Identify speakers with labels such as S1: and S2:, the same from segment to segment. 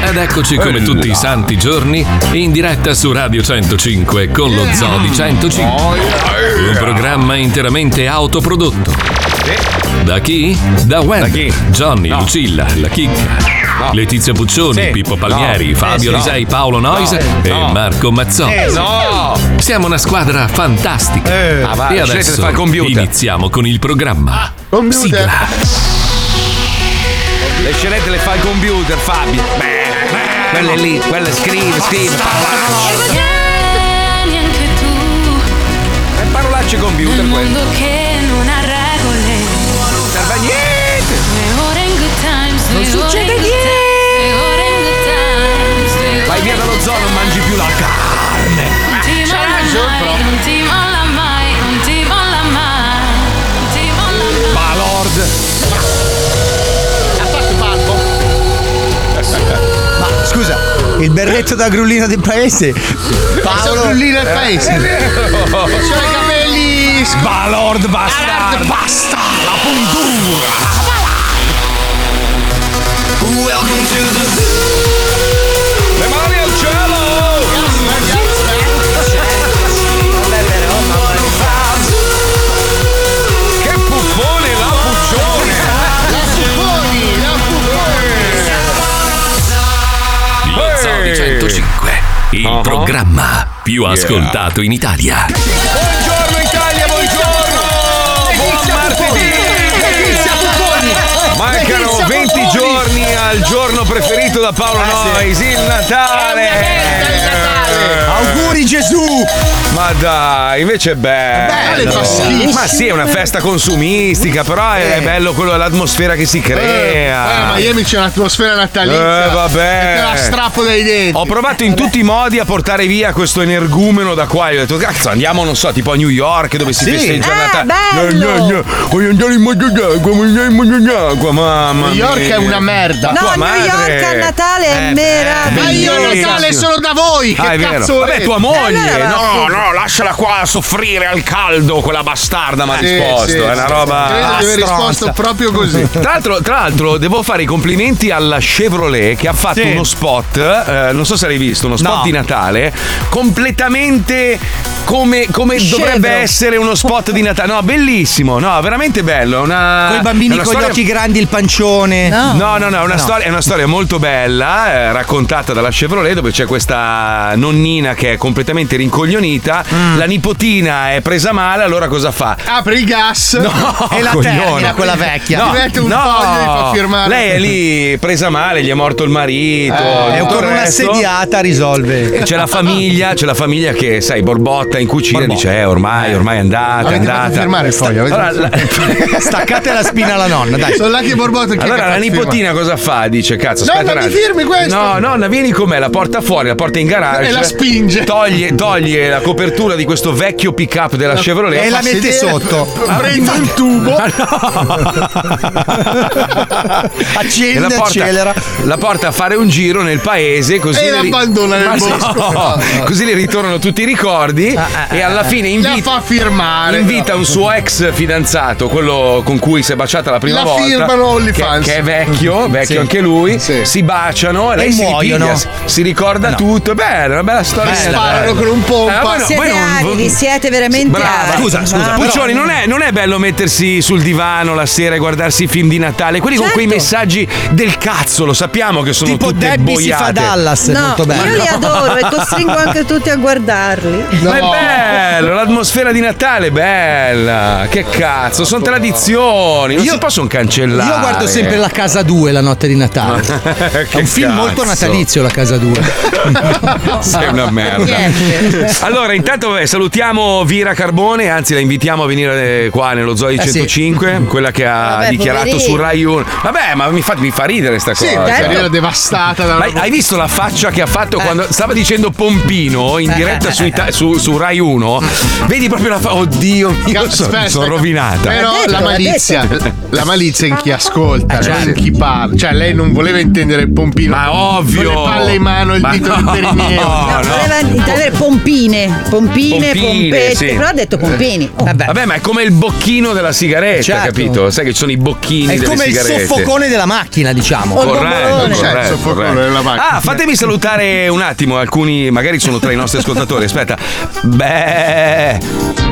S1: Ed eccoci come tutti i santi giorni in diretta su Radio 105 con lo Zoo di 105. Un programma interamente autoprodotto. Da chi? Da Wendy, Johnny, Lucilla, La Chicca. Letizia Puccioni,
S2: Sì.
S1: Pippo Palmieri,
S2: No.
S1: Fabio
S2: Eh, sì.
S1: Lisei, Paolo
S2: No.
S1: Noise e
S2: No.
S1: Marco Mazzotti.
S2: Eh, no.
S1: Siamo una squadra fantastica.
S2: Ah, va,
S1: e
S2: scegliete di
S1: adesso
S2: fare il computer.
S1: iniziamo con il programma.
S3: Computer.
S2: Le scenette le fa il computer, Fabio. Beh, beh, Quelle lì, quelle scrive, scrive.
S4: Neanche tu,
S2: E parolacce computer
S4: nel
S2: quelle.
S4: mondo che non ha regole.
S2: Serve a niente.
S4: Le orangutans, le orangutans, le orangutans, le
S2: Vai via dallo zoo, non mangi più la carne.
S4: Non ti molla mai, non ti molla mai, non ti molla mai, non ti molla mai.
S2: Balord.
S5: Ma scusa, il berretto da grullino del paese.
S3: Paolo
S5: Paolo.
S3: Grullino
S2: Eh.
S3: al paese. C'ho i capelli.
S2: Balord basta. Basta. La puntura. Le mani al cielo. Che puffone la puccione.
S3: Buoni, la
S2: Ah.
S3: buoni.
S1: Lo Zoo di 105, il
S2: Uh-huh.
S1: programma più ascoltato in Italia.
S2: Buongiorno Italia, buongiorno. Buon martedì.
S3: Letizia Buoni.
S2: Mancano
S3: Letizia
S2: 20
S3: Buoni.
S2: giorni al giorno preferito da Paolo
S3: Eh,
S2: Nois, il Natale. Eh.
S5: Auguri Gesù!
S2: Ma dai, invece è bello.
S3: Bello, fa schifo.
S2: Ma sì, è una festa consumistica, però è bello quello, l'atmosfera che si
S3: Eh, a
S2: crea.
S3: Miami c'è un'atmosfera natalizia.
S2: Eh, vabbè.
S3: Che Te cioè, la strappo dai denti.
S2: Ho provato in tutti i modi a portare via questo energumeno da qua. Io ho detto, cazzo, andiamo, non so, tipo a New York dove si festeggia il
S6: Ah,
S2: Natale.
S6: bello.
S2: No, no, no, Voglio andare in mezzo d'acqua, voglio andare in mezzo d'acqua, mamma.
S3: New York
S2: mia.
S3: è una merda.
S6: No,
S2: tua
S6: New York
S2: madre.
S6: a Natale è
S2: Eh,
S6: meraviglioso.
S3: Ma io a Natale
S2: bellissimo.
S3: sono da voi. Che
S2: Ah, è vero.
S3: cazzo
S2: Vabbè,
S3: volete?
S2: tua
S6: Eh,
S2: moglie.
S6: allora va,
S2: No, no, lasciala qua a soffrire al caldo, quella bastarda mi ha
S3: Sì,
S2: risposto.
S3: sì,
S2: è
S3: sì.
S2: una roba.
S3: Credo di aver risposto proprio così.
S2: Tra l'altro, tra l'altro, devo fare i complimenti alla Chevrolet che ha fatto uno spot, eh, non so se l'hai visto, uno spot di Natale, completamente come, come
S6: Scevro.
S2: dovrebbe essere uno spot di Natale. No, bellissimo, no, veramente bello. è Una,
S5: Con i bambini
S2: Ah, è una
S5: con gli
S2: storia-
S5: occhi grandi, il pancione.
S2: No, no, no, è una, Storia, è una storia molto bella, eh, raccontata dalla Chevrolet, dove c'è questa nonnina che è completamente rincoglionita,
S3: Mm.
S2: la nipotina è presa male, allora cosa fa?
S3: Apri il gas.
S5: E la
S2: coglione.
S5: termina, quella vecchia.
S2: No,
S3: Ti mette un
S2: no.
S3: foglio e gli fa firmare. Eh,
S2: Lei è lì presa male, gli è morto il marito.
S5: È
S2: tutto
S5: con
S2: il
S5: una
S2: resto.
S5: sediata risolve.
S2: E C'è la famiglia, c'è la famiglia che, sai, borbotta in cucina e dice: Eh, ormai, ormai è andata, è
S3: Avete fatto
S2: andata.
S3: firmare il foglio. avete
S2: Allora,
S3: fatto-
S2: la,
S5: Staccate la spina alla nonna, dai.
S3: Sono là che borbotta che
S2: allora la
S3: cazzo firma.
S2: nipotina cosa fa? Dice: Cazzo,
S3: Nonna,
S2: aspetta. un
S3: mi
S2: attimo."
S3: firmi questo?
S2: No, nonna, vieni con me, la porta fuori, la porta in garage.
S3: E la spinge.
S2: Toglie, toglie la copertura di questo vecchio pick up della Chevrolet.
S5: E la mette
S3: sedere.
S5: sotto.
S3: Prendo il tubo.
S2: E la
S5: Accende,
S2: porta,
S5: accelera.
S2: la porta a fare un giro nel paese così
S3: E
S2: le ri-
S3: l'abbandona nel
S2: Ma
S3: bosco. Ah,
S2: no, così le ritornano tutti i ricordi e alla fine
S3: La
S2: invita,
S3: fa firmare.
S2: invita un suo ex fidanzato, quello con cui si è baciata la prima
S3: La
S2: volta.
S3: firmano
S2: che,
S3: OnlyFans.
S2: che è vecchio, vecchio
S5: Sì.
S2: anche lui.
S3: Sì.
S2: Si baciano e lei si
S5: muoiono.
S2: ripiglia, si- si ricorda tutto. È bella, una bella Ah, storia.
S5: Bella,
S3: Sparano con un
S2: Eh,
S3: pompa.
S2: ma no,
S6: Siete
S2: voi non-
S6: aridi, siete veramente
S2: Brava.
S6: aridi.
S5: Scusa, scusa,
S6: Mamma
S5: però-
S2: Puccioni, non è, non è bello mettersi sul divano la sera e guardarsi i film di Natale, quelli con
S6: Certo.
S2: quei messaggi del cazzo, lo sappiamo che sono
S5: Tipo
S2: tutte
S5: Debbie si
S2: boiate.
S5: fa Dallas,
S6: No,
S5: molto
S6: io
S5: bello.
S6: li adoro e costringo anche tutti a guardarli.
S2: Ma è
S3: No.
S2: bello, l'atmosfera di Natale è bella. Che cazzo, sono tradizioni, non
S5: Io-
S2: si possono cancellare.
S5: Io guardo sempre
S2: eh.
S5: la casa 2 la notte di Natale. È un film molto natalizio la casa 2.
S2: Sei una merda. Allora, intanto vabbè, salutiamo Vira Carbone, anzi la invitiamo a venire eh, qua nello Zoo di
S5: Eh, sì.
S2: 105, quella che ha
S6: Vabbè,
S2: dichiarato
S6: poverina.
S2: su Rai 1. Vabbè, ma mi fa, mi fa ridere sta cosa.
S3: Cioè,
S6: certo.
S3: Era devastata dalla
S2: Ma hai- hai visto la faccia che ha fatto
S6: Eh.
S2: quando stava dicendo Pompino in diretta su, Ita- su- su Rai 1? Vedi proprio la faccia. Oddio mio, sono,
S3: Aspetta,
S2: sono rovinata.
S3: Però
S6: L'ha detto,
S3: la
S6: l'ha
S2: Eh, certo.
S3: malizia, la malizia in chi ascolta, non in chi parla. Cioè, lei lei non voleva intendere il pompino. Ma
S2: ovvio!
S3: Con le palle in mano e il
S2: Ma
S3: dito di
S2: no,
S3: perineo.
S2: no.
S6: Voleva intendere pompine, pompine,
S2: Pompine,
S6: pompette,
S2: sì. Eh.
S6: però ha detto pompini. Oh,
S2: Vabbè. ma è come il bocchino della sigaretta,
S5: Certo.
S2: capito? Sai che ci sono i bocchini
S5: È
S2: delle
S5: come il
S2: sigarette.
S5: soffocone della macchina, diciamo.
S6: O il
S2: Corretto,
S6: bombolone.
S3: C'è Cioè, il
S2: corretto,
S3: soffocone
S2: corretto.
S3: nella macchina.
S2: Ah, fatemi salutare un attimo alcuni, magari sono tra i nostri ascoltatori. Aspetta. Beh,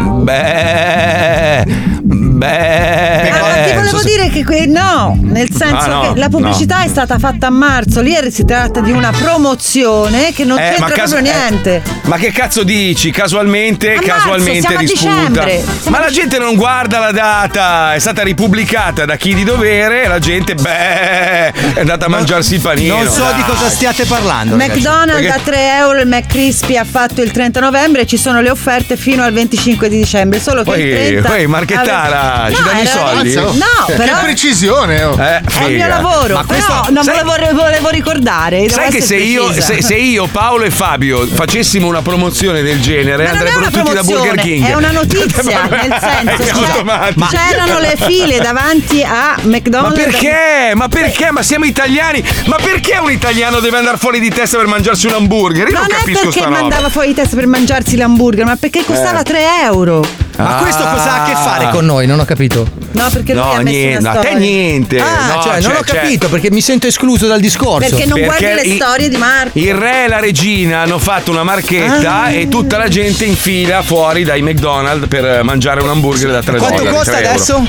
S2: beh, beh.
S6: Allora, Ah, ti volevo
S2: Eh, So se-
S6: dire che que- no, nel senso
S2: Ah, no,
S6: che la pubblicità è stata fatta a marzo, lì si tratta di una promozione che non
S2: Eh,
S6: c'entra
S2: cas-
S6: proprio
S2: eh,
S6: niente.
S2: ma che cazzo dici? Casualmente,
S6: marzo,
S2: casualmente
S6: siamo a
S2: rispunta.
S6: dicembre.
S2: Ma la gente non guarda la data, è stata ripubblicata da chi di dovere e la gente, beh, è andata a mangiarsi il panino.
S5: Non so
S2: dai.
S5: di cosa stiate parlando. ragazzi.
S6: McDonald's
S2: Perché-
S6: a 3 euro, il McCrispy ha fatto il 30 novembre e ci sono le offerte fino al 25 di dicembre, solo che il
S2: Poi-
S6: 30
S2: poi marchettara,
S6: ave-
S2: ci
S6: No,
S2: danno i
S6: era-
S2: soldi?
S6: No, però
S3: Che precisione, oh.
S2: Eh,
S6: è il
S2: figa.
S6: mio lavoro,
S5: Ma questo-
S6: però non
S2: sai-
S6: volevo, volevo ricordare. devo
S2: Sai che se
S6: essere
S2: io,
S6: precisa.
S2: se, se io, Paolo e Fabio facessimo una promozione del genere,
S6: Ma non è
S2: andrebbero
S6: una
S2: tutti da Burger
S6: promozione,
S2: King.
S6: è una notizia, nel senso
S2: È
S6: c'è-
S2: automatico.
S6: c'erano le file davanti a
S2: Ma
S6: McDonald's.
S2: perché? Ma perché? Ma siamo italiani? Ma perché un italiano deve andare fuori di testa per mangiarsi un hamburger? Io non,
S6: Non è
S2: capisco
S6: perché
S2: sta roba. Eh.
S6: mandava fuori di testa per mangiarsi l'hamburger, ma perché costava 3 euro.
S5: Ma questo cosa ha a che fare con noi? Non ho capito.
S6: No, perché lui
S2: Ah. No,
S6: ha messo
S2: niente,
S6: una
S2: a
S6: storia.
S2: te niente.
S5: Ah,
S2: No,
S5: cioè, non ho capito perché mi sento escluso dal discorso.
S6: Perché non
S2: Perché
S6: guardi
S2: i-
S6: le storie di Marco. Ah.
S2: Il re e la regina hanno fatto una marchetta e tutta la gente in fila fuori dai McDonald's per eh, mangiare un hamburger da 3
S5: Quanto
S2: dollari,
S5: costa
S2: tre euro.
S5: adesso?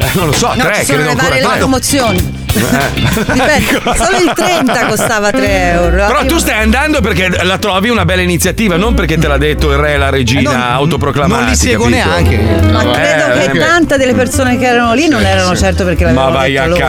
S2: Eh, Non lo so,
S6: No,
S2: 3
S6: ci
S2: credo
S6: sono le
S2: ancora
S6: varie
S2: tre. Eh.
S6: locomozioni. Dipende, solo il 30 costava 3 euro.
S2: Però tu stai andando perché la trovi una bella iniziativa, non perché te l'ha detto il re e la regina
S5: Eh, no,
S2: autoproclamati.
S5: non li seguo
S2: capito?
S5: neanche.
S6: Ma
S2: Eh,
S6: credo che
S2: perché-
S6: tante delle persone che erano lì non erano certo perché
S2: Ma
S6: l'avevano
S2: vai
S6: detto
S2: a
S6: loro.
S3: Ah,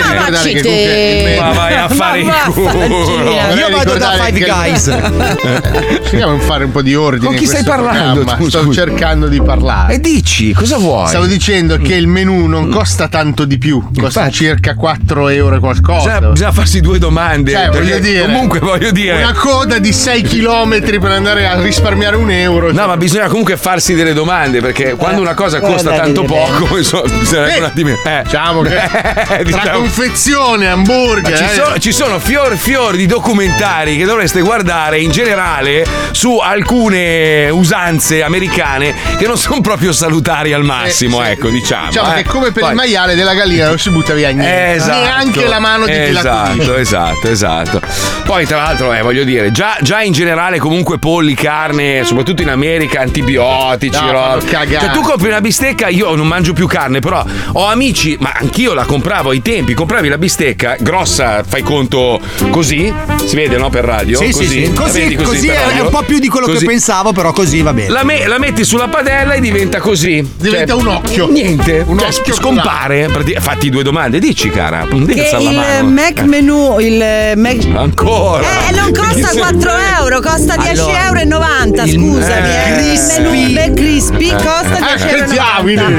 S2: cagare.
S6: ma
S3: ricordare
S6: ci
S3: che
S6: te-
S3: comunque il
S2: Ma vai a
S6: Ma
S2: fare il culo.
S6: vaffanculo.
S5: Io vado da
S3: ricordare
S5: Five
S3: che-
S5: Guys.
S3: Eh, Cerchiamo di fare un po' di ordine.
S2: Con chi
S3: in
S2: stai
S3: questo
S2: parlando?
S3: programma.
S2: Scusa,
S3: Sto
S2: scusa.
S3: cercando di parlare.
S2: E dici, cosa vuoi? Mm.
S3: Stavo dicendo che il menù non costa tanto di più, costa circa 4 euro e qualcosa.
S2: Bisogna, bisogna farsi due domande.
S3: Cioè,
S2: perché
S3: voglio dire,
S2: Comunque voglio dire.
S3: Una coda di 6 km per andare a risparmiare un euro. cioè.
S2: No, ma bisogna comunque farsi delle domande perché quando una cosa costa
S6: guarda,
S2: tanto
S6: vedi bene.
S2: poco, insomma, bisogna
S3: Eh,
S2: un attimo. Eh.
S3: Diciamo che
S2: Eh,
S3: tra
S2: diciamo.
S3: confezione,
S2: Ma
S3: hamburger.
S2: Ci
S3: eh,
S2: sono, ci sono fior fior di documentari che dovreste guardare in generale su alcune usanze americane che non sono proprio salutari al massimo,
S3: Eh, sì.
S2: ecco, diciamo.
S3: Diciamo
S2: eh.
S3: che come per
S2: Poi-
S3: il maiale della gallina non si butta via niente.
S2: Esatto.
S3: Neanche la mano di chi la
S2: Esatto, esatto, esatto. Poi, tra l'altro, eh, voglio dire, già, già in generale, comunque, polli, carne, soprattutto in America, antibiotici,
S3: No,
S2: roba.
S3: fanno cagare.
S2: Cioè, tu compri una bistecca, io non mangio più carne, però ho amici, ma anch'io la compravo ai tempi. Compravi la bistecca grossa, fai conto così, si vede, no? Per radio?
S5: Sì,
S2: così,
S5: sì, sì.
S2: La
S5: Così,
S2: vedi così
S5: così
S2: per
S5: è
S2: radio?
S5: un po' più di quello
S2: Così.
S5: che pensavo, però così va bene.
S2: La, me- la metti sulla padella e diventa così. Cioè,
S3: Diventa un occhio.
S2: Niente, un
S3: Un
S2: occhio
S3: occhio
S2: scompare. Prati- Fatti due domande, dici, cara. Non devi
S6: Che
S2: alzare la
S6: il
S2: mano.
S6: Mac
S2: Eh.
S6: Menu, il Mac...
S2: Ancora?
S6: Eh, non costa 4 euro, costa 10,90
S5: Allora,
S6: euro.
S5: il-
S6: Scusami, eh,
S5: eh,
S6: il menù
S5: crispy.
S6: Mac Crispy costa 10,90
S3: Eh, diavoli.
S6: euro. No,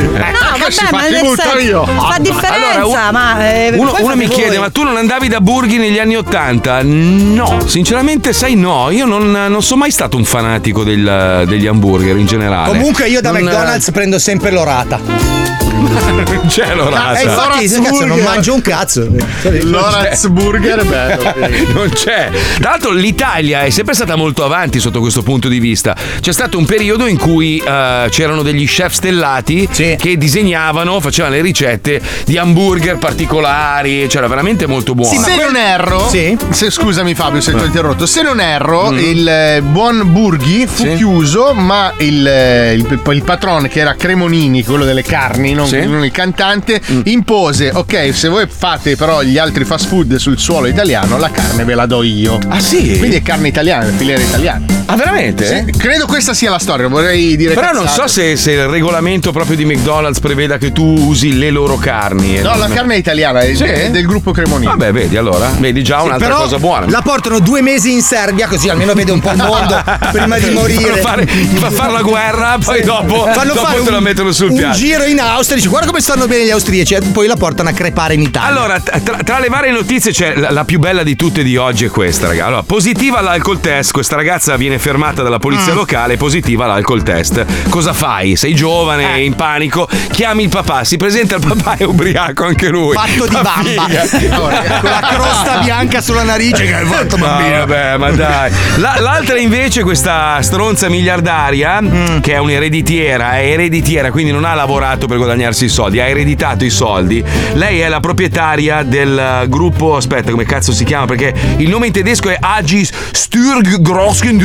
S3: Eh, che si
S6: vabbè, ma
S3: fa? Ti
S6: nel
S3: butto
S6: senso,
S3: io.
S6: fa differenza,
S2: Allora, un-
S6: ma eh,
S2: Uno,
S6: poi
S2: uno
S6: fate
S2: mi
S6: voi.
S2: chiede, ma tu non andavi da Burghi negli anni Ottanta? No, sinceramente, sai, no. Io non, non sono mai stato un fanatico del- degli hamburger in generale.
S5: Comunque io da
S2: Non-
S5: McDonald's prendo sempre l'orata.
S2: Non c'è
S5: Eh,
S2: l'orata.
S5: infatti,
S3: Lorazburger.
S5: cazzo, non mangio un cazzo.
S3: Lorenz Burger, bello.
S2: Non c'è. Tra l'altro l'Italia è sempre stata molto avanti sotto questo punto di vista. C'è stato un periodo in cui eh, c'erano degli chef stellati
S5: Sì.
S2: che disegnavano, facevano le ricette di hamburger particolari, c'era veramente molto buono.
S3: se non erro,
S5: Sì.
S3: se- scusami Fabio se ti ho interrotto, se non erro
S2: Mm.
S3: il eh, buon Burghi fu chiuso ma il, eh, il- il patrone che era Cremonini, quello delle carni, non,
S2: Sì. Mm.
S3: non il cantante, impose, ok se voi fate però gli altri fast food sul suolo italiano la carne ve la do io.
S2: Ah sì?
S3: Quindi è carne italiana, filiera italiana.
S2: ah veramente?
S3: Sì, credo questa sia
S2: Eh,
S3: la storia, vorrei dire...
S2: Però non so se,
S3: cazzate.
S2: se il regolamento proprio di McDonald's preveda che tu usi le loro carni. Eh,
S3: No, la
S2: non-
S3: carne è italiana, è,
S2: Sì?
S3: è del gruppo Cremonini.
S2: Vabbè, vedi allora, vedi già un'altra
S5: Però
S2: cosa buona.
S5: La portano due mesi in Serbia, così almeno vede un po' il mondo prima di
S2: Fanno
S5: morire.
S2: fare, fa fare la guerra, poi dopo,
S5: Fanno
S2: dopo
S5: fare
S2: te la
S5: un-
S2: mettono sul
S5: Un
S2: piatto.
S5: giro in Austria, dice guarda come stanno bene gli austriaci, e poi la portano a crepare in Italia.
S2: Allora, tra, tra le varie notizie c'è la, la più bella di tutte di oggi è questa, raga. Allora, positiva all'alcol test, questa ragazza viene fermata dalla
S3: Mm.
S2: polizia locale positiva all'alcol test. Cosa fai? Sei giovane,
S3: Eh.
S2: in panico, chiami il papà, si presenta il papà è ubriaco anche lui.
S7: Fatto di
S2: Ma
S7: bamba.
S2: figati.
S7: Con la crosta bianca sulla narice che hai fatto bambino.
S2: Ah, vabbè, ma dai. La- l'altra invece, questa stronza miliardaria,
S7: Mm.
S2: che è un'ereditiera, è ereditiera, quindi non ha lavorato per guadagnarsi i soldi, ha ereditato i soldi. Lei è la proprietaria del gruppo, aspetta, come cazzo si chiama? Perché il nome in tedesco è Agis Stürg Groschen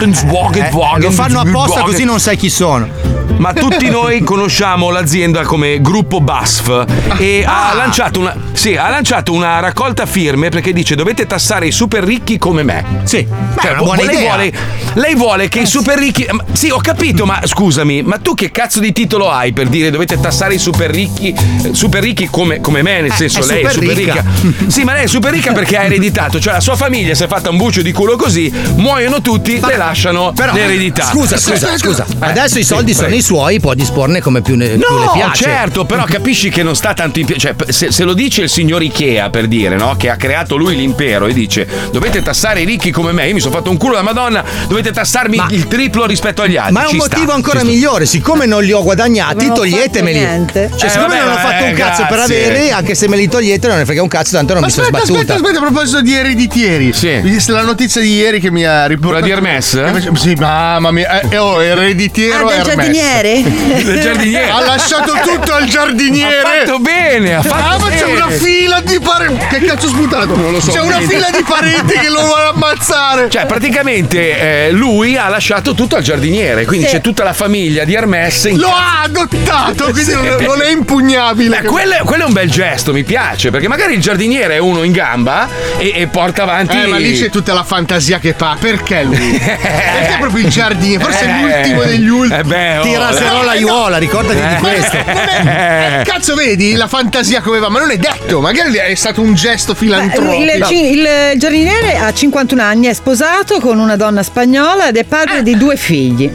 S7: Eh, lo fanno apposta così non sai chi sono.
S2: ma tutti noi conosciamo l'azienda come Gruppo BASF e ha, lanciato una, sì, ha lanciato una raccolta firme perché dice dovete tassare i super ricchi come me.
S7: Sì, beh, è una
S2: vo-
S7: buona
S2: lei,
S7: idea.
S2: Vuole, lei vuole che i super ricchi... ma- Sì, ho capito, ma scusami, ma tu che cazzo di titolo hai per dire dovete tassare i super ricchi, eh, super ricchi come, come me, nel senso
S7: è
S2: lei è
S7: super
S2: super ricca.
S7: ricca.
S2: Sì, ma lei è super ricca perché ha ereditato, cioè la sua famiglia si è fatta un bucio di culo così, muoiono tutti, le lasciano l'eredità.
S5: Scusa, scusa, scusa. Adesso i
S2: Eh, sì,
S5: soldi sono
S2: prego.
S5: i suoi, può disporne come più ne, più le
S2: No,
S5: piace.
S2: certo, però capisci che non sta tanto in pie- Cioè, se, se lo dice il signor Ikea per dire, no? Che ha creato lui l'impero e dice: Dovete tassare i ricchi come me. Io mi sono fatto un culo da Madonna, dovete tassarmi il triplo rispetto agli altri.
S5: Ma è un
S2: Ci sta,
S5: motivo ancora
S2: ci sta.
S5: migliore, siccome non li ho guadagnati,
S6: Non ho fatto
S5: toglietemeli.
S6: niente.
S5: Cioè,
S2: Eh,
S5: siccome
S2: vabbè,
S5: non ho fatto
S2: eh,
S5: un cazzo per
S2: grazie.
S5: averli, anche se me li togliete non ne frega un cazzo, tanto non
S3: Ma
S5: mi sono
S3: aspetta, aspetta,
S5: sbattuta.
S3: aspetta, a proposito di ereditieri.
S2: Sì.
S3: Mi- La notizia di ieri che mi ha riportato.
S2: Quella di Hermes?
S3: Che face- Sì, mamma mia. Eh, eh, oh, ereditiero
S6: Ah, del
S3: Hermes.
S6: giardiniere?
S2: Del giardiniere.
S3: Ha lasciato tutto al
S2: Ha
S3: giardiniere.
S2: fatto bene, ha
S3: Ah,
S2: fatto
S3: ma c'è
S2: bene.
S3: una fila di parenti. Che cazzo ho sputato? Non lo so. C'è una fila di parenti che lo vuole ammazzare.
S2: Cioè, praticamente eh, lui ha lasciato tutto al giardiniere, quindi
S6: Sì.
S2: c'è tutta la famiglia di Hermes in
S3: Lo ha adottato, quindi
S2: Sì.
S3: non, non è impugnabile.
S2: Beh, quello, è- quello è un bel gesto, mi piace, perché magari il giardiniere è uno in gamba e, e porta avanti.
S3: Eh, ma lì c'è tutta la fantasia che fa. Perché lui? Perché proprio il giardiniere? Forse è
S2: Eh,
S3: l'ultimo degli ultimi.
S2: eh beh, oh.
S5: Ti raserò la iuola, ricordati di questo.
S3: Eh, Cazzo, vedi la fantasia come va? Ma non è detto, magari è stato un gesto
S6: Il,
S3: filantropico. Cioè,
S6: ci- il giardiniere ha 51 anni, è sposato con una donna spagnola ed è
S2: Eh.
S6: padre di due figli.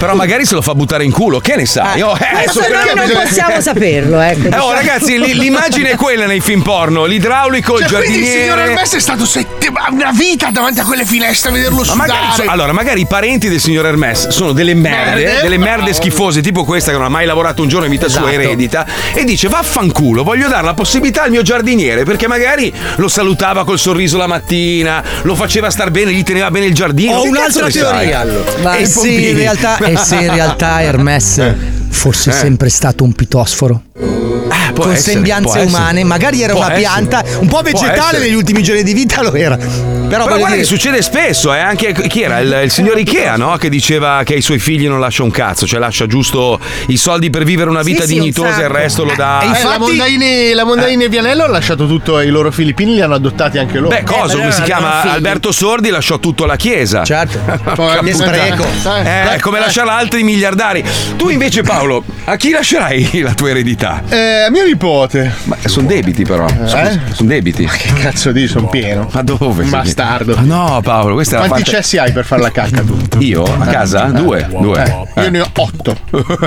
S2: Però magari se lo fa buttare in culo, che ne sai? Oh, eh,
S6: Questo
S2: super-
S6: noi non
S3: bisogna-
S6: possiamo saperlo, ecco.
S2: Eh, oh,
S6: diciamo.
S2: ragazzi, li- l'immagine è quella nei film porno: l'idraulico, il
S3: Cioè, quindi il signor
S2: giardiniere.
S3: Hermes è stato sette- una vita davanti a quelle finestre a vederlo
S2: Ma magari, so-
S3: sudare.
S2: allora, magari i parenti del signor Hermes sono delle merde,
S3: Merde. Esatto.
S2: delle merde schifose, tipo questa che non ha mai lavorato un giorno in vita sua eredita, e dice vaffanculo, voglio dare la possibilità al mio giardiniere, perché magari lo salutava col sorriso la mattina, lo faceva star bene, gli teneva bene il giardino.
S5: Ho
S2: Che
S5: un'altra
S2: cazzo ne sai?
S5: teoria allora.
S2: E Eh.
S5: E se in realtà, e se in realtà Hermes fosse sempre stato un pitosforo?
S3: eh,
S2: può
S5: con
S2: essere, può
S5: sembianze
S2: essere.
S5: umane, magari era
S2: Può
S5: una
S2: essere.
S5: pianta un po' vegetale
S2: essere.
S5: negli ultimi giorni di vita lo era. Però,
S2: Però
S5: voglio
S2: guarda
S5: dire,
S2: che succede spesso, eh? anche chi era? Il, il signor Ikea, no? Che diceva che ai suoi figli non lascia un cazzo, cioè lascia giusto i soldi per vivere una vita
S6: sì, un
S2: dignitosa e il
S6: sacco.
S2: resto lo dà. Eh,
S5: Eh,
S3: Eh, la
S5: infatti-
S3: Mondaini, la Mondaini e Vianello hanno lasciato tutto ai loro filippini, li hanno adottati anche loro.
S2: Beh, cosa?
S6: Eh,
S2: Come si chiama?
S5: figli.
S2: Alberto Sordi lasciò tutto alla Chiesa.
S5: certo.
S3: Poi-
S5: che spreco.
S3: Eh,
S2: Eh, è come lasciare altri miliardari. Tu invece, Paolo, a chi lascerai la tua eredità?
S3: Eh, mio nipote.
S2: Ma sono debiti, però.
S3: Eh?
S2: Sono debiti.
S3: Che cazzo dici? Sono pieno.
S2: Ma dove?
S3: Bastardo.
S2: Ma no, Paolo, questa è la
S3: Quanti
S2: parte.
S3: cessi hai per fare la cacca tu?
S2: Io a casa? Due, due.
S3: Eh, Io ne ho otto.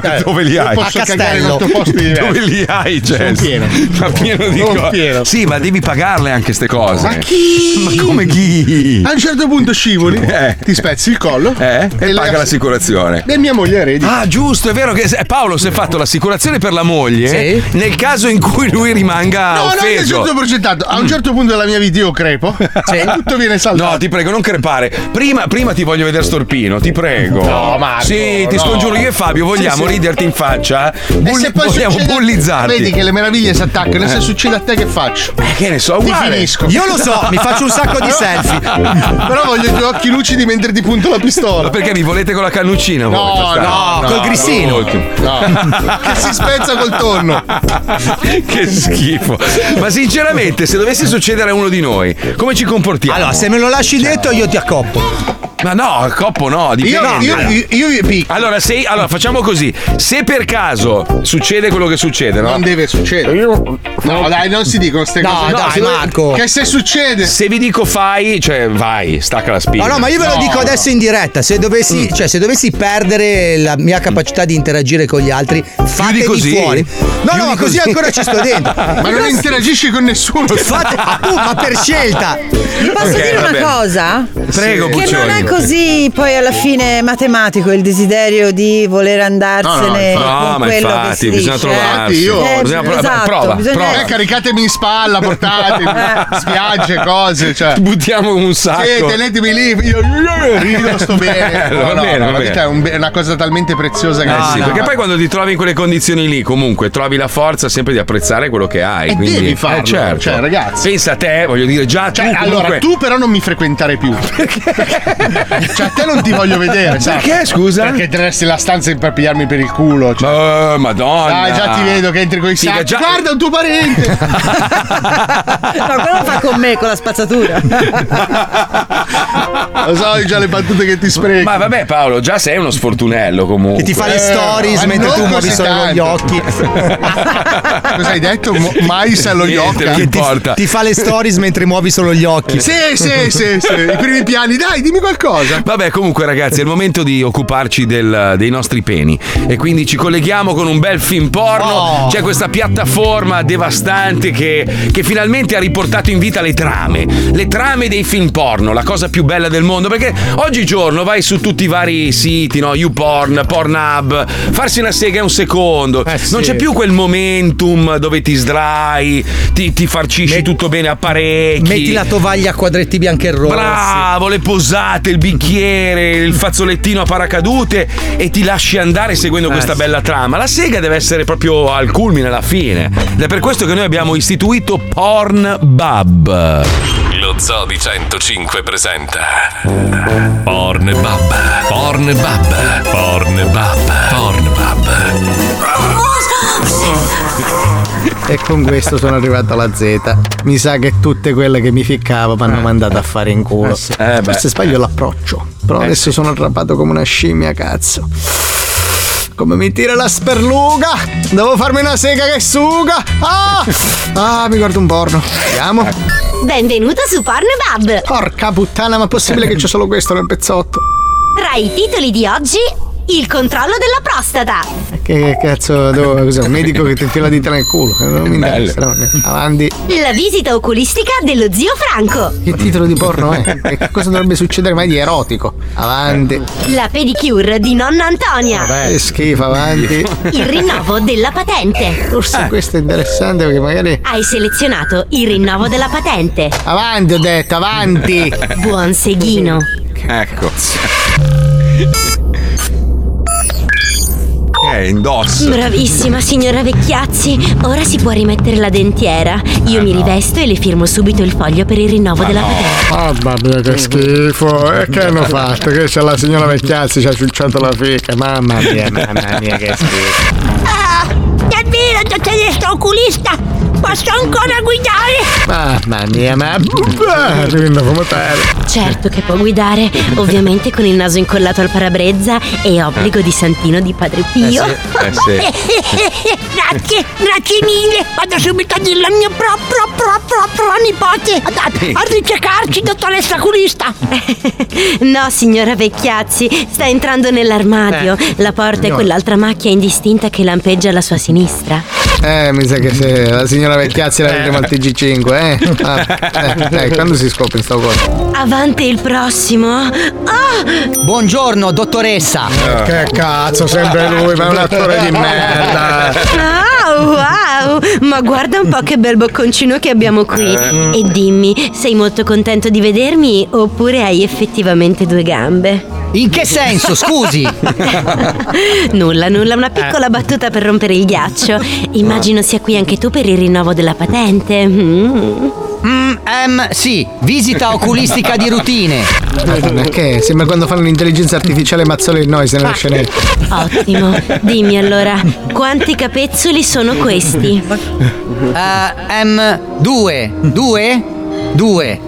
S3: Eh,
S2: Dove li
S3: io
S2: hai?
S3: Posso
S5: A
S3: cagare in
S5: Castello.
S3: otto posti
S2: Dove
S3: diversi.
S2: li hai, Jess?
S3: pieno.
S2: Ma pieno di
S3: Sono
S2: cose.
S3: pieno.
S2: Sì, ma devi pagarle anche ste cose.
S3: Ma chi?
S2: Ma come chi?
S3: A un certo punto scivoli,
S2: Eh.
S3: ti spezzi il collo
S2: Eh? E,
S3: la-
S2: paga l'assicurazione.
S3: E mia moglie eredi.
S2: Ah, giusto, è vero che se- Paolo si è fatto l'assicurazione per la moglie
S5: Sì.
S2: nel caso in cui lui rimanga
S3: No, no, è
S2: Ah, offeso.
S3: tutto progettato. A un certo punto della mia vita io crepo. Tutto viene saldato.
S2: Mm. No, ti prego, non crepare. Prima, prima ti voglio vedere storpino, ti prego.
S3: No, Marco,
S2: Sì, ti
S3: no.
S2: scongiuro, io e Fabio vogliamo riderti in faccia. eh?
S3: e
S2: Bulli-
S3: se poi
S2: vogliamo
S3: succede-
S2: bullizzarti.
S3: Vedi che le meraviglie si attaccano. E se succede a te che faccio?
S2: Eh, che ne so,
S3: Ti
S2: uguale.
S3: finisco.
S5: Io lo so, mi faccio un sacco di selfie.
S3: Però voglio i tuoi occhi lucidi mentre ti punto la
S2: Ma
S3: pistola.
S2: perché mi volete con la cannuccina? voi,
S3: No,
S2: quest'anno?
S3: no, no,
S5: col grissino.
S2: molto.
S3: No. che si spezza col tonno.
S2: che schifo. Ma sinceramente, se dovesse succedere a uno di noi, come ci comportiamo? Cioè.
S5: Allora, se me lo lasci dentro io ti accoppo.
S2: Ma no, coppo no, dipende.
S3: Io, io, io, io vi picco.
S2: Allora, se, allora, facciamo così: se per caso succede quello che succede, no?
S3: Non deve succedere. No, dai, non si dicono queste
S5: No,
S3: cose.
S5: dai,
S3: se-
S5: Marco.
S3: Che se succede.
S2: Se vi dico fai, cioè vai, stacca la spina.
S5: No, no, ma io ve lo
S3: No. Mm.
S5: dico adesso in diretta. Se dovessi, cioè, se dovessi perdere la mia capacità di interagire con gli altri, fatemi
S2: così?
S5: fuori. No,
S2: Più
S5: no,
S2: di
S5: ma
S2: così?
S5: così ancora ci sto dentro.
S3: Ma non interagisci con nessuno.
S5: Fate, appunto, ma per scelta.
S6: Posso
S2: Ok,
S6: dire
S2: va
S6: una
S2: bene.
S6: cosa?
S2: Prego,
S6: Che non
S2: Puccioni.
S6: è così poi alla fine matematico il desiderio di voler andarsene
S2: No,
S6: con
S2: ma
S6: quello che
S2: infatti,
S6: si
S2: bisogna
S6: dice.
S2: trovarsi.
S6: Eh,
S2: Io-
S6: eh,
S2: bisogna pro-
S6: esatto,
S2: prova,
S6: bisogna-
S2: prova.
S3: Eh, caricatemi in spalla,
S7: Eh.
S3: portatemi, spiagge, cose. Cioè.
S2: Buttiamo un sacco.
S3: Sì, tenetemi lì, io, io rido, sto bene.
S2: Bello, va
S3: no,
S2: bene, va
S3: no, la
S2: bene.
S3: vita è un be- è una cosa talmente preziosa che
S2: Eh sì,
S3: no,
S2: perché
S3: no.
S2: poi quando ti trovi in quelle condizioni lì, comunque trovi la forza sempre di apprezzare quello che hai.
S3: E
S2: quindi,
S3: devi farlo,
S2: Eh, certo.
S3: cioè, ragazzi.
S2: Pensa a te, voglio dire, già tu.
S3: Cioè, allora,
S2: comunque-
S3: tu però non mi frequentare più. cioè, a te non ti voglio vedere. sai?
S2: Perché, scusa?
S3: Perché resti la stanza per pigliarmi per il culo. Cioè.
S2: Eh, madonna.
S3: Dai, già ti vedo che entri con i
S2: Sì, che
S3: sacchi.
S2: già-
S3: Guarda un tuo parente!
S6: No, quello lo fa con me, con la spazzatura.
S3: Lo so, già le battute che ti sprechi.
S2: Ma vabbè, Paolo, già sei uno sfortunello comunque.
S7: Che ti fa le
S3: Eh,
S7: stories
S3: ma
S7: mentre
S3: non
S7: tu muovi
S3: così
S7: solo
S3: tanto.
S7: gli occhi.
S3: Cosa hai detto? Mo- mais allo
S2: Niente,
S3: yocca?
S2: non importa.
S7: Ti fa le stories mentre muovi solo gli occhi.
S3: Sì, sì, sì, sì. I primi piani, dai, dimmi qualcosa.
S2: Vabbè, comunque, ragazzi, è il momento di occuparci del- dei nostri peni. E quindi ci colleghiamo con un bel film porno.
S7: Oh.
S2: C'è questa piattaforma devastante che, che finalmente ha riportato in vita le trame. Le trame dei film porno, la cosa più bella del mondo. Perché oggigiorno vai su tutti i vari siti, no? YouPorn, Pornhub. Farsi una sega è un secondo.
S7: Eh, sì.
S2: Non c'è più quel momentum dove ti sdrai, ti, ti farcisci tutto bene a parecchi.
S8: Metti la tovaglia a quadretti bianchi e rossi.
S2: Bravo, le posate, il bicchiere, il fazzolettino a paracadute e ti lasci andare seguendo questa bella trama. La sega deve essere proprio al culmine, alla fine. Ed è per questo che noi abbiamo istituito Pornbub.
S1: Lo Zoo di 105 presenta Pornbub Pornbub Pornbub Pornbub
S9: E con questo sono arrivato alla Z. Mi sa che tutte quelle che mi ficcavo mi hanno mandato a fare in culo.
S2: Eh, beh.
S9: Forse sbaglio l'approccio. Però adesso sono arrabbiato come una scimmia, cazzo. Come mi tira la sperluga! Devo farmi una sega che suga! Ah! Ah, mi guardo un porno. Andiamo.
S2: Ecco.
S5: Benvenuto su Pornhub!
S9: Porca puttana, ma è possibile che c'è solo questo nel pezzotto?
S5: Tra i titoli di oggi, il controllo della prostata!
S9: Che cazzo devo. Cos'è? Un medico che ti infila la dita nel culo. Non mi interessa. no. Avanti.
S5: La visita oculistica dello zio Franco!
S9: Che titolo di porno è? E che cosa dovrebbe succedere mai di erotico? Avanti.
S5: La pedicure di nonna Antonia!
S9: Che schifo, avanti.
S5: Il rinnovo della patente!
S9: Forse questo è interessante perché magari.
S5: Hai selezionato il rinnovo della patente!
S9: Avanti, ho detto, avanti.
S5: Buon seghino!
S2: Ecco. Eh, indosso.
S5: Bravissima signora Vecchiazzi! Ora si può rimettere la dentiera. Io mi rivesto e le firmo subito il foglio per il rinnovo della patente.
S3: Ah,
S9: Mamma mia,
S2: Mhm.
S9: che schifo. E che hanno fatto? Che c'è la signora Vecchiazzi ci ha ciucciato la fica. Mamma mia, mamma mia, che schifo.
S5: Ah! Davvero, dottoressa oculista! Posso ancora guidare?
S9: Mamma mia, ma.
S2: Eh,
S9: Ah, Rinnovo motore.
S5: Certo che può guidare, ovviamente con il naso incollato al parabrezza e obbligo di Santino di Padre Pio.
S2: Eh sì.
S5: grazie, grazie mille. Vado subito a dirlo al mio pro pro pro pro pro nipote.
S2: Ah,
S5: Andate a ricercarci, dottoressa culista. no, signora Vecchiazzi, sta entrando nell'armadio.
S2: Eh.
S5: La porta è quell'altra macchia indistinta che lampeggia alla sua sinistra.
S9: Eh, mi sa che se la signora Vecchiazzi la vedremo al TG5, eh. Ah, eh, eh, quando si scopre sto coso?
S5: Avanti il prossimo. Ah!
S8: Buongiorno, dottoressa.
S9: Che cazzo, sempre lui, ma è un attore di merda.
S5: Ah, wow! Ma guarda un po' che bel bocconcino che abbiamo qui. E dimmi, sei molto contento di vedermi oppure hai effettivamente due gambe?
S8: In che senso, scusi?
S5: Nulla, nulla, una piccola battuta per rompere il ghiaccio. Immagino sia qui anche tu per il rinnovo della patente. Mm.
S8: Mm, ehm, sì, visita oculistica di routine.
S9: Madonna, che è? Sembra quando fanno l'intelligenza artificiale mazzole in noise nella scenetta.
S5: Ottimo. Dimmi allora, quanti capezzoli sono questi?
S8: Eh, ehm, due, due, due.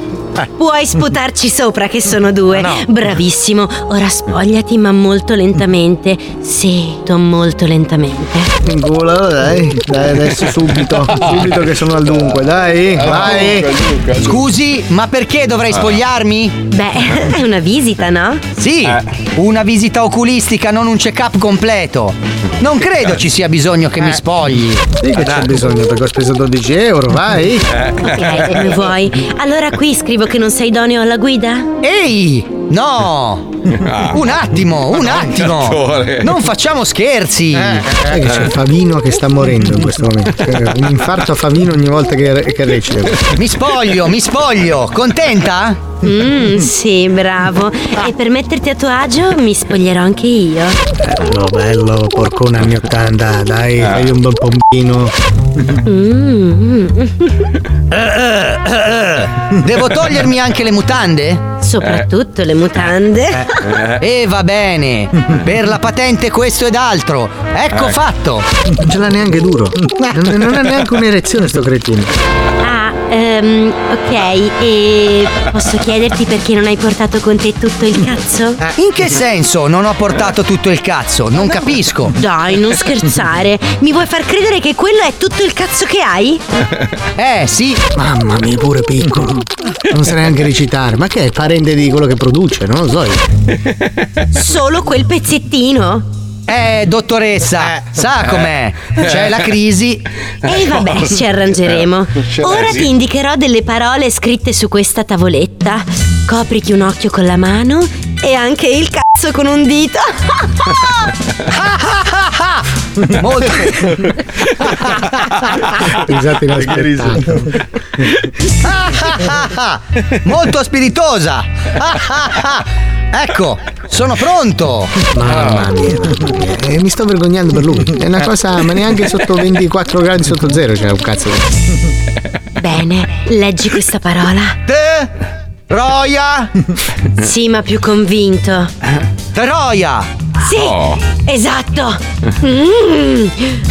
S5: Puoi sputarci sopra che sono due. Bravissimo. Ora spogliati ma molto lentamente. Sì, to- molto lentamente.
S9: In culo, dai, dai, adesso subito, subito che sono al dunque, dai, vai.
S8: Scusi, ma perché dovrei spogliarmi?
S5: Beh, è una visita, no?
S8: Sì, una visita oculistica, non un check-up completo. Non credo ci sia bisogno
S3: Eh.
S8: che mi
S5: Eh.
S8: spogli.
S9: Sì
S5: Eh.
S7: Eh,
S9: che c'è bisogno perché ho speso 12 euro, vai.
S5: Ok, come vuoi. Allora qui scrivo Sentivo che non sei idoneo alla guida?
S7: Ehi! No!
S9: Ah.
S7: Un attimo, un
S5: Madonna,
S7: attimo!
S9: attore.
S7: Non facciamo scherzi!
S3: Eh,
S7: Eh,
S9: Sai che c'è Favino che sta morendo in questo momento. C'è un infarto a Favino ogni volta che, re- che recita.
S7: Mi spoglio, mi spoglio! Contenta? Ah.
S5: Mmm, sì, bravo. E per metterti a tuo agio mi spoglierò anche io.
S9: Bello, bello, porcone anni 80, dai,
S7: Ah.
S9: fai un bel pompino.
S5: Mmm.
S7: Devo togliermi anche le mutande?
S5: Soprattutto le mutande.
S7: E va bene! Per la patente questo ed altro! Ecco
S9: Eh.
S7: fatto!
S9: Non ce l'ha neanche duro. Non, non ha neanche un'erezione sto cretino.
S5: Ah, ehm, ok. E posso chiederti perché non hai portato con te tutto il cazzo?
S7: Eh. In che senso non ho portato tutto il cazzo? Non capisco!
S5: Dai, non scherzare. Mi vuoi far credere che quello è tutto il cazzo che hai?
S7: Eh, sì.
S9: Mamma mia, pure piccolo. Non sa neanche recitare. Ma che è parente di quello che produce? Non lo so. io.
S5: Solo quel pezzettino?
S7: Eh, dottoressa, sa com'è? C'è la crisi.
S5: E vabbè, ci arrangeremo. Ora ti indicherò delle parole scritte su questa tavoletta. Copriti un occhio con la mano e anche il cazzo con un dito.
S7: Molto.
S9: Risate inaspettate.
S7: Molto spiritosa. ecco, sono pronto. Ah.
S9: Mamma mia, mamma mia. Eh, mi sto vergognando per lui. È una cosa, ma neanche sotto 24 gradi sotto zero c'è un cazzo.
S5: Bene, leggi questa parola.
S7: Troia.
S5: Sì, ma più convinto.
S7: Eh. Troia.
S5: Sì,
S7: Oh.
S5: esatto. Mm.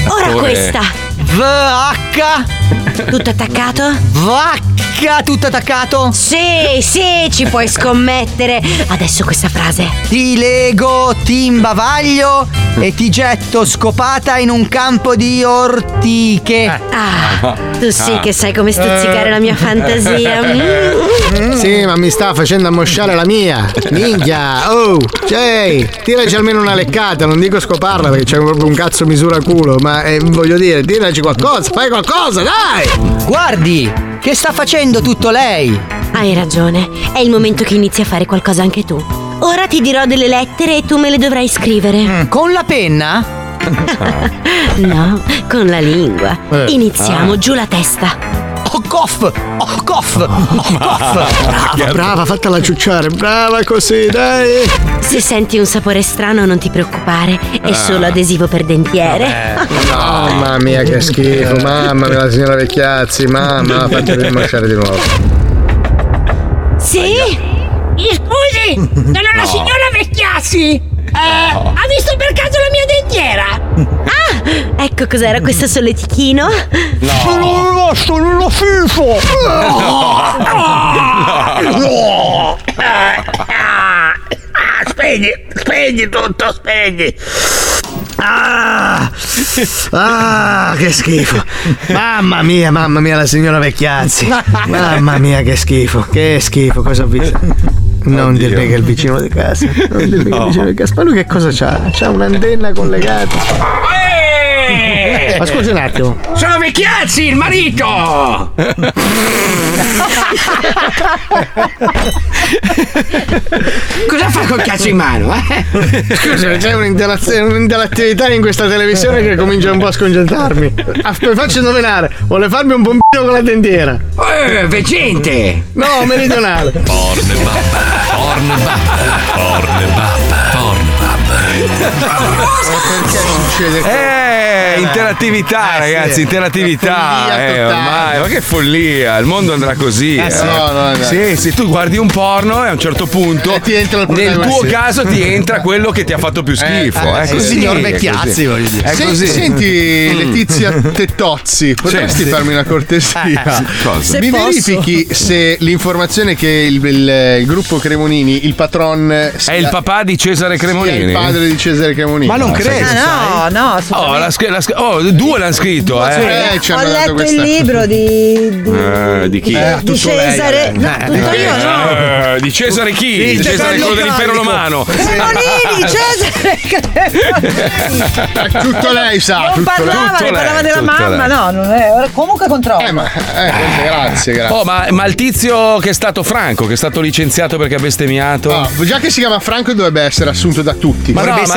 S5: Ora
S7: Ora è-
S5: questa.
S7: VH.
S5: Tutto attaccato?
S7: VH, tutto attaccato?
S5: Sì, sì, ci puoi scommettere. Adesso questa frase.
S7: Ti lego, ti imbavaglio e ti getto scopata in un campo di ortiche.
S5: Ah, tu sì che sai come stuzzicare la mia fantasia. Mm.
S9: Sì, ma mi sta facendo ammosciare la mia. Minchia. Oh, Jay, tiraci almeno una leccata. Non dico scoparla perché c'è proprio un cazzo misura culo. Ma eh, voglio dire, tiraci qualcosa. Fai qualcosa, dai.
S7: Guardi, che sta facendo tutto lei?
S5: Hai ragione, è il momento che inizi a fare qualcosa anche tu. Ora ti dirò delle lettere e tu me le dovrai scrivere.
S7: Mm, Con la penna?
S5: no, con la lingua.
S7: Eh.
S5: Iniziamo,
S7: Ah.
S5: giù la testa.
S7: Oh, coff! Oh, coff! Oh, coff!
S9: Brava, brava, fatela ciucciare. Brava così, dai.
S5: Se senti un sapore strano non ti preoccupare, è
S9: Ah.
S5: solo adesivo per dentiere.
S9: Mamma mia, che schifo. Mamma mia, la signora Vecchiazzi. Mamma, fatela ammosciare di nuovo.
S5: Sì?
S10: Mi scusi, sono la
S9: No.
S10: signora Vecchiassi. Eh, Ha visto per caso la mia dentiera?
S5: Ah, ecco cos'era questo solletichino?
S10: Sono rimasto nello schifo. Oh. No. Ah, Spegni, spegni tutto, spegni.
S9: Ah, ah, che schifo. Mamma mia, mamma mia, la signora Vecchiazzi. Mamma mia, che schifo. Che schifo, cosa ho visto? Non dirmi che è il vicino di casa. Non dirmi che è il vicino di casa. Ma lui che cosa c'ha? C'ha un'antenna collegata.
S10: Eh,
S9: Ma scusi un attimo.
S10: Sono Vecchiazzi, il marito.
S9: Cosa fa col cazzo in mano, eh? Scusa, c'è un'interattività in questa televisione che comincia un po' a sconcertarmi. Ah, mi faccio indovinare, vuole farmi un pompino con la dentiera.
S10: Eh, vecente.
S9: No, meridionale.
S11: Pornhub,
S3: Perché succede
S2: Eh, interattività, ragazzi, interattività.
S3: eh, Follia
S2: Eh,
S3: totale.
S2: ormai, ma che follia, il mondo andrà così.
S3: Eh,
S2: eh.
S3: sì. No, no, Eh, no.
S2: Sì, sì, tu guardi un porno e a un certo punto, nel tuo
S3: protagonista.
S2: caso, ti entra quello che ti ha fatto più schifo.
S3: eh,
S2: è
S3: sì,
S2: così,
S3: signor
S2: è
S3: Vecchiazzi,
S2: così.
S3: voglio dire.
S2: È
S3: Se-
S2: così.
S3: senti,
S2: Mm.
S3: Letizia Tettozzi, potresti
S2: Sì.
S3: farmi una cortesia?
S2: Eh, sì, cosa? Se
S3: Mi
S2: posso.
S3: verifichi se l'informazione che il, il- il gruppo Cremonini, il patron,
S2: È il papà di Cesare Cremonini. Ah,
S3: il padre di Cesare Cremonini.
S6: Ah,
S2: Ma non credo,
S3: sai che-
S12: no, no,
S2: Oh, l'ha sc- l'ha sc- oh, due l'hanno scritto, eh.
S6: Ho letto il libro di, di-
S2: Eh, di chi?
S6: di
S3: eh.
S6: Cesare. No, tutto io no.
S2: Eh, di Cesare chi?
S6: Sì,
S2: di Eh, Cesare
S6: Cesare
S2: quello dell'impero
S6: Calico.
S2: romano.
S6: Cremonini, Cesare.
S3: Tutto lei
S2: Ah,
S3: sa.
S6: Non
S3: tutto
S6: parlava,
S3: lei.
S6: ne parlava della mamma, no, non è. ora- Comunque
S2: Eh,
S6: controllo.
S3: grazie, grazie.
S2: Oh, ma, ma il tizio che è stato Franco, che è stato licenziato perché ha bestemmiato.
S3: Ah, già che si chiama Franco dovrebbe essere assunto da tutti.
S2: Ma no, ma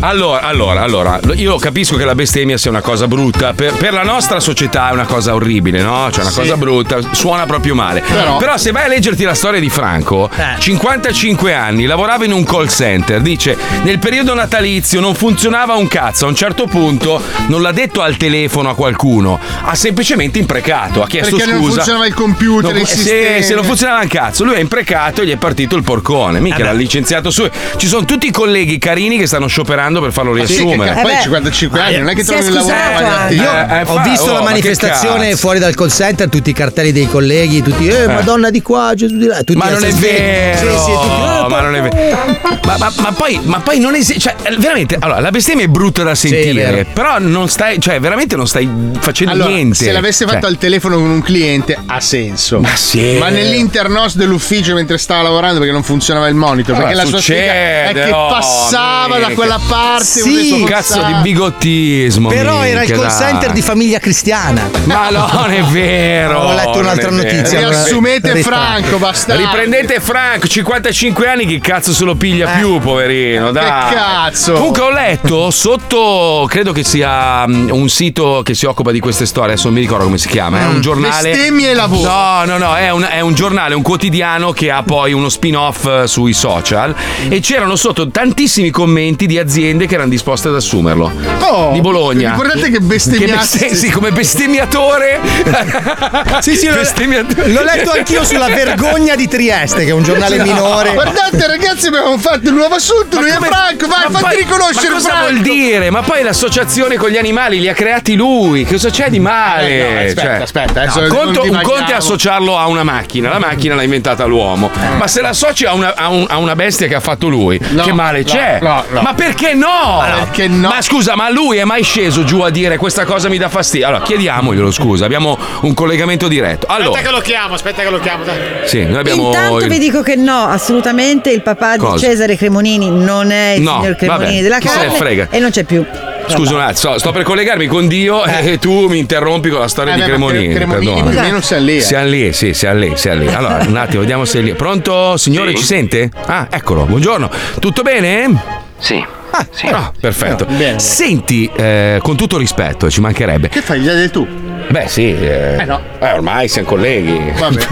S2: allora, allora, allora, allora, io capisco che la bestemmia sia una cosa brutta, per, per la nostra società è una cosa orribile, no? Cioè una
S13: Sì.
S2: cosa brutta, suona proprio male.
S13: Però-
S2: se vai a leggerti la storia di Franco,
S3: Eh.
S2: 55 anni, lavorava in un call center, dice, nel periodo natalizio non funzionava un cazzo, a un certo punto non l'ha detto al telefono a qualcuno, ha semplicemente imprecato, ha chiesto
S3: Perché non
S2: scusa.
S3: funzionava il computer,
S2: No,
S3: il
S2: se,
S3: sistema.
S2: se non funzionava un cazzo, lui è imprecato e gli è partito il porcone.
S3: Eh
S2: Mica l'ha licenziato su. Ci sono tutti i colleghi carini che stanno scioperando per farlo
S3: Ma sì,
S2: riassumere.
S3: che ca- poi Eh beh, 55 anni, non è che si è trovi il lavoro scusato davanti
S2: Eh,
S3: a
S2: eh,
S3: te. Io
S2: fa-
S7: Ho visto
S2: oh,
S7: la
S2: ma che
S7: manifestazione
S2: cazzo.
S7: fuori dal call center, tutti i cartelli dei colleghi, tutti, eh,
S2: Eh.
S7: madonna di qua, Gesù di là. Tutti
S2: Ma non è
S7: assassini.
S2: vero,
S7: Sì, sì, tutti, eh,
S2: ma non è vero. Ma, ma- ma poi, ma poi non esiste. Cioè, veramente, allora, la bestemmia è brutta da sentire,
S3: vero.
S2: però non stai, cioè, veramente non stai facendo
S3: Allora,
S2: Cioè, niente.
S3: se l'avesse fatto
S2: Cioè,
S3: al telefono con un cliente ha senso. Ma
S2: sì.
S3: nell'internos dell'ufficio mentre stava lavorando perché non funzionava il monitor,
S2: Allora,
S3: perché la sua
S2: succede,
S3: sfiga è che
S2: oh,
S3: passava da
S2: mica.
S3: quella parte
S2: Sì,
S3: uno
S2: cazzo
S3: forzava.
S2: di bigottismo.
S7: Però era il
S2: minchia,
S7: call
S2: dai.
S7: center di famiglia cristiana.
S2: Ma no, non è vero.
S7: Ho letto
S2: non
S7: un'altra
S2: è vero.
S7: notizia, allora,
S3: Riassumete Franco, bastardi.
S2: Riprendete Franco, 55 anni, chi cazzo se lo
S7: Eh.
S2: piglia più, poverino, dai.
S3: cazzo?
S2: Comunque ho letto sotto, credo che sia mm, un sito che si occupa di queste storie, adesso non mi ricordo come si chiama, è
S3: Mm.
S2: un giornale...
S3: Bestemmie e lavoro.
S2: No, no, no, è un, è un giornale, un quotidiano che ha poi uno spin-off eh, sui social e c'erano sotto tantissimi commenti di aziende che erano disposte ad assumerlo.
S3: Oh,
S2: di Bologna.
S3: Ricordate che bestemmiasse.
S2: Che beste- sì, come bestemmiatore.
S7: Sì, sì, l'ho-
S2: Bestemmiatore.
S7: l'ho letto anch'io sulla vergogna di Trieste, che è un giornale
S3: No.
S7: minore.
S3: Guardate ragazzi, abbiamo fatto il nuovo assunto, lui è
S2: come-
S3: Franco, vai,
S2: ma
S3: fatti
S2: poi-
S3: riconoscere
S2: ma cosa
S3: Franco.
S2: vuol dire? Ma poi l'associazione con gli animali li ha creati lui. Che Cosa c'è di male?
S3: Eh, no, aspetta, aspetta, adesso
S2: un
S3: non
S2: conto- un
S3: divaghiamo.
S2: conto è associarlo a una macchina. La macchina l'ha inventata l'uomo. Ma se l'associ a una, a un- a una bestia che ha fatto lui,
S3: Eh. No,
S2: che male
S3: no,
S2: c'è?
S3: no, no.
S2: Ma perché no?
S3: Ma perché no?
S2: Oh, Ma scusa, ma lui è mai sceso giù a dire questa cosa mi dà fastidio? Allora, chiediamoglielo, scusa. Abbiamo un collegamento diretto. Allora,
S14: Aspetta che lo chiamo, aspetta che lo chiamo. dai.
S2: sì, noi abbiamo.
S6: Intanto
S2: il-
S6: vi dico che no, assolutamente il papà
S2: Cosa?
S6: di Cesare Cremonini non è il
S2: No,
S6: signor Cremonini
S2: vabbè,
S6: della
S2: chi se ne
S6: carne
S2: frega.
S6: e non c'è più.
S2: Scusa un attimo, sto, sto per collegarmi con Dio e tu mi interrompi con la storia
S3: Eh,
S2: di
S3: beh, ma
S2: Cremonini.
S3: Cremonini,
S2: perdonami.
S3: più o meno siamo lì, eh.
S2: Siamo lì, sì, siamo lì, siamo lì. Allora, un attimo, vediamo se è lì. Pronto, signore, ci sente? Ah, eccolo, buongiorno. Tutto bene? Sì. Ah, no, perfetto. Senti, eh, con tutto rispetto, ci mancherebbe.
S3: Che fai? Gli hai detto tu?
S2: Beh, sì. Eh,
S3: Eh, no.
S2: eh, ormai siamo colleghi.
S3: Vabbè.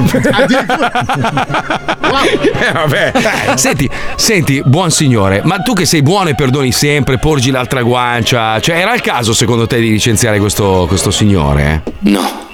S2: Eh, vabbè. Senti, senti, buon signore, ma tu che sei buono e perdoni sempre, porgi l'altra guancia. Cioè, era il caso secondo te di licenziare questo, questo signore? No.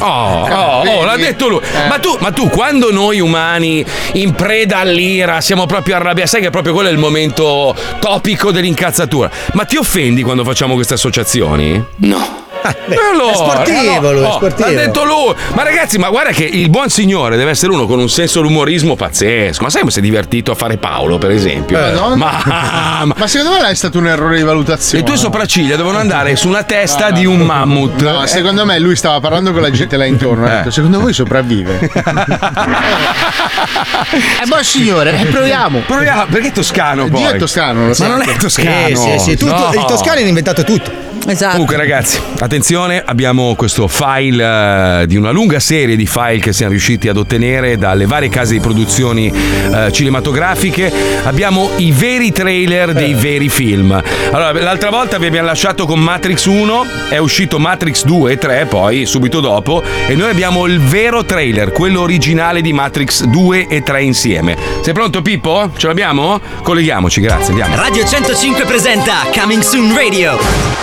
S2: Oh, oh,
S3: Eh,
S2: oh, l'ha detto lui. Ma tu, ma tu, quando noi umani in preda all'ira siamo proprio arrabbiati, sai che proprio quello è il momento topico dell'incazzatura. Ma ti offendi quando facciamo queste associazioni? No.
S7: Ah, È sportivo lui, è sportivo.
S2: L'ha detto lui. Ma ragazzi, ma guarda che il buon signore deve essere uno con un senso dell'umorismo pazzesco. Ma sai come si è divertito a fare Paolo, per esempio?
S7: Eh,
S3: Madonna.
S2: Ma,
S3: Ma secondo me è stato un errore di valutazione.
S2: le tue sopracciglia devono andare su una testa di un mammut. Eh.
S3: No, secondo me lui stava parlando con la gente là intorno. Ha detto, secondo voi sopravvive? eh, boh, signore, eh, proviamo.
S2: Proviamo, perché è toscano
S3: Dio
S2: poi.
S3: è toscano, lo
S2: Ma
S3: sai.
S2: non è toscano.
S7: Eh, Sì, sì, sì, tutto-
S2: No.
S7: I toscani hanno inventato tutto.
S6: Esatto.
S2: Comunque, ragazzi, attenzione, abbiamo questo file eh, di una lunga serie di file che siamo riusciti ad ottenere dalle varie case di produzioni eh, cinematografiche. Abbiamo i veri trailer dei veri film. Allora, l'altra volta vi abbiamo lasciato con Matrix 1, è uscito Matrix 2 e 3, poi subito dopo, e noi abbiamo il vero trailer, quello originale di Matrix 2 e 3 insieme. Sei pronto, Pippo? Ce l'abbiamo? Colleghiamoci, grazie, andiamo.
S15: Radio 105 presenta Coming Soon Radio.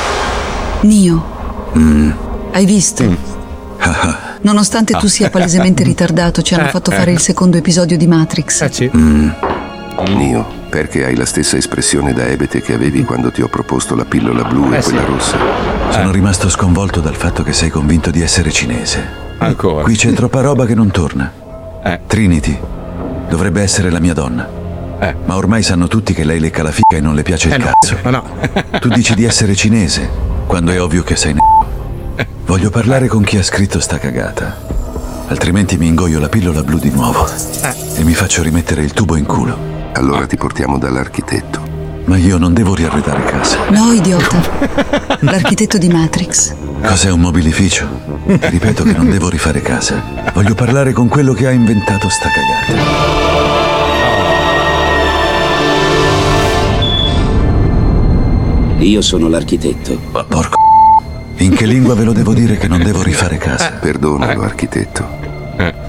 S16: Nio,
S13: Mm,
S16: hai visto?
S17: Mm.
S16: Nonostante tu sia palesemente ritardato, ci hanno
S17: Ah. Eh,
S16: fatto
S17: eh.
S16: fare il secondo episodio di Matrix.
S17: Nio, Mm. perché hai la stessa espressione da ebete che avevi quando ti ho proposto la pillola blu
S13: Eh,
S17: e quella rossa?
S18: Sono rimasto sconvolto dal fatto che sei convinto di essere cinese.
S2: Ancora.
S18: Qui c'è troppa roba che non torna. Trinity dovrebbe essere la mia donna. Ma
S7: Eh,
S9: Eh
S18: ormai sanno tutti che lei lecca la figa e non le piace il cazzo. Tu dici di essere cinese, quando è ovvio che sei n***o. Voglio parlare con chi ha scritto sta cagata. Altrimenti mi ingoio la pillola blu di nuovo. E mi faccio rimettere il tubo in culo.
S17: Allora ti portiamo dall'architetto.
S18: Ma io non devo riarredare casa.
S16: No, idiota. L'architetto di Matrix.
S18: Cos'è un mobilificio? Ti ripeto che non devo rifare casa. Voglio parlare con quello che ha inventato sta cagata.
S13: Io sono l'architetto.
S18: Ma porco. In che lingua ve lo devo dire che non devo rifare casa?
S17: Eh.
S13: Eh.
S17: Perdonalo, architetto.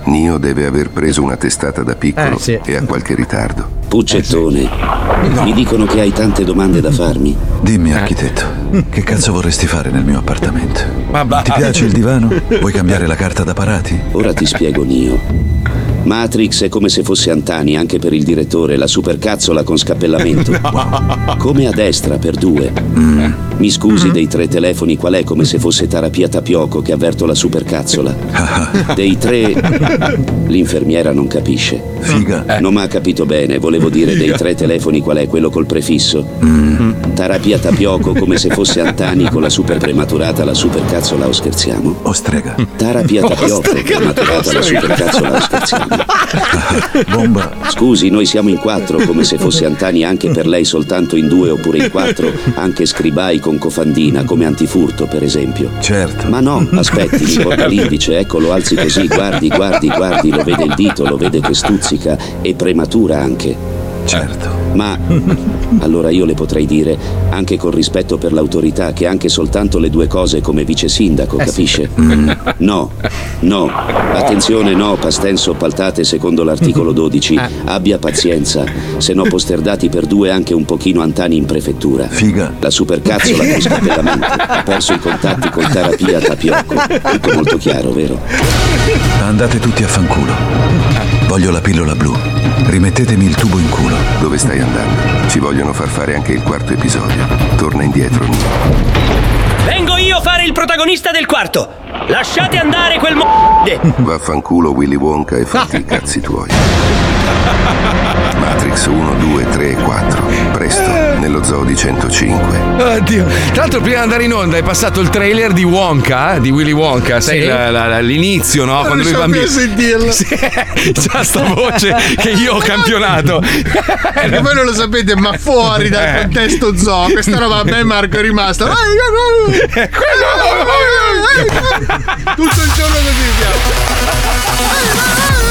S17: Nio deve aver preso una testata da piccolo
S13: Eh, sì. Eh,
S17: e ha qualche ritardo.
S13: Puccettone. Mi dicono che hai tante domande da farmi.
S18: Dimmi, architetto, che cazzo vorresti fare nel mio appartamento? Ti piace il divano? Vuoi cambiare la carta da parati?
S13: Ora ti spiego Nio. Matrix è come se fosse Antani anche per il direttore, la supercazzola con scappellamento. Come a destra per due. Mi scusi dei tre telefoni qual è come se fosse Tarapia Tapioco che avverto la supercazzola. dei tre l'infermiera non capisce.
S18: Figa.
S13: Non mi ha capito bene, volevo dire dei tre telefoni qual è quello col prefisso.
S18: Mm.
S13: Mm. Tarapia Tapioco come se fosse Antani con la super prematurata, la supercazzola o scherziamo?
S18: Ostrega.
S13: Tarapia Tapioco prematurata, la supercazzola o scherziamo?
S18: Bomba.
S13: Scusi, noi siamo in quattro come se fosse Antani anche per lei soltanto in due oppure in quattro, anche scribai con cofandina come antifurto per esempio.
S18: Certo.
S13: Ma no, aspetti, cioè.
S19: Cioè,
S13: mi
S19: Certo.
S13: porta l'indice, eccolo, alzi così, guardi, guardi, guardi, lo vede il dito, lo vede che stuzzica e prematura anche.
S18: Certo.
S13: Ma allora io le potrei dire, anche con rispetto per l'autorità, che anche soltanto le due cose come vice sindaco,
S18: Eh sì.
S13: capisce? Mm. Ehm, No, no, attenzione no, pastenso paltate secondo l'articolo 12, abbia pazienza, se no posterdati per due anche un pochino Antani in prefettura.
S18: Figa.
S13: La supercazzola con scappellamento, ha perso i contatti con terapia Tapioco, tutto molto chiaro, vero?
S18: Andate tutti a fanculo. Voglio la pillola blu. Rimettetemi il tubo in culo.
S17: Dove stai andando? Ci vogliono far fare anche il quarto episodio. Torna indietro, Nio.
S15: Vengo io a fare il protagonista del quarto. Lasciate andare quel mo...
S17: Vaffanculo Willy Wonka e fatti i cazzi tuoi. Matrix 1, 2, 3 e 4. Presto, nello zoo di 105.
S2: Oddio. Tra l'altro, prima di andare in onda è passato il trailer di Wonka, eh, di Willy Wonka, sai
S17: Sì.
S2: la- la- la- l'inizio,
S3: Ah,
S2: no? Quando
S3: diciamo
S2: lui bambino.
S3: sentirlo.
S2: C'ha sta voce che io ho campionato.
S3: Perché voi non lo sapete, ma fuori dal
S2: Eh.
S3: contesto zoo, questa roba a me e Marco è rimasta. Tutto il giorno così siamo.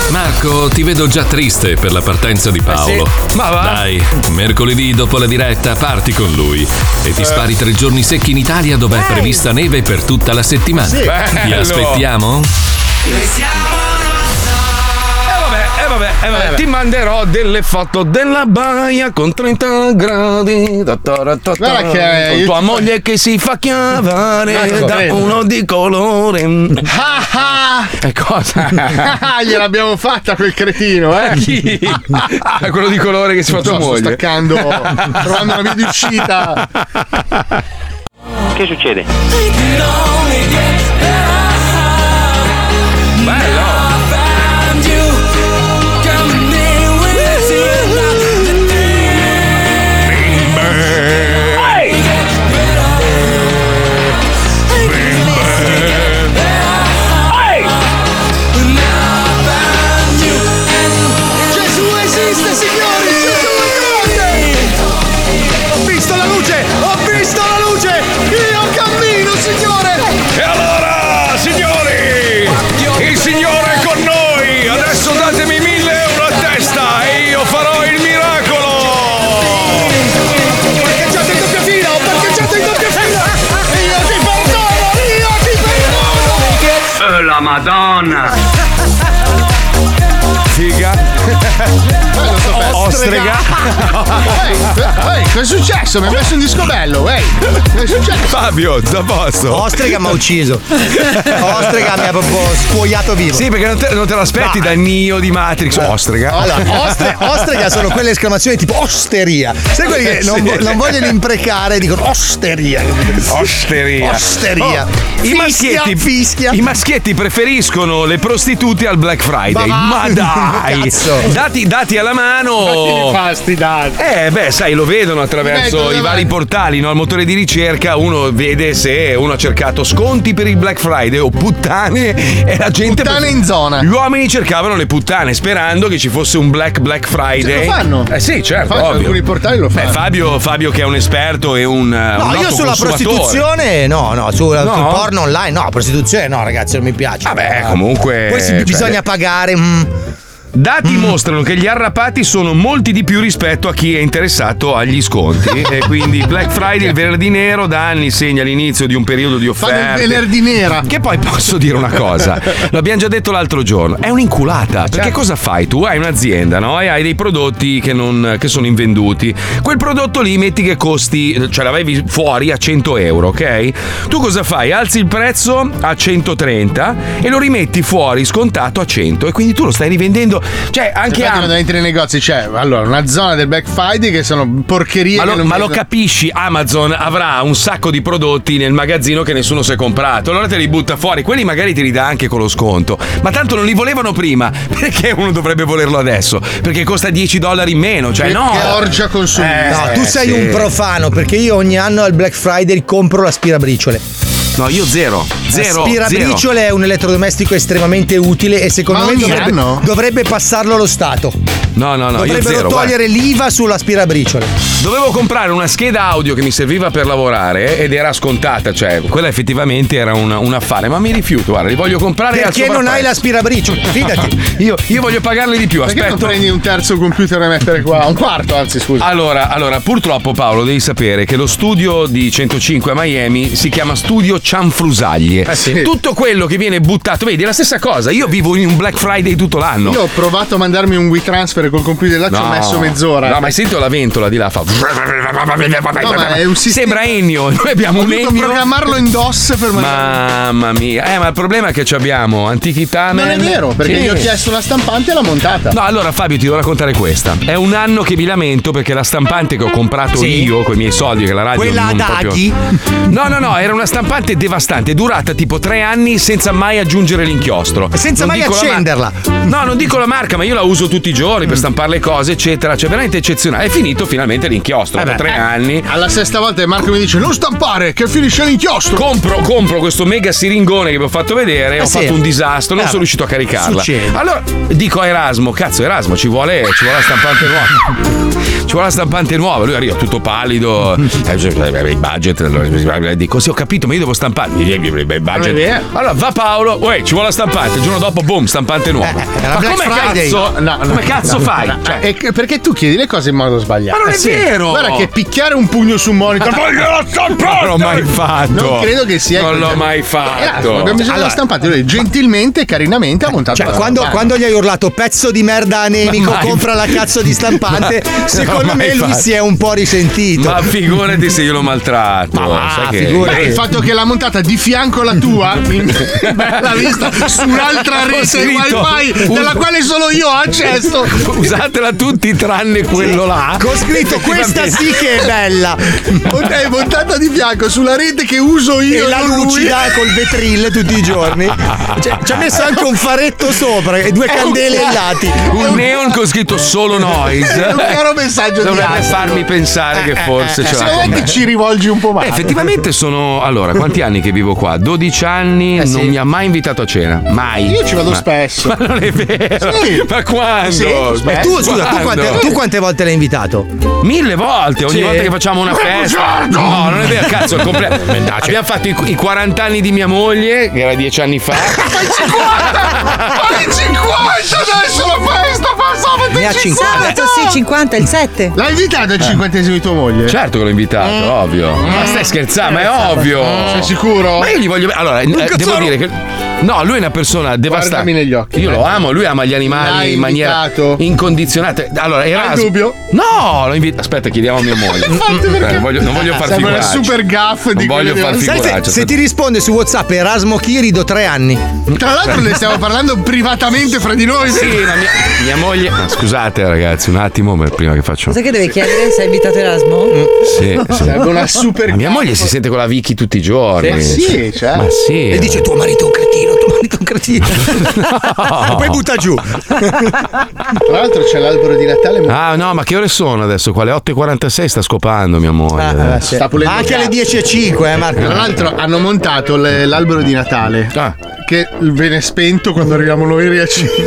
S1: Marco, ti vedo già triste per la partenza di Paolo. Ma va. Dai, mercoledì dopo la diretta parti con lui e ti spari tre giorni secchi in Italia dove è prevista neve per tutta la settimana.
S2: Sì.
S1: Ti
S2: Bello.
S1: aspettiamo?
S2: Eh vabbè, eh vabbè, eh vabbè. Ti manderò delle foto della baia con 30 gradi. Ta ta ra ta ta.
S3: Guarda che- eh,
S2: Con tua
S3: io-
S2: moglie che si fa chiamare
S3: Ecco,
S2: da
S3: vedi.
S2: uno di colore.
S3: Ah ah!
S2: E cosa?
S3: Ah, gliel'abbiamo fatta quel cretino, eh?
S2: Chi? Ah, quello di colore che si fa tua
S3: No, sto
S2: moglie.
S3: staccando, trovando la via di uscita.
S20: Che succede?
S10: Gesù esiste, signori! Gesù esiste! Ho visto la luce! Ho visto la luce! Io cammino, signore!
S2: E allora, signori, il Signore è con noi. Adesso datemi mille euro a testa e io farò il miracolo.
S10: Ho parcheggiato in doppia fila! Ho parcheggiato in doppia fila! Io ti perdono! Io ti perdono!
S19: Eh,
S20: la madonna!
S2: Figa.
S10: Ostrega.
S3: Ehi, ehi, cosa è successo? Mi ha messo un disco bello, ehi! Cosa è successo?
S2: Fabio, da posto.
S7: Ostrega mi ha ucciso. Ostrega mi ha proprio scuoiato vivo. Eh.
S2: Sì, perché non te, non te l'aspetti dal nio di Matrix. Ostrega.
S7: Allora, ostre- ostrega sono quelle esclamazioni tipo osteria. Sai quelli che non, vo-
S2: Sì.
S7: non vogliono imprecare e dicono osteria.
S2: Osteria.
S7: Osteria.
S2: Oh, I
S7: Fischia,
S2: maschietti,
S7: fischia.
S2: I maschietti preferiscono le prostitute al Black Friday.
S7: Ma va.
S2: Ma dai!
S7: Cazzo.
S2: Dati, dati alla mano, Oh. Eh, beh, sai, lo vedono attraverso
S3: Vengono
S2: i vari portali, no? Al motore di ricerca uno vede se uno ha cercato sconti per il Black Friday o puttane e la gente.
S3: Puttane in zona.
S2: Gli uomini cercavano le puttane sperando che ci fosse un Black Black Friday.
S3: Cioè, lo fanno?
S2: Eh sì, certo.
S3: Fanno,
S2: ovvio.
S3: alcuni portali lo
S2: Beh,
S3: fanno.
S2: Fabio, Fabio, che è un esperto e un.
S7: No, io sulla prostituzione no, no, sul,
S2: No?
S7: sul porno online no, prostituzione no ragazzi, non mi piace. Vabbè,
S2: comunque,
S7: Poi si-
S2: cioè-
S7: bisogna pagare... mm.
S2: Dati
S3: Mm.
S2: mostrano che gli arrapati sono molti di più rispetto a chi è interessato agli sconti. e quindi Black Friday, il venerdì nero, da anni segna l'inizio di un periodo di offerte.
S3: Fanno il venerdì nera.
S2: Che poi posso dire una cosa, l'abbiamo già detto l'altro giorno, è un'inculata. Perché cosa fai? Tu hai un'azienda, no? E hai dei prodotti che, non- che sono invenduti. Quel prodotto lì metti che costi, cioè l'avevi fuori a 100 euro, ok? Tu cosa fai? Alzi il prezzo a 130 e lo rimetti fuori scontato a 100 e quindi tu lo stai rivendendo. Cioè, anche
S3: Anche
S2: a...
S3: quando entri nei negozi c'è allora una zona del Black Friday che sono porcherie.
S2: Ma
S3: che
S2: lo,
S3: non
S2: ma lo
S3: vedo.
S2: capisci, Amazon avrà un sacco di prodotti nel magazzino che nessuno si è comprato. Allora te li butta fuori, quelli magari ti li dà anche con lo sconto. Ma tanto non li volevano prima, perché uno dovrebbe volerlo adesso? Perché costa 10 dollari in meno, cioè
S7: Che-
S2: no!
S7: che orgia
S2: consumista.
S7: Eh, no, tu sei un profano perché io ogni anno al Black Friday compro l'aspirabriciole.
S2: No, io zero, zero, zero.
S7: L'aspirabriciole è un elettrodomestico estremamente utile e secondo
S3: Ma
S7: me
S3: ogni
S7: dovrebbe,
S3: anno?
S7: dovrebbe passarlo lo Stato.
S2: No, no, no, io
S7: Dovrebbero
S2: zero. guarda.
S7: togliere l'IVA sull'aspirabriciole.
S2: Dovevo comprare una scheda audio che mi serviva per lavorare eh, ed era scontata, cioè quella effettivamente era un, un affare, ma mi rifiuto, guarda, li voglio comprare al
S7: Perché non hai
S2: sovrapprezzo.
S7: l'aspirabriciole? Fidati.
S2: Io, io voglio pagarli di più,
S3: Perché
S2: aspetta. Ah,
S3: non prendi un terzo computer e mettere qua? Un quarto, anzi, scusa.
S2: Allora, allora, purtroppo Paolo devi sapere che lo studio di 105 a Miami si chiama Studio Cianfrusaglie.
S3: Eh sì.
S2: Tutto quello che viene buttato, vedi, è la stessa cosa. Io vivo in un Black Friday tutto l'anno.
S3: Io ho provato a mandarmi un WeTransfer col computer là, ci ho messo mezz'ora.
S2: No, ma hai sentito la ventola di là fa.
S3: No, ma è un sistema-
S2: Sembra Ennio. Noi abbiamo
S3: Ho
S2: un
S3: dovuto
S2: Ennio.
S3: programmarlo in DOS per mandarmi.
S2: Mamma mia. Eh, ma il problema è che ci abbiamo antichità.
S3: Non è vero, perché
S2: Sì.
S3: gli ho chiesto la stampante e l'ha montata.
S2: No, allora Fabio ti devo raccontare questa. È un anno che mi lamento perché la stampante che ho comprato
S7: Sì.
S2: io con i miei soldi che la radio
S7: Quella
S2: non
S7: ad
S2: proprio-
S7: aghi?
S2: No, no, no, era una stampante devastante, durata tipo tre anni senza mai aggiungere l'inchiostro.
S7: Senza mai
S2: dico la mar-
S7: accenderla. Mm.
S2: No, non dico la marca, ma io la uso tutti i giorni per stampare le cose, eccetera. Cioè, veramente eccezionale. È finito finalmente
S7: Eh
S2: l'inchiostro. da tre anni.
S3: Alla sesta volta Marco mi dice: Non stampare, che finisce l'inchiostro.
S2: Compro, compro questo mega siringone che vi ho fatto vedere,
S3: Eh
S2: ho
S3: sì.
S2: fatto un disastro, non
S3: Eh,
S2: sono riuscito a caricarla.
S3: succede.
S2: Allora dico a Erasmo, cazzo Erasmo, ci vuole, ci vuole la stampante nuova. Ci vuole la stampante nuova, lui arriva tutto pallido, eh, cioè, i budget, allora, eh, dico sì ho capito ma io devo stampare, I
S3: eh.
S2: budget. Allora va Paolo, uè, ci vuole la stampante, il giorno dopo boom, stampante nuova. Ma
S3: Eh, Black
S2: come
S3: Friday.
S2: cazzo,
S3: No, no,
S2: come cazzo
S3: no,
S2: fai?
S3: no.
S2: Cioè,
S3: Eh, che- perché tu chiedi le cose in modo sbagliato.
S2: Ma non è
S3: Eh sì.
S2: vero!
S3: Guarda che picchiare un pugno su un monitor. Voglio la stampante!
S2: non l'ho mai fatto.
S3: Non credo che sia.
S2: Non l'ho mai
S3: Eh,
S2: fatto.
S3: abbiamo bisogno della
S7: Allora-
S3: stampante. Lui gentilmente, carinamente
S2: Eh,
S3: ha montato
S7: Cioè,
S3: la
S7: quando,
S3: stampante.
S7: quando gli hai urlato pezzo di merda a nemico,
S3: Ma mai-
S7: compra la cazzo di stampante,
S2: Ma-
S7: secondo
S2: non l'ho
S7: me
S2: mai
S7: lui
S2: fatto.
S7: si è un po' risentito.
S2: Ma figurati se io lo maltratto. sai
S7: Ah,
S2: che... Eh,
S3: Beh, il fatto che l'ha montata di fianco alla tua, in bella vista, su un'altra
S2: Ho
S3: rete
S2: scritto,
S3: wifi,
S2: us-
S3: della quale solo io ho accesso.
S2: Usatela tutti tranne quello là.
S7: Ho scritto questa sì che è bella.
S3: È montata di fianco sulla rete che uso io.
S7: E la
S3: non lui.
S7: lucida col vetril tutti i giorni. Cioè, ci ha messo anche un faretto sopra e due
S3: È un-
S7: candele ai lati.
S2: Un neon con scritto solo noise.
S3: È un caro messaggio di
S2: Dovrebbe
S3: Astro.
S2: farmi pensare
S7: Eh,
S2: che forse ce l'ha
S3: Secondo
S2: con
S3: me
S2: me.
S3: che ci rivolgi un po'
S2: Eh,
S3: male.
S2: effettivamente sono. Allora, quanti anni che vivo qua? 12 anni,
S7: Eh,
S2: non mi ha mai invitato a cena. Mai.
S3: Io ci vado
S2: Ma-
S3: spesso.
S2: Ma non è vero.
S3: Sì.
S2: Ma quando?
S3: Sì,
S7: E tu, scusa, tu quante,
S2: Quando?
S7: tu quante volte l'hai invitato?
S2: Mille volte, ogni
S7: Sì.
S2: volta che facciamo una
S7: Ma
S2: festa.
S7: bugiardo!
S2: No, non è vero, cazzo, il compleanno. Abbiamo fatto i, i 40 anni di mia moglie, che era 10 anni fa.
S10: Fai 50! Fai 50 adesso la festa! Fa sabato
S2: Ne ha 50.
S6: Sabato sì, 50, il 7.
S3: L'hai invitato al cinquantesimo di tua moglie?
S2: Certo che l'ho invitato, ovvio. Ma stai scherzando, ma è ovvio.
S3: Mm. Sei sicuro?
S2: Ma io gli voglio bene. Allora, eh, devo dire che. No, lui è una persona devastante.
S3: negli occhi.
S2: Io lo amo, lui ama gli animali
S3: L'hai
S2: in maniera incondizionata. Allora, era.
S3: dubbio?
S2: No, lo invito. Aspetta, chiediamo a mia moglie.
S3: Infatti, perché-
S2: Eh, voglio- non voglio far
S3: Sembra una
S2: figuracce.
S3: super gaff
S2: Non
S3: di
S2: voglio
S3: quelle
S2: far
S3: di-
S7: Sai, se,
S2: figuraccia.
S7: se ti risponde su WhatsApp Erasmo Chiri do tre anni.
S3: Tra l'altro ne stiamo parlando privatamente fra di noi.
S2: Sì, ma mia, mia moglie. Ah, Scusate, ragazzi, un attimo per- prima che faccio.
S6: Sai che devi chiedere se hai invitato Erasmo?
S2: Mm. Sì, sì.
S3: Serve una super
S2: Ma mia moglie si sente con la Vicky tutti i giorni.
S3: Ma sì, certo.
S2: Ma sì.
S7: E dice tuo marito è un cretino. Cretino, tu marito è un cretino.
S2: No.
S7: Poi butta giù.
S3: Tra l'altro c'è l'albero di Natale.
S2: Ah, no, ma che ore sono adesso? Qua alle 8.46 sta scopando mia moglie.
S7: Ah,
S2: adesso.
S3: Sta pulendo
S7: Anche
S3: il
S7: alle
S3: gatto.
S7: 10.05, eh, Marco. Ah.
S3: Tra l'altro hanno montato le- l'albero di Natale. Che viene spento quando arriviamo noi riacceso.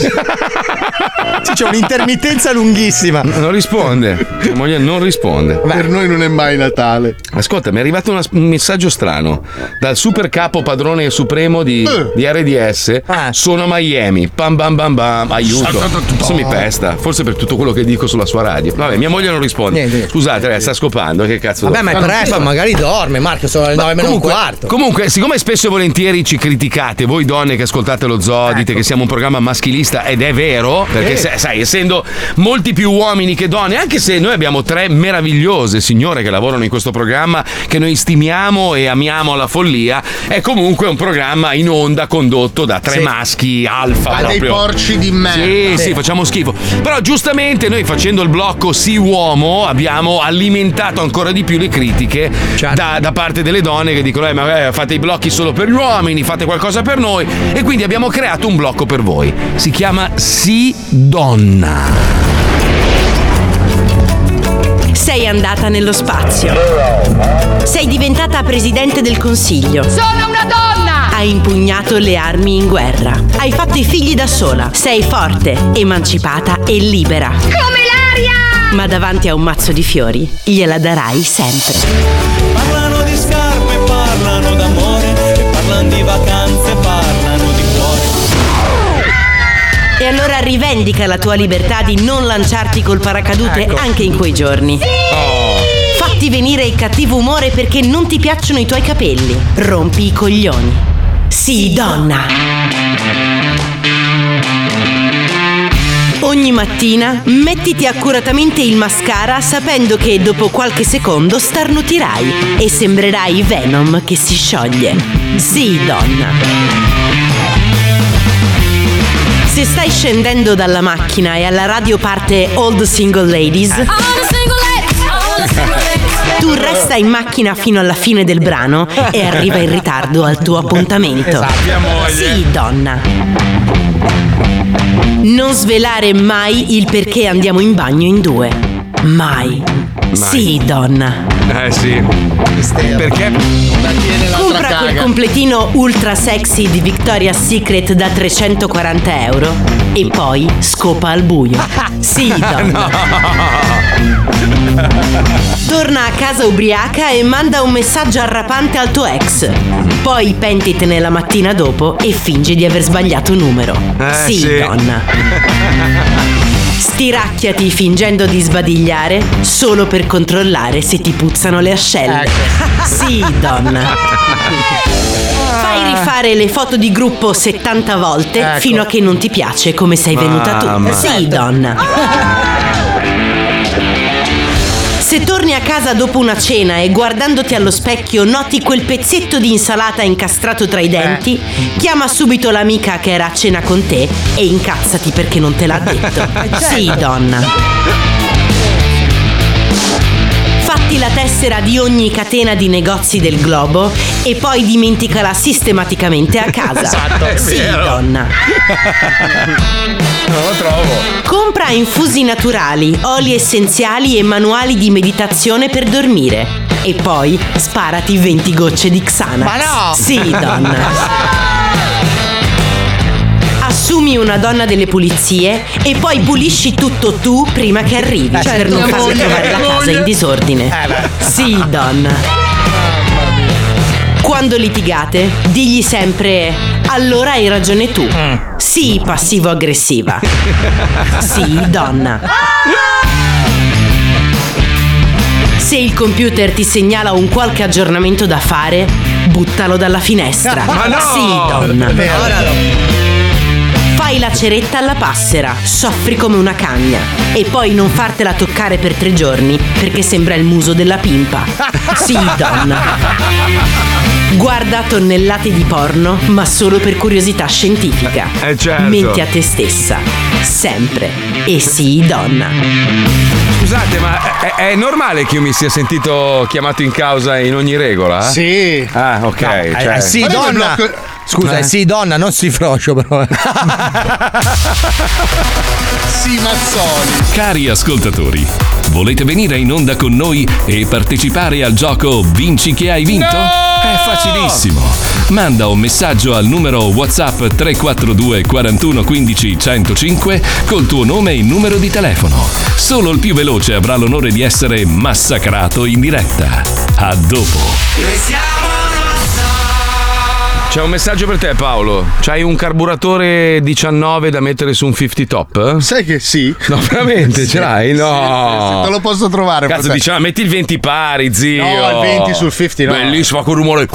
S7: Sì, c'è un'intermittenza lunghissima.
S2: Non risponde. Mia moglie non risponde.
S3: Per noi non è mai Natale.
S2: Ascolta, mi è arrivato una- un messaggio strano dal super capo padrone supremo di,
S7: Eh.
S2: di RDS.
S7: Ah.
S2: Sono a Miami. Pam bam bam bam. Aiuto. Adesso mi pesta. Forse per tutto quello che dico sulla sua radio. Vabbè, mia moglie non risponde. Scusate, lei sta scopando. Che cazzo
S7: Vabbè,
S2: devo
S7: ma è
S3: Ah,
S2: fare?
S7: presto, magari dorme, Marco, sono le 9 meno un quarto.
S2: Comunque, siccome spesso e volentieri ci criticate, voi donne che ascoltate lo zoo,
S7: Ecco.
S2: dite che siamo un programma maschilista, ed è vero, perché
S18: Eh.
S2: se- sai, essendo molti più uomini che donne, anche se noi abbiamo tre meravigliose signore che lavorano in questo programma, che noi stimiamo e amiamo alla follia, è comunque un programma in onda condotto da tre
S3: Sì.
S2: maschi alfa.
S3: Ha dei
S2: proprio.
S3: porci di merda.
S2: Sì, sì,
S3: Sì.
S2: facciamo schifo. Però giustamente noi facendo il blocco Sì uomo abbiamo alimentato ancora di più le critiche da, da parte delle donne che dicono eh, ma eh, fate i blocchi solo per gli uomini, fate qualcosa per noi e quindi abbiamo creato un blocco per voi. Si chiama Sì donna.
S8: Sei andata nello spazio. Sei diventata presidente del consiglio.
S10: Sono una donna!
S8: Hai impugnato le armi in guerra. Hai fatto i figli da sola. Sei forte, emancipata e libera.
S10: Come l'aria!
S8: Ma davanti a un mazzo di fiori gliela darai sempre.
S10: Parlano di scarpe, parlano d'amore, e parlano di vacanze, parlano di cuore.
S8: E allora rivendica la tua libertà di non lanciarti col paracadute
S10: Ecco.
S8: anche in quei giorni. Fatti venire il cattivo umore perché non ti piacciono i tuoi capelli. Rompi i coglioni. Sì, donna. Ogni mattina mettiti accuratamente il mascara sapendo che dopo qualche secondo starnutirai e sembrerai Venom che si scioglie. Sì, donna. Se stai scendendo dalla macchina e alla radio parte All the Single Ladies, tu resta in macchina fino alla fine del brano e arriva in ritardo al tuo appuntamento.
S5: Esatto.
S8: Sì, donna. Non svelare mai il perché andiamo in bagno in due. Mai. Sì, donna.
S2: Eh sì. Perché?
S8: Compra quel completino ultra sexy di Victoria's Secret da 340 euro e poi scopa al buio. Sì, donna. Torna a casa ubriaca e manda un messaggio arrapante al tuo ex. Poi pentitene la mattina dopo e fingi di aver sbagliato numero. Eh,
S10: Eh,
S8: sì, donna. Stiracchiati fingendo di sbadigliare solo per controllare se ti puzzano le ascelle. Sì, donna. Fai rifare le foto di gruppo 70 volte fino a che non ti piace come sei venuta
S10: Mamma.
S8: tu. Sì, donna. Se torni a casa dopo una cena e guardandoti allo specchio noti quel pezzetto di insalata incastrato tra i denti, chiama subito l'amica che era a cena con te e incazzati perché non te l'ha detto. Sì, donna. Fatti la tessera di ogni catena di negozi del globo e poi dimenticala sistematicamente a casa.
S10: Esatto.
S8: sì, donna.
S2: Non lo trovo.
S8: Compra infusi naturali, oli essenziali e manuali di meditazione per dormire. E poi sparati 20 gocce di Xanax.
S10: Ma no!
S8: Sì, donna. Assumi una donna delle pulizie e poi pulisci tutto tu prima che arrivi
S10: Certo.
S8: per non
S10: Mia
S8: farle
S10: moglie,
S8: trovare
S10: mia
S8: la casa
S10: moglie.
S8: in disordine. Sì, donna. Quando litigate, digli sempre allora hai ragione tu.
S10: Mm.
S8: Sì, passivo-aggressiva. sì, donna. Se il computer ti segnala un qualche aggiornamento da fare, buttalo dalla finestra.
S10: Ma no!
S8: Sì, donna.
S10: Vero.
S8: Fai la ceretta alla passera, soffri come una cagna e poi non fartela toccare per tre giorni perché sembra il muso della pimpa. Sì, donna. Guarda tonnellate di porno, ma solo per curiosità scientifica.
S10: Eh,
S2: certo.
S8: Menti a te stessa, sempre. E sì, donna.
S2: Scusate, ma è, è normale che io mi sia sentito chiamato in causa in ogni regola?
S3: Sì.
S2: Ah, ok.
S7: Eh,
S2: cioè-
S7: eh, sì, donna. Scusa,
S2: Eh?
S7: eh, sì, donna, non si froscio però. eh.
S3: Sì, Mazzoli.
S1: Cari ascoltatori, volete venire in onda con noi e partecipare al gioco Vinci che hai vinto?
S19: Eh,
S1: È facilissimo. Manda un messaggio al numero WhatsApp 342 41 15 105 col tuo nome e numero di telefono. Solo il più veloce avrà l'onore di essere massacrato in diretta. A dopo.
S2: C'è un messaggio per te, Paolo. C'hai un carburatore 19 da mettere su un 50 top?
S3: Sai che sì.
S2: No, veramente
S3: Sì,
S2: ce l'hai?
S3: sì,
S2: No.
S3: sì, sì, te lo posso trovare,
S2: Cazzo,
S3: per te.
S2: diciamo, metti il 20 pari, zio.
S3: No, il 20 sul 50 no.
S2: Bellissimo, fa quel rumore.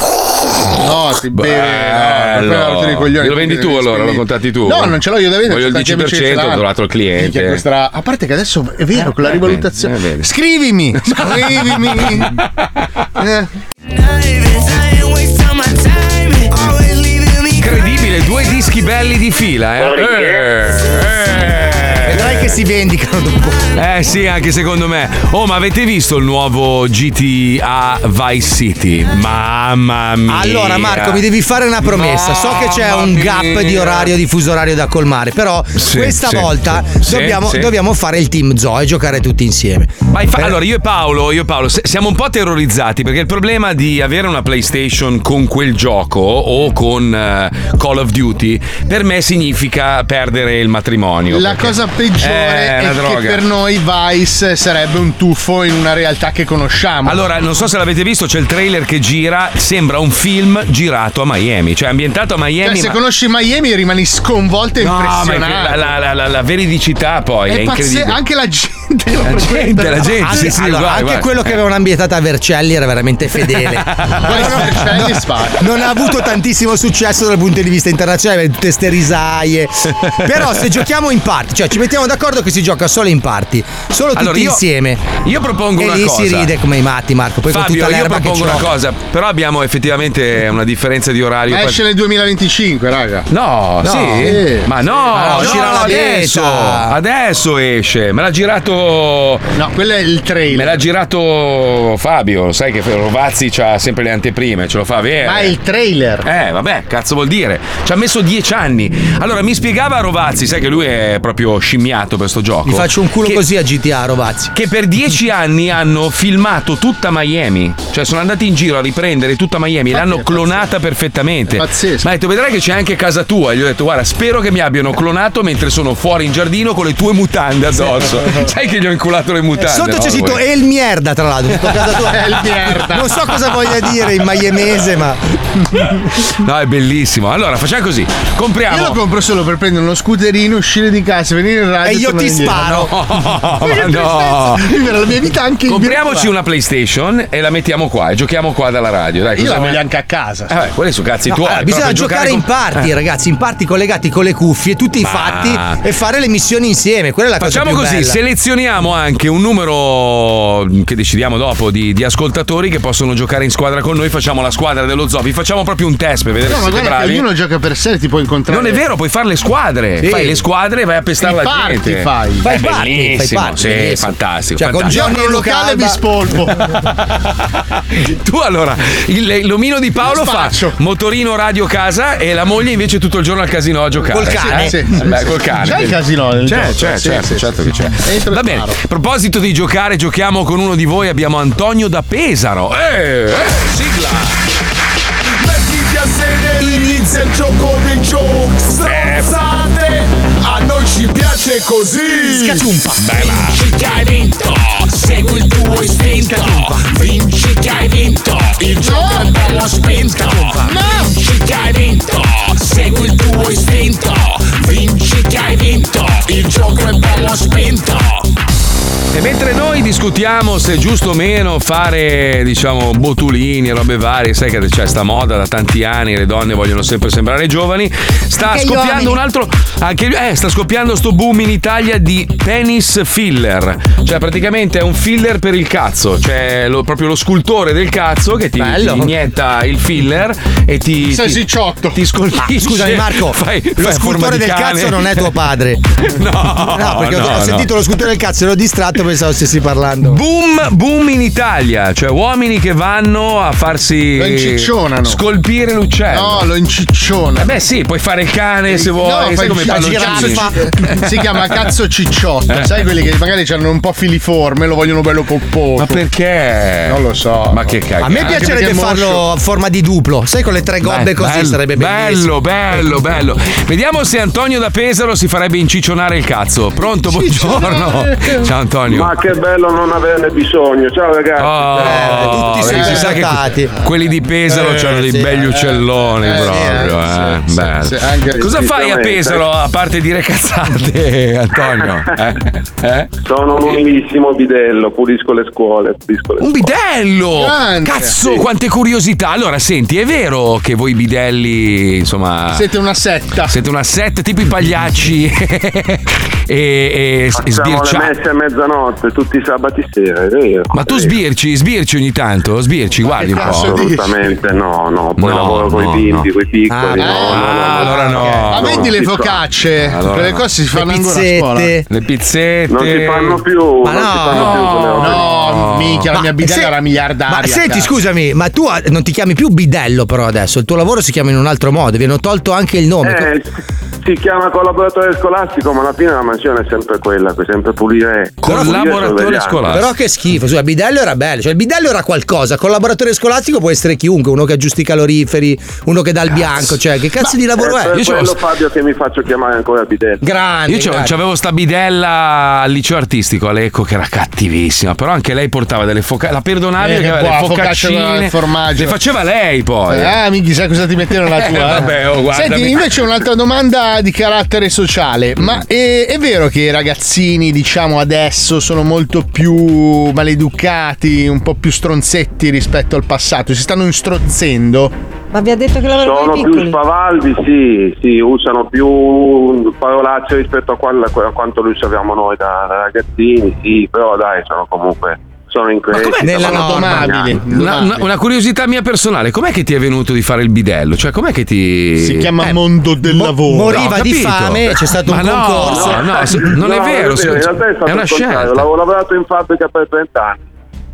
S3: No, si beve.
S2: Bello.
S3: No, proprio rotto i coglioni,
S2: Lo vendi tu
S3: quindi
S2: allora,
S3: devi
S2: lo contatti tu.
S3: No, non ce l'ho io da vendere.
S2: Voglio il
S3: c'ho tanti amici che
S2: 10%
S3: ce l'hanno.
S2: donato al cliente. Eh,
S3: Minchia, questa- A parte che adesso è vero, con la rivalutazione. Scrivimi, scrivimi.
S2: Incredibile, due dischi belli di fila, eh. Eh, eh.
S7: Vedrai che si vendicano dopo.
S2: Eh sì, anche secondo me. Oh, ma avete visto il nuovo GTA Vice City? Mamma mia.
S7: Allora Marco mi devi fare una promessa, so che c'è un
S2: Mamma
S7: gap di
S2: mia.
S7: orario di fuso orario da colmare, però
S2: Sì,
S7: questa
S2: sì,
S7: volta
S2: sì.
S7: dobbiamo,
S2: Sì, sì.
S7: dobbiamo fare il team Zoo e giocare tutti insieme.
S2: Ma infa- allora io e Paolo, io e Paolo se- siamo un po' terrorizzati perché il problema di avere una PlayStation con quel gioco o con eh, Call of Duty per me significa perdere il matrimonio.
S3: La
S2: perché-
S3: cosa peggiore
S2: Eh,
S3: è,
S2: la droga.
S3: che per noi Vice sarebbe un tuffo in una realtà che conosciamo.
S2: Allora, non so se l'avete visto, c'è il trailer che gira, sembra un film girato a Miami, cioè ambientato a Miami.
S3: Cioè, se
S2: ma-
S3: conosci Miami rimani sconvolto e
S2: No, ma è
S3: impressionato.
S2: la, la- la- la- la veridicità poi è,
S3: È pazze-
S2: incredibile.
S3: anche la gente lo
S2: La
S3: frequenta.
S2: gente, la gente,
S7: Anche,
S2: sì, Eh. sì,
S7: allora,
S2: guarda,
S7: anche
S2: guarda.
S7: quello che avevano ambientato a Vercelli era veramente fedele.
S2: Eh.
S3: Vercelli spara.
S7: non ha avuto tantissimo successo dal punto di vista internazionale, per tutte ste risaie. Però se giochiamo in parti, cioè ci mettiamo d'accordo che si gioca solo in parti, solo
S2: Allora,
S7: tutti
S2: io-
S7: insieme.
S2: io propongo
S7: e
S2: una
S7: lì si
S2: cosa.
S7: ride come i matti, Marco. Poi con
S2: Fabio,
S7: tutta
S2: io
S7: l'erba che
S2: propongo una
S7: c'ho.
S2: cosa, però abbiamo effettivamente una differenza di orario.
S3: Ma esce nel 2025, raga.
S2: No, sì? Ma no,
S3: Ma no,
S2: no,
S3: uscirà la
S2: adesso,
S3: beta.
S2: adesso esce. Me l'ha girato.
S3: No, quello è il trailer.
S2: Me l'ha girato Fabio. Lo sai che Rovazzi ha sempre le anteprime, ce lo fa avere.
S3: Ma è il trailer.
S2: Eh, vabbè, cazzo vuol dire? Ci ha messo dieci anni. Allora, mi spiegava Rovazzi, sai che lui è proprio scimmiato per sto gioco.
S7: Mi faccio un culo così a GTA, Rovazzi.
S2: Che per dieci anni hanno filmato tutta Miami. Cioè, sono andati in giro a riprendere tutta Miami. l'hanno clonata perfettamente. Pazzesco. Ma ha detto, vedrai che c'è anche casa tua. Gli ho detto, guarda, spero che mi abbiano clonato mentre sono fuori in giardino con le tue mutande addosso. Sai che gli ho inculato le mutande.
S7: Sotto
S2: no?
S7: c'è scritto
S2: Voi.
S7: El Mierda, tra l'altro. sotto casa tua.
S3: El Mierda.
S7: Non so cosa voglia dire in maiemese, ma.
S2: No, è bellissimo. Allora, facciamo così. Compriamo.
S3: Io lo compro solo per prendere uno scooterino, uscire di casa, venire in radio
S2: E io
S3: tornare
S2: ti
S3: indietro.
S2: sparo. No,
S3: Quella
S2: ma no.
S3: tristezza, Vivere la mia vita anche in
S2: Compriamoci
S3: virtuale.
S2: una PlayStation e la mettiamo qua e giochiamo qua dalla radio. Dai,
S3: Io
S2: cosa
S3: la
S2: ne-
S3: voglio anche a casa.
S2: Eh, vabbè, quelli sono cazzi
S7: No,
S2: tuoi.
S7: allora,
S2: però
S7: bisogna
S2: per
S7: giocare in
S2: con-
S7: parti,
S2: Eh.
S7: ragazzi, in parti collegati con le cuffie, tutti i
S2: Ma-
S7: fatti e fare le missioni insieme. Quella è la
S2: Facciamo
S7: cosa più
S2: così,
S7: bella.
S2: selezioniamo anche un numero mh, che decidiamo dopo di, di ascoltatori che possono giocare in squadra con noi. Facciamo la squadra dello zoo. Vi facciamo proprio un test per vedere
S3: No,
S2: se
S3: ma
S2: siete
S3: guarda che
S2: bravi.
S3: ognuno gioca per sé, ti può incontrare.
S2: Non è vero, puoi fare le squadre.
S3: Sì.
S2: Fai le squadre e vai a pestare
S3: Fai
S2: la
S3: parti,
S2: gente.
S3: fai.
S2: È
S3: Fai parti,
S2: bellissimo,
S3: fai parti,
S2: sì,
S3: bellissimo.
S2: fantastico.
S3: Cioè, con
S2: fantastico.
S3: Giorno e locale
S7: Alba.
S3: mi spolpo.
S2: Tu allora, il, l'omino di Paolo fa motorino radio casa e la moglie invece tutto il giorno al casino a giocare.
S3: Col cane.
S2: Eh, Sì,
S3: Sì,
S2: sì,
S3: sì,
S2: Beh,
S3: sì.
S2: col cane.
S3: C'è il casino nel
S2: C'è,
S3: gioco,
S2: c'è,
S3: sì,
S2: certo,
S3: sì,
S2: certo
S3: sì.
S2: che c'è.
S3: Entro e
S2: Va bene, a
S3: sparo.
S2: proposito di giocare, giochiamo con uno di voi, abbiamo Antonio da Pesaro. Eh, eh.
S21: sigla. Mettiti a sedere, inizia il gioco dei gioco. Strozzate, a noi ci piace così. Scatumpa. Vinci che hai vinto, segui il tuo istinto. Vinci che hai vinto, il gioco è bello spinto. Vinci che hai vinto, segui il tuo istinto. Vinci che hai vinto, il gioco è bello spinto.
S2: E mentre noi discutiamo se è giusto o meno fare, diciamo, botulini, robe varie. Sai che c'è sta moda da tanti anni, le donne vogliono sempre sembrare giovani. Sta
S21: Anche gli uomini.
S2: scoppiando un altro. Anche, eh, sta scoppiando sto boom in Italia di penis filler. Cioè, praticamente è un filler per il cazzo. Cioè, lo- proprio lo scultore del cazzo che ti, ti
S7: Bello.
S2: inietta il filler e ti.
S7: Sei
S2: ti, ti scolpisce.
S7: Ma, scusami
S2: cioè,
S7: Marco,
S2: Fai- fai
S7: lo
S2: a forma
S7: scultore
S2: di
S7: del
S2: cane.
S7: cazzo non è tuo padre.
S2: No,
S7: No, perché
S2: no,
S7: ho
S2: no.
S7: sentito lo scultore del cazzo e l'ho distratto pensavo stessi parlando.
S2: Boom, boom in Italia, cioè uomini che vanno a farsi
S3: Lo inciccionano.
S2: scolpire l'uccello. Eh
S3: No, lo incicciona.
S2: beh, sì, puoi fare il cane se vuoi, sai come palloncini.
S3: si chiama cazzo cicciotto.
S2: Eh.
S3: Sai quelli che magari hanno un po' filiforme, lo vogliono bello copposo.
S2: Ma perché?
S3: Non lo so.
S2: Ma che cazzo.
S7: A me piacerebbe farlo a forma di duplo, sai con le tre gobbe così sarebbe
S2: bello,
S7: bellissimo.
S2: bello, bello. Vediamo se Antonio da Pesaro si farebbe inciccionare il cazzo. Pronto, buongiorno. Ciao Antonio.
S22: Ma che bello non averne bisogno. Ciao ragazzi.
S2: Oh, vedi, si sa che que- quelli di Pesaro
S22: Eh,
S2: hanno dei
S22: sì,
S2: begli
S22: eh,
S2: uccelloni
S22: eh,
S2: proprio. eh, bello.
S22: sì, anche-
S2: Cosa fai a
S22: Sicuramente.
S2: Pesaro a parte dire cazzate, Antonio? Eh? Eh?
S22: Sono un umilissimo bidello, pulisco le scuole. Pulisco le
S2: Un
S22: scuole.
S2: bidello!
S22: Grande.
S2: Cazzo,
S22: Sì.
S2: quante curiosità! Allora, senti, è vero che voi bidelli, insomma.
S3: Siete una setta.
S2: Siete una setta tipo i pagliacci e, e s-
S22: Facciamo le
S2: sbirciati.
S22: messe a mezzanotte tutti i sabati sera, è vero.
S2: Ma tu sbirci, sbirci ogni tanto, sbirci, guardi un po'.
S22: Assolutamente no, no, poi
S2: No,
S22: lavoro con
S2: no,
S22: i bimbi, quei piccoli, no, no, no,
S2: Ah, allora no.
S3: Ma vedi le
S22: si fa.
S3: focacce?
S2: Allora
S3: Quelle
S2: no.
S3: cose si fanno ancora a
S2: pizzette.
S3: scuola.
S2: Le pizzette.
S22: Non si fanno più, non si fanno più quelle robe.
S3: No, minchia, la
S7: Ma
S3: mia bidella
S7: se-
S3: era miliardaria.
S7: Ma senti,
S3: cazzo.
S7: scusami, ma tu ah, non ti chiami più bidello però adesso, il tuo lavoro si chiama in un altro modo, vi hanno tolto anche il nome.
S22: Eh, si chiama collaboratore scolastico, ma alla fine la mansione è sempre quella, che sempre pulire. pulire e sorvegliare.
S7: Però che schifo, scusa, il bidello era bello, cioè il bidello era qualcosa, collaboratore scolastico può essere chiunque, uno che aggiusti i caloriferi, uno che dà il bianco, cioè che cazzo di lavoro
S22: Eh,
S7: è?
S22: per quello Fabio che mi faccio chiamare ancora bidello.
S7: Grande.
S2: Io c'avevo, c'avevo sta bidella al liceo artistico all'Eco che era cattivissima, però anche lei portava delle focacce. La perdonavi
S3: Eh,
S2: perché
S3: che
S2: aveva
S3: buona,
S2: le
S3: focaccia
S2: focaccine.
S3: al formaggio.
S2: Le faceva lei poi.
S3: Ah, mi chissà cosa ti mettevano la
S2: Eh,
S3: tua. eh.
S2: vabbè, oh, guardami.
S3: Senti, invece un'altra domanda di carattere sociale. Ma
S2: Mm.
S3: è, è vero che i ragazzini, diciamo, adesso sono molto più maleducati, un po' più stronzetti rispetto al passato? Si stanno instrozzendo?
S6: Ma vi ha detto che lavorano con
S22: Sono
S6: i
S22: più
S6: piccoli?
S22: spavaldi, sì, sì, usano più parolacce rispetto a, qual- a quanto lo usavamo noi da, da ragazzini, sì, però dai, sono comunque, sono in crescita. sono accompagnati.
S2: Una, una- una curiosità mia personale, com'è che ti è venuto di fare il bidello? Cioè, com'è che ti.
S3: Si chiama mondo del lavoro.
S2: No, capito. Ma no, No, no, se- non è
S22: No,
S2: vero. se-
S22: in realtà è stato
S2: una
S22: il contrario.
S2: scelta.
S22: Ho lavorato in fabbrica per 30 anni.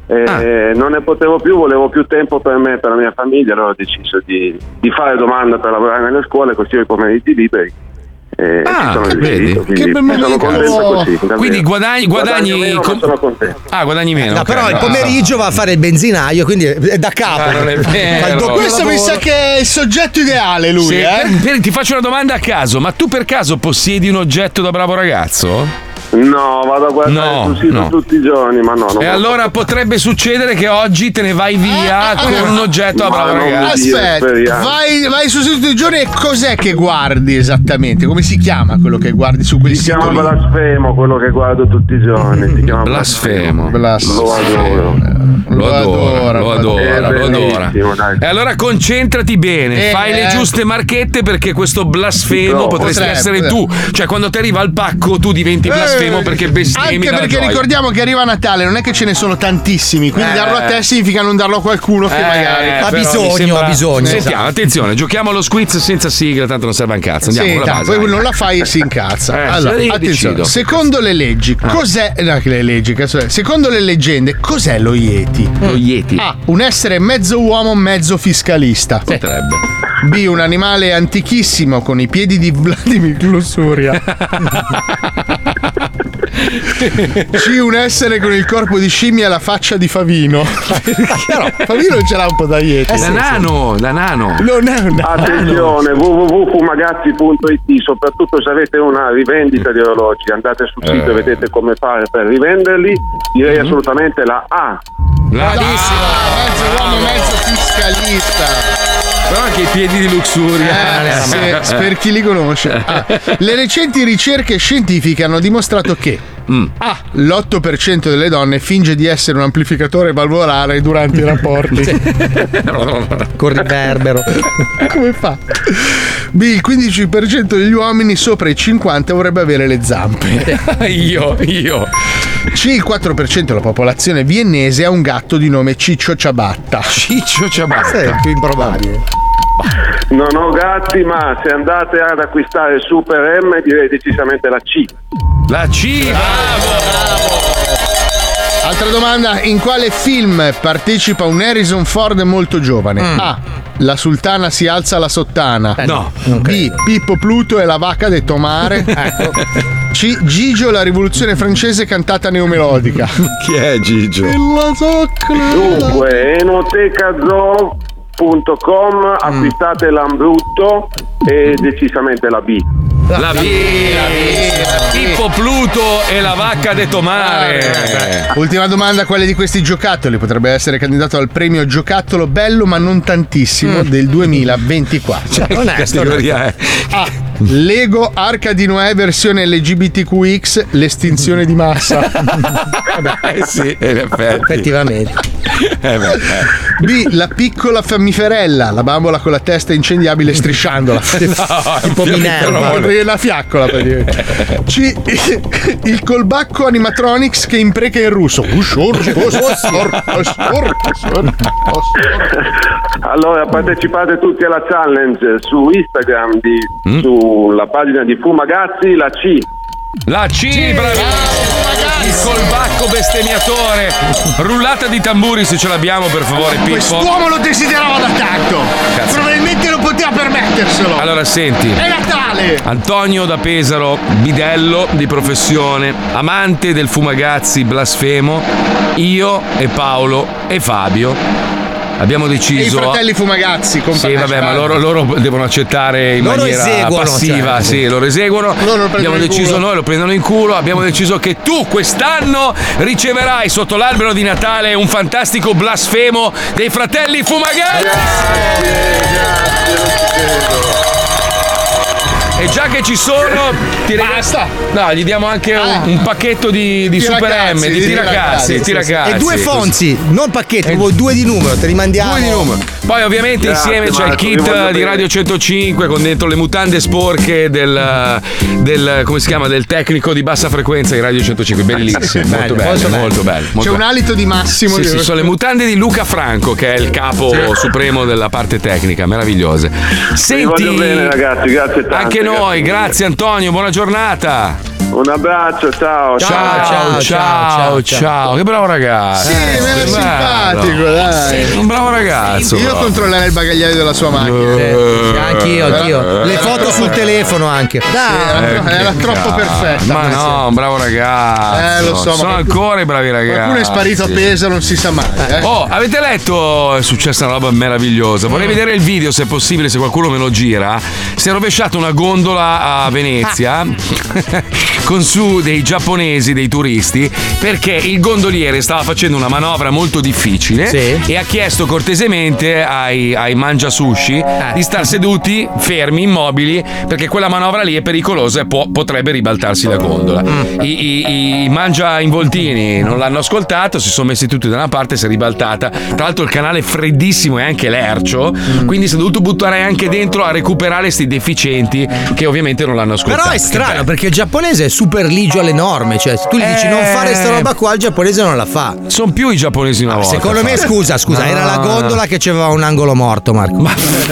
S22: E
S2: Ah.
S22: Non ne potevo più, volevo più tempo per me, per la mia famiglia, allora ho deciso di, di fare domanda per lavorare nelle scuole, così ho i pomeriggi liberi. E ci
S2: Ah,
S22: sono riuscito, quindi sono contento così. davvero.
S2: Quindi guadagni. guadagni
S22: Guadagno meno, ma
S2: com-
S22: sono contento.
S2: Ah, guadagni meno.
S7: Eh, No,
S2: ok,
S7: però il
S2: no.
S7: pomeriggio va a fare il benzinaio, quindi è da capo.
S2: Ah, non è
S7: Fa il
S2: vero.
S7: doppio
S3: Questo mi
S7: lavoro.
S3: sa che è il soggetto ideale lui,
S2: Sì,
S3: eh?
S2: per- per- ti faccio una domanda a caso, ma tu per caso possiedi un oggetto da bravo ragazzo?
S22: No, vado a guardare
S2: No,
S22: sul sito
S2: no.
S22: tutti i giorni, ma no. non
S2: e
S22: me lo
S2: allora
S22: posso-
S2: potrebbe succedere che oggi te ne vai via con un oggetto da
S22: Ma
S2: bravo
S22: non
S2: ragazzo.
S3: Aspetta, vai, vai su sito di giorni e cos'è che guardi esattamente? Come si chiama quello che guardi su quel
S22: Si
S3: sito?
S22: chiama
S3: lì?
S22: blasfemo quello che guardo tutti i giorni. Si chiama
S2: blasfemo.
S22: Lo adoro.
S2: Lo adora, lo adora,
S22: Eh,
S2: lo adora.
S22: bellissimo, dai.
S2: E allora concentrati bene,
S22: Eh,
S2: fai le
S22: eh.
S2: giuste marchette perché questo blasfemo
S22: No,
S2: potresti
S22: potrebbe,
S2: essere tu. Cioè quando ti arriva il pacco tu diventi blasfemo
S3: Eh,
S2: perché bestemmi
S3: Anche
S2: dalla
S3: perché
S2: gioia.
S3: ricordiamo che arriva Natale, non è che ce ne sono tantissimi, quindi
S2: Eh.
S3: darlo a te significa non darlo a qualcuno che
S2: Eh,
S3: magari
S2: però mi sembra-
S3: esatto.
S2: Sentiamo, attenzione, giochiamo allo squiz senza sigla, tanto non serve un cazzo. Andiamo,
S3: Sì,
S2: alla
S3: dai,
S2: base,
S3: poi
S2: dai.
S3: non la fai e si incazza.
S2: Eh,
S3: allora,
S2: io
S3: attenzione,
S2: decido.
S3: secondo le leggi,
S2: Ah.
S3: cos'è no, che le leggi, cazzo, secondo le leggende, cos'è lo Yeti?
S2: Mm. Lo Yeti.
S3: A, un essere mezzo uomo, mezzo fiscalista.
S2: Potrebbe.
S3: B, un animale antichissimo con i piedi di Vladimir Glossoria. C, un essere con il corpo di scimmia e la faccia di Favino. Però Favino ce l'ha un po' da Yeti.
S2: Eh, da nano, da nano.
S3: Non è un
S22: Attenzione, www.fumagazzi.it, soprattutto se avete una rivendita di orologi, andate sul sito
S2: Eh.
S22: e vedete
S2: Mm-hmm.
S22: come fare per rivenderli. Direi assolutamente la A.
S2: Bravissimo.
S21: Ah,
S3: mezzo un uomo mezzo fiscalista.
S2: Però anche i piedi di luxuria.
S3: Eh, se- se per chi li conosce. Ah, le recenti ricerche scientifiche hanno dimostrato che A. L'8% delle donne finge di essere un amplificatore valvolare durante i rapporti.
S7: Con riverbero.
S3: Come fa? B. Il 15% degli uomini sopra i 50 vorrebbe avere le zampe.
S2: io, io.
S3: C. Il 4% della popolazione viennese ha un gatto di nome Ciccio Ciabatta.
S2: Ciccio Ciabatta.
S3: È più improbabile.
S22: Non ho gatti, ma se andate ad acquistare il Super M direi decisamente la C.
S2: La C!
S3: Altra domanda, in quale film partecipa un Harrison Ford molto giovane? A. La sultana si alza la sottana.
S2: no,
S3: B. Pippo Pluto e la vacca detto mare. Ecco. C. Gigio la rivoluzione francese cantata neomelodica.
S2: Chi è Gigio?
S22: Dunque,
S2: Mm.
S22: enotecazo.com acquistate l'ambrutto e decisamente la B.
S2: La B, Pippo Pluto e la vacca ha detto
S3: Eh.
S2: mare.
S3: Ultima domanda, quale di questi giocattoli potrebbe essere candidato al premio giocattolo bello ma non tantissimo del 2024?
S2: Che categoria Mm. Cioè, è? Ah.
S3: A. Lego Arca di Noè versione LGBTQX l'estinzione di massa.
S2: Eh sì, in effetti.
S7: Effettivamente.
S2: Eh beh, eh.
S3: B. La piccola fiammiferella, la bambola con la testa incendiabile strisciandola.
S2: No, è un
S3: tipo Minerva.
S2: fiammiferone.
S3: La fiaccola praticamente. C. Il colbacco animatronics che impreca in russo.
S2: Mm.
S22: Allora, partecipate tutti alla challenge su Instagram, di-
S2: Mm.
S22: sulla pagina di Fumagazzi, la C.
S2: La C, bravissimo! Il colbacco bestemmiatore. Rullata di tamburi se ce l'abbiamo, per favore, Pippo.
S21: Quest'uomo lo desiderava da tanto.
S2: Cazzo.
S21: Probabilmente non poteva permetterselo.
S2: Allora, senti.
S21: È
S3: Eh.
S21: Natale.
S2: Antonio da Pesaro, bidello di professione, amante del fumagazzi blasfemo, io e Paolo e Fabio abbiamo
S3: E i
S2: deciso...
S3: fratelli fumagazzi. con
S2: Sì, vabbè, ma loro, loro devono accettare in
S3: Loro
S2: maniera
S3: eseguono,
S2: passiva,
S3: cioè.
S2: sì, loro eseguono.
S3: Loro lo prendono
S2: abbiamo
S3: in
S2: deciso
S3: culo.
S2: noi, lo prendono in culo, abbiamo deciso che tu quest'anno riceverai sotto l'albero di Natale un fantastico blasfemo dei fratelli Fumagazzi. E già che ci sono, ti regalo- No, gli diamo anche
S3: Ah.
S2: un, un pacchetto di, di
S7: Tira
S2: Super
S7: cazzi,
S2: M, di
S7: sì,
S2: tiracazzi,
S7: sì, sì, sì.
S2: tiracazzi.
S7: E due
S2: così.
S7: Fonzi, non pacchetti,
S2: Eh.
S7: proprio due di numero, te li mandiamo. Due di numero.
S2: Poi ovviamente
S7: Grazie,
S2: insieme c'è il
S7: Marco, vi
S2: kit
S7: voglio
S2: di
S7: bene.
S2: Radio 105 con dentro le mutande sporche del, del- come si chiama del tecnico di bassa frequenza di Radio 105, bellissimo, molto
S3: Bello,
S2: bello,
S3: molto
S2: molto
S3: bello.
S2: bello. molto
S3: C'è un
S2: bello.
S3: alito di Massimo.
S2: Sì,
S3: di-
S2: sì, sono le mutande di Luca Franco che è il capo supremo della parte tecnica, meravigliose. Senti,
S22: voglio bene, ragazzi, grazie tante,
S2: Anche
S22: grazie
S2: noi,
S22: mille.
S2: grazie Antonio, buona giornata.
S22: Un abbraccio, ciao.
S2: Ciao, ciao, ciao, ciao, che bravo ragazzo.
S3: Sì,
S2: Eh,
S3: ma era
S2: bello.
S3: simpatico, dai.
S2: Ah, Un bravo ragazzo.
S3: Io
S2: bravo.
S3: controllerei il bagagliaio della sua macchina.
S2: Eh,
S7: Anch'io, anch'io. Le foto sul telefono anche.
S3: Dai, era, era troppo perfetta.
S2: Eh, Ma no, un bravo ragazzo.
S3: Eh, lo so, ma
S2: Sono
S3: qualcuno-
S2: ancora i bravi ragazzi.
S3: Qualcuno è sparito a peso, non si sa mai. eh.
S2: Oh, avete letto? È successa una roba meravigliosa.
S3: Mm.
S2: Vorrei vedere il video, se è possibile, se qualcuno me lo gira. Si è rovesciata una gondola a Venezia con su dei giapponesi, dei turisti, perché il gondoliere stava facendo una manovra molto difficile
S7: Sì.
S2: e ha chiesto cortesemente ai, ai mangia sushi di star seduti, fermi, immobili, perché quella manovra lì è pericolosa e può- potrebbe ribaltarsi la gondola. I, i- i mangia involtini non l'hanno ascoltato, si sono messi tutti da una parte, si è ribaltata. Tra l'altro il canale è freddissimo e anche lercio, quindi si è dovuto buttare anche dentro a recuperare questi deficienti che ovviamente non l'hanno ascoltato.
S7: Però è
S2: Che
S7: strano
S2: bello.
S7: perché il giapponese è super ligio alle norme, cioè se tu gli dici
S2: Eh.
S7: non fare sta roba qua, il giapponese non la fa.
S2: Sono più i giapponesi una volta.
S7: Secondo me,
S2: fa.
S7: scusa, scusa,
S2: No,
S7: era la
S2: no,
S7: gondola
S2: no.
S7: che c'aveva un angolo morto, Marco.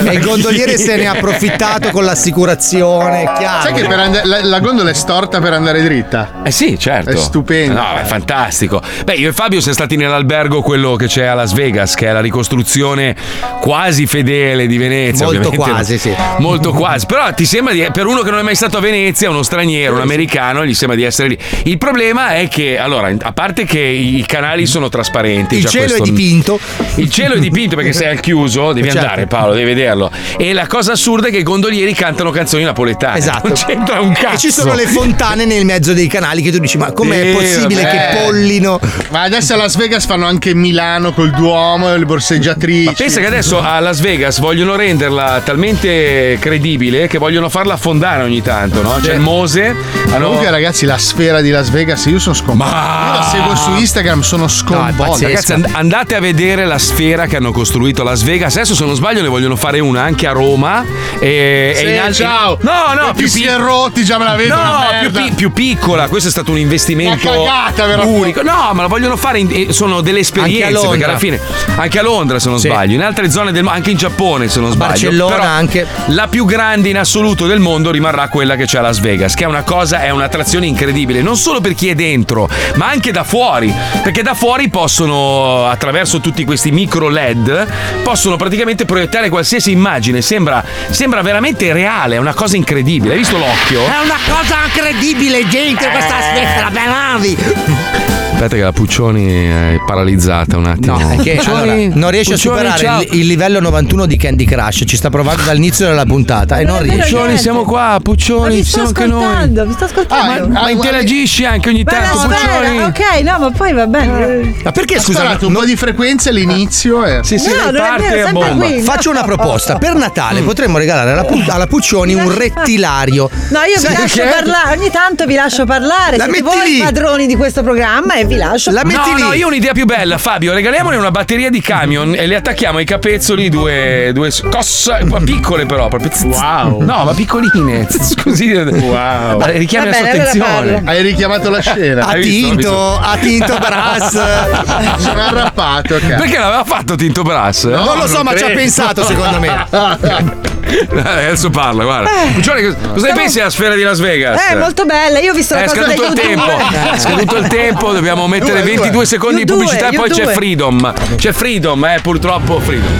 S7: e il gondoliere se ne ha approfittato con l'assicurazione, è chiaro.
S3: Sai che per andare- la, la gondola è storta per andare dritta?
S2: Eh sì, certo.
S3: È stupendo.
S2: No, è fantastico. Beh, io e Fabio siamo stati nell'albergo quello che c'è a Las Vegas, che è la ricostruzione quasi fedele di Venezia.
S7: Molto
S2: ovviamente.
S7: quasi, sì.
S2: Molto quasi. Però ti sembra di, per uno che non è mai stato a Venezia, uno straniero, un americano, italiano, gli sembra di essere lì. Il problema è che, allora, a parte che i canali sono trasparenti,
S7: Il
S2: già
S7: cielo
S2: questo-
S7: è dipinto.
S2: Il cielo è dipinto perché sei al chiuso, devi
S7: Certo.
S2: andare Paolo, devi vederlo. E la cosa assurda è che i gondolieri cantano canzoni napoletane.
S7: Esatto.
S2: Non c'entra un cazzo.
S7: E ci sono le fontane nel mezzo dei canali che tu dici: Ma com'è
S2: Eh,
S7: possibile
S2: vabbè.
S7: che pollino?
S3: Ma adesso a Las Vegas fanno anche Milano col Duomo e le borseggiatrici.
S2: Ma pensa che adesso a Las Vegas vogliono renderla talmente credibile che vogliono farla affondare ogni tanto, no? C'è il Mose. hanno-
S3: Comunque, ragazzi, la sfera di Las Vegas, io sono sconvolto.
S2: Ma-
S3: Io la seguo su Instagram, sono sconvolto.
S2: Ragazzi, and- andate a vedere la sfera che hanno costruito a Las Vegas. Adesso, se non sbaglio, ne vogliono fare una anche a Roma. E,
S3: Sì,
S2: e in altri-
S3: ciao.
S2: No, no,
S3: Tutti Pierrotti, già me la vedo,
S2: No,
S3: una
S2: più,
S3: merda.
S2: pi- più piccola. Questo è stato un investimento
S3: Una cagata, veramente.
S2: unico. No, ma la vogliono fare. in- eh, sono delle esperienze.
S7: Anche a
S2: perché
S7: Londra.
S2: alla fine, anche a Londra, se non sbaglio, in altre zone del mondo, anche in Giappone, se non sbaglio.
S7: Barcellona
S2: Però
S7: anche.
S2: La più grande in assoluto del mondo rimarrà quella che c'è a Las Vegas, che è una cosa, è un'attrazione incredibile, non solo per chi è dentro, ma anche da fuori. Perché da fuori possono, attraverso tutti questi micro LED, possono praticamente proiettare qualsiasi immagine. Sembra, sembra veramente reale, è una cosa incredibile. Hai visto l'occhio?
S21: È una cosa incredibile, gente, questa
S10: Eh.
S21: sfera dei navi.
S2: Aspetta che la Puccioni è paralizzata un attimo.
S7: No, perché allora, non riesce a
S2: Puccioni,
S7: superare
S2: ciao.
S7: il, il livello 91 di Candy Crush. Ci sta provando dall'inizio della puntata e non riesce.
S2: Puccioni, siamo qua, Puccioni,
S6: vi sto
S2: siamo anche noi. Ah,
S6: ascoltando, vi sto ascoltando.
S7: Ah,
S2: ma interagisci anche ogni
S6: Bella
S2: tanto,
S6: sfera,
S2: Puccioni. Eh.
S6: ok, no, ma poi va bene.
S7: Ma perché
S3: Ha
S7: scusa,
S3: sparato un
S7: non-
S3: po' di frequenza all'inizio e...
S2: Sì,
S6: sì, No, lei non è parte vero, e sempre bomba. Mm. qui, no.
S7: Faccio una proposta. Per Natale potremmo regalare alla, Pu- alla Puccioni un rettilario.
S6: No, io
S7: Sai
S6: vi lascio
S7: perché?
S6: parlare, ogni tanto vi lascio parlare.
S7: La
S6: Siete
S7: metti
S6: voi
S7: lì.
S6: i padroni di questo programma e vi lascio
S2: no, no, io ho un'idea più bella, Fabio. Regaliamone una batteria di camion e le attacchiamo ai capezzoli due, due s- cos, piccole, però. Proprio. Wow. No, ma piccoline. Scusi. Wow. Richiami la
S3: Vabbè,
S2: sua
S3: allora
S2: attenzione.
S3: parlo. Hai richiamato la scena.
S2: Hai visto? Hai visto?
S3: Sono arrappato, ok.
S2: Perché l'aveva fatto Tinto Brass?
S3: No,
S7: non lo so, ma ci ha
S2: credo.
S7: pensato, secondo me.
S2: Eh, Adesso parla, guarda.
S7: Eh.
S2: Puccioni, cosa cosa ne
S6: stiamo-
S2: pensi della sfera di Las Vegas?
S6: Eh, molto bella. Io ho visto la
S2: È
S6: cosa da
S2: scaduto il
S6: YouTube.
S2: tempo, è scaduto il tempo, dobbiamo mettere
S6: Due, due.
S2: 22 secondi
S6: Io
S2: di pubblicità
S6: due,
S2: e poi
S6: io
S2: c'è
S6: due.
S2: Freedom. C'è Freedom, eh, purtroppo Freedom.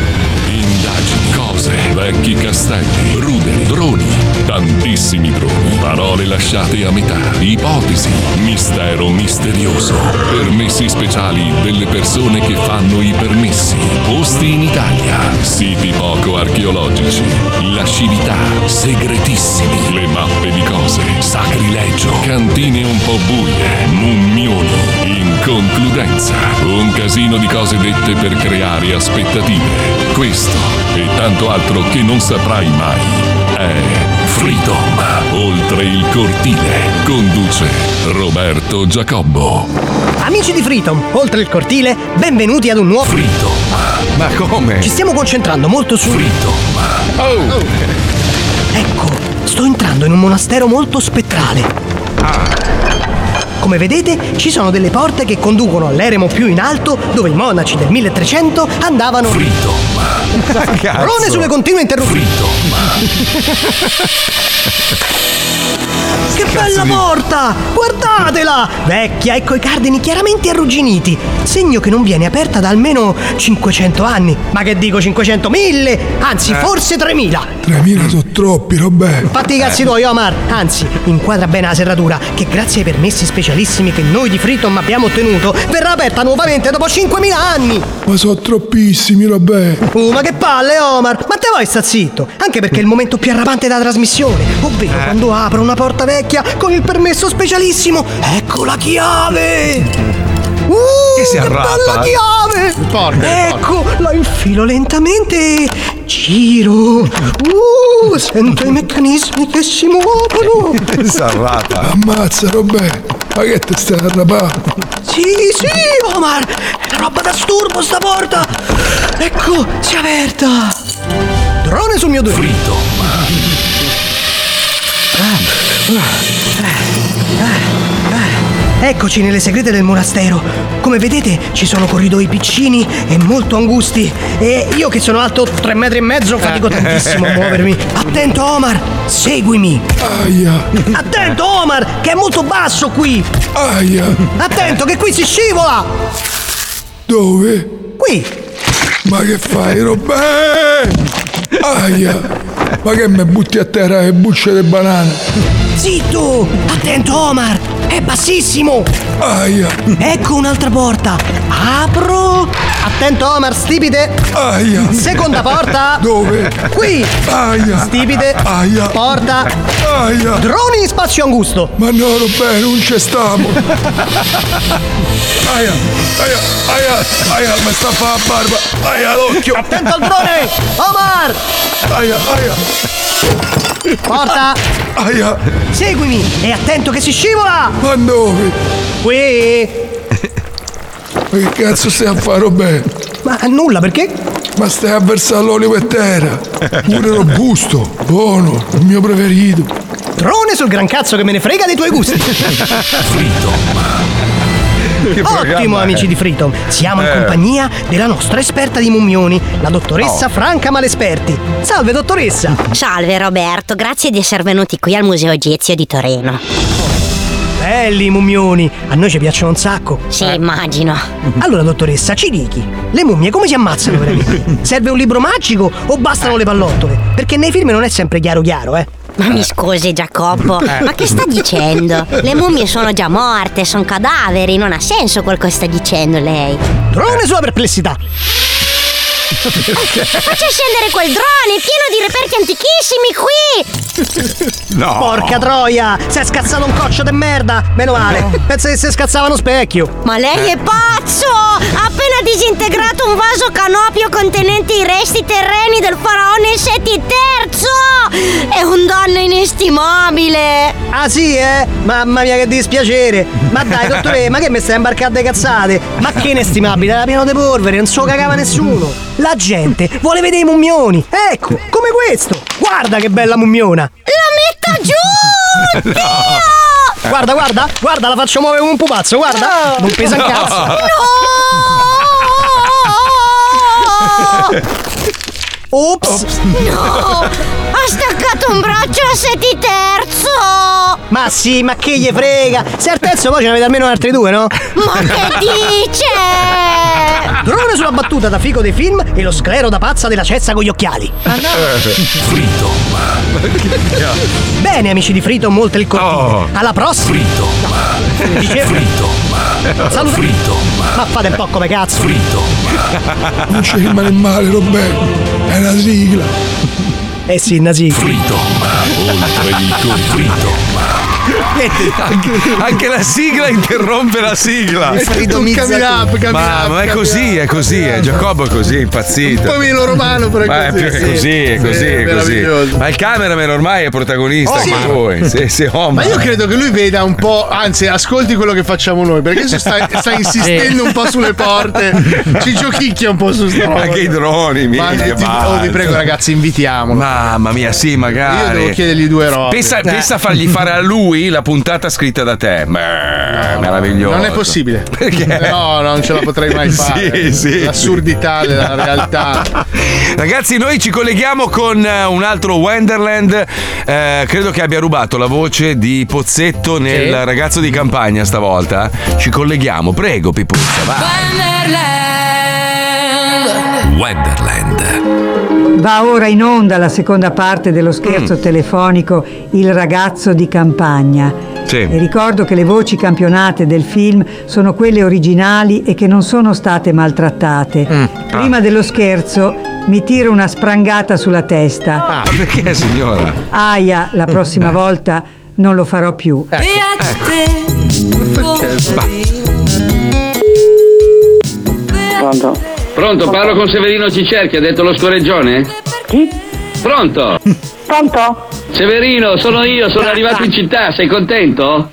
S23: Indagini, cose, vecchi castelli, ruderi, droni, tantissimi droni, parole lasciate a metà, ipotesi, mistero misterioso, permessi speciali delle persone che fanno i permessi, posti in Italia, siti poco archeologici, lascività, segretissimi, le mappe di cose, sacrilegio, cantine un po' buie, mummioni, in concludenza, un casino di cose dette per creare aspettative. Questo e tanto altro che non saprai mai è Freedom. Oltre il cortile conduce Roberto Giacobbo.
S24: Amici di Freedom, oltre il cortile, benvenuti ad un nuovo
S23: Freedom.
S2: Ma come?
S24: Ci stiamo concentrando molto su
S23: Freedom.
S24: Oh. Ecco, sto entrando in un monastero molto spettrale.
S9: Ah.
S24: Come vedete, ci sono delle porte che conducono all'eremo più in alto, dove i monaci del 1300 andavano Parolone sulle continue interruzioni. Che bella porta! Guardatela! Vecchia e coi cardini chiaramente arrugginiti. Segno che non viene aperta da almeno 500 anni. Ma che dico 500? 1000! Anzi,
S25: Eh.
S24: forse 3000.
S25: 3.000 sono troppi, Robè.
S24: Fatti i cazzi tuoi, Omar! Anzi, inquadra bene la serratura, che grazie ai permessi specialissimi che noi di Freedom abbiamo ottenuto, verrà aperta nuovamente dopo 5.000 anni!
S25: Ma sono troppissimi, Robè.
S24: Uh, ma che palle, Omar! Ma te vuoi sta zitto? Anche perché è il momento più arrabante della trasmissione, ovvero quando apro una porta vecchia con il permesso specialissimo. Ecco la chiave! Uh, che,
S21: si arrabba?
S24: bella chiave!
S21: porta.
S24: ecco, la infilo lentamente. Giro. Uh, sento i meccanismi che si
S10: Oh,
S24: muovono.
S25: Sarrata. Ammazza, Robè. Ma che te stai arrabbato?
S24: Sì, sì, Omar! È roba da sturbo sta porta! Ecco, si è aperta! Drone sul mio due! Fritto! Eccoci nelle segrete del monastero. Come vedete ci sono corridoi piccini e molto angusti. E io che sono alto 3 metri e mezzo fatico tantissimo a muovermi. Attento Omar, seguimi. Attento Omar, che è molto basso qui. Attento che qui si scivola.
S25: Dove?
S24: Qui.
S25: Ma che fai, Robè? Aia. Ma che mi butti a terra e bucce di banana?
S24: Zitto! Attento Omar! È bassissimo! Aia! Ecco un'altra porta! Apro! Attento Omar, stipite!
S10: Aia.
S24: Seconda porta!
S10: Dove?
S24: Qui!
S10: Aia.
S24: Stipite!
S10: Aia.
S24: Porta!
S10: Aia.
S24: Droni in spazio angusto!
S10: Ma no, Robè, non ci stiamo. Aia, aia, aia, aia, mi sta a fa la barba. Aia, l'occhio.
S24: Attento al drone! Omar!
S10: Aia, aia.
S24: Porta!
S10: Aia.
S24: Seguimi! E attento che si scivola!
S10: Ma dove?
S24: Qui!
S10: Ma che cazzo stai a fare, Robè?
S24: Ma nulla, perché?
S10: Ma stai a versare l'olio e terra. Pure robusto, buono, il mio preferito.
S24: Drone sul gran cazzo che me ne frega dei tuoi gusti! Ottimo amici di Freedom, siamo in compagnia della nostra esperta di mummioni, la dottoressa
S5: Oh.
S24: Franca Malesperti. Salve dottoressa!
S5: Salve Roberto, grazie di essere venuti qui al Museo Egizio di Torino.
S24: Belli i mummioni, a noi ci piacciono un sacco. Sì,
S5: immagino.
S24: Allora dottoressa, ci dichi, le mummie come si ammazzano veramente? Serve un libro magico o bastano le pallottole? Perché nei film non è sempre chiaro chiaro, eh?
S5: Ma mi scusi Giacoppo,
S24: Eh.
S5: ma che sta dicendo? Le mummie sono già morte, sono cadaveri, non ha senso quel che sta dicendo lei.
S24: Drone sulla perplessità!
S5: Faccia scendere quel drone, pieno di reperti antichissimi qui!
S10: No.
S24: Porca troia! Si è scazzato un coccio de merda! Meno male! Pensa che si scazzava uno specchio!
S5: Ma lei è pazzo! Ha appena disintegrato un vaso canopio contenente i resti terreni del faraone Seti III! È un danno inestimabile!
S24: Ah sì, eh? Mamma mia che dispiacere! Ma dai, dottore, ma che mi stai imbarcando le cazzate? Ma che inestimabile, era pieno di polvere, non so cagava nessuno! La gente vuole vedere i mummioni! Ecco, come questo! Guarda che bella mummiona!
S5: La metta giù!
S24: Oh, Guarda, guarda, guarda, la faccio muovere come un pupazzo, guarda! Non pesa un cazzo! Ops!
S5: No! Ha staccato un braccio a Seti III!
S24: Ma sì, ma che gli frega! Se al terzo poi ce ne avete almeno altri due, no?
S5: Ma che dice?
S24: Drone sulla battuta da fico dei film e lo sclero da pazza della cezza con gli occhiali. Bene, amici di Frito, molto il cortile.
S7: Oh.
S24: Alla prossima! Frito! No. Dice... Frito! Saluta... Frito! Ma fate un po' come cazzo! Frito!
S10: Non ci rimane male, Robè. È una sigla.
S24: Eh sì, Nasi.
S10: Frito.
S17: Oltre il conflitto.
S2: Anche, anche la sigla interrompe la sigla.
S10: Mi
S3: freedomizza Come up, tu. come
S2: ma,
S3: up,
S2: ma è
S3: come
S2: così, è così. eh, Giacobbo è così, è impazzito.
S3: Un pomino romano, però è
S2: Ma
S3: così,
S2: più che
S3: sì.
S2: così, è così, è
S3: Sì,
S2: così.
S3: meraviglioso.
S2: Ma il cameraman ormai è protagonista.
S3: Oh,
S2: come
S3: sì.
S2: voi. Sì, sì, oh,
S3: Ma io credo che lui veda un po', anzi, ascolti quello che facciamo noi, perché adesso sta, sta insistendo un po' sulle porte, ci giochicchia un po' su sta roba.
S2: Anche i droni,
S3: Ma
S2: minchia,
S3: ti-
S2: basta.
S3: oh, vi prego, ragazzi, invitiamolo.
S2: Mamma mia, sì, magari.
S3: Io devo chiedergli due robe.
S2: Pensa,
S3: Eh.
S2: pensa a fargli fare a lui la puntata scritta da te. Beh, meraviglioso.
S3: Non è possibile.
S2: Perché?
S3: No, no, non ce la potrei mai
S2: Sì,
S3: fare.
S2: sì.
S3: L'assurdità della realtà.
S2: Ragazzi, noi ci colleghiamo con eh, un altro Wonderland. Eh, credo che abbia rubato la voce di Pozzetto nel
S26: Sì.
S2: ragazzo di campagna stavolta. Ci colleghiamo, prego, Pipuzza. Va. Wonderland.
S27: Va ora in onda la seconda parte dello
S2: Mm.
S27: scherzo telefonico Il ragazzo di campagna. E
S2: Sì.
S27: ricordo che le voci campionate del film sono quelle originali e che non sono state maltrattate.
S2: Mm. Ah.
S27: Prima dello scherzo mi tiro una sprangata sulla testa.
S2: Ah, Mm. perché signora?
S27: Aia, la prossima volta non lo farò più.
S2: Ecco. Eh.
S19: Pronto? Pronto, parlo con Severino Cicerchi, ha detto lo scoreggione? Chi? Pronto? Pronto? Severino, sono io,
S28: Ah,
S19: sono arrivato in città, sei contento?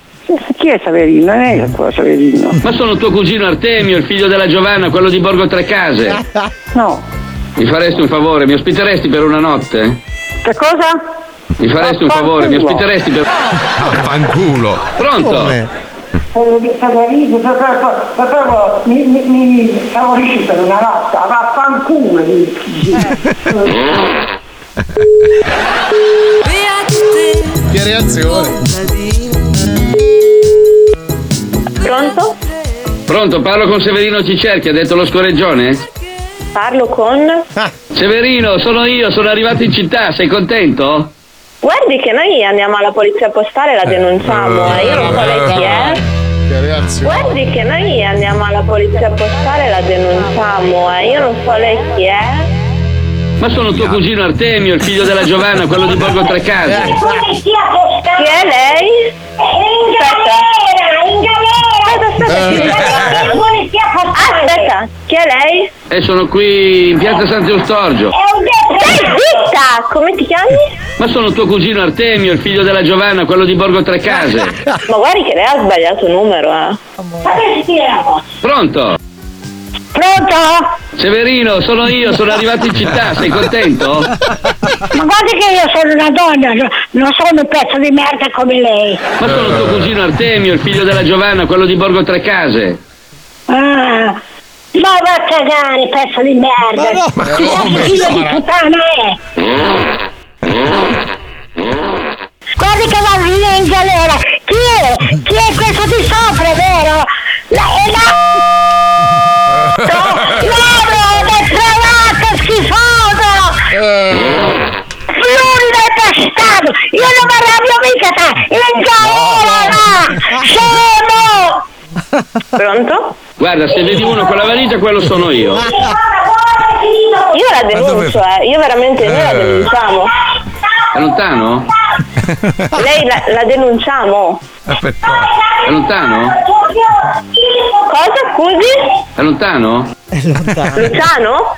S28: Chi è Saverino? Non è ancora Saverino.
S19: Ma sono tuo cugino Artemio, il figlio della Giovanna, quello di Borgo Tre Case.
S28: No.
S19: Mi faresti un favore, mi ospiteresti per una notte?
S28: Che cosa?
S19: Mi faresti un favore, mi
S28: Vaffanculo.
S19: ospiteresti per.
S2: Fanculo!
S19: Pronto?
S28: Saverino, proprio mi, mi, mi favorisci per una lotta, vaffanculo.
S3: Che reazione?
S19: Pronto? Pronto, parlo con Severino Cicerchi, ha detto lo scoreggione?
S28: Parlo con...
S20: Ah.
S19: Severino, sono io, sono arrivato in città, sei contento?
S4: Guardi che noi andiamo alla polizia postale e la denunciamo, eh, io non so lei chi è. Guardi che noi andiamo alla polizia postale e la denunciamo, eh, io non so lei chi è.
S19: Ma sono tuo cugino Artemio, il figlio della Giovanna, quello di Borgo Trecase.
S4: Chi è lei? Aspetta. Aspetta, aspetta. Aspetta, chi è lei?
S19: E sono qui in piazza Sant'Eustorgio.
S4: Stai zitta! Come ti chiami?
S19: Ma sono tuo cugino Artemio, il figlio della Giovanna, quello di Borgo Trecase.
S4: Ma guardi che lei ha sbagliato numero, eh.
S19: Pronto?
S4: Pronto?
S19: Severino, sono io, sono arrivato in città, sei contento?
S28: Ma guarda che io sono una donna, no- non sono un pezzo di merda come lei.
S19: Ma sono tuo cugino Artemio, il figlio della Giovanna, quello di Borgo Trecase.
S28: Ah, ma va a cagare, pezzo di merda. Ma no, ma
S19: come,
S28: figlio di
S19: Sara?
S28: puttana è. Guarda che va via in galera. Chi è? Chi è questo di sopra, vero? La, è la... Ladro, depravato, Eh. schifoso! Flurido e bastardo! Io non mi arrabbio mica te! In galera, là! Scemo!
S4: Pronto?
S19: Guarda, se vedi uno con la valigia, quello sono io.
S4: Io la denuncio, eh. Io veramente noi la
S19: Eh.
S4: denunciamo.
S19: È lontano?
S4: Lei la, la denunciamo.
S19: È lontano?
S4: Cosa scusi?
S19: È lontano?
S4: Luciano?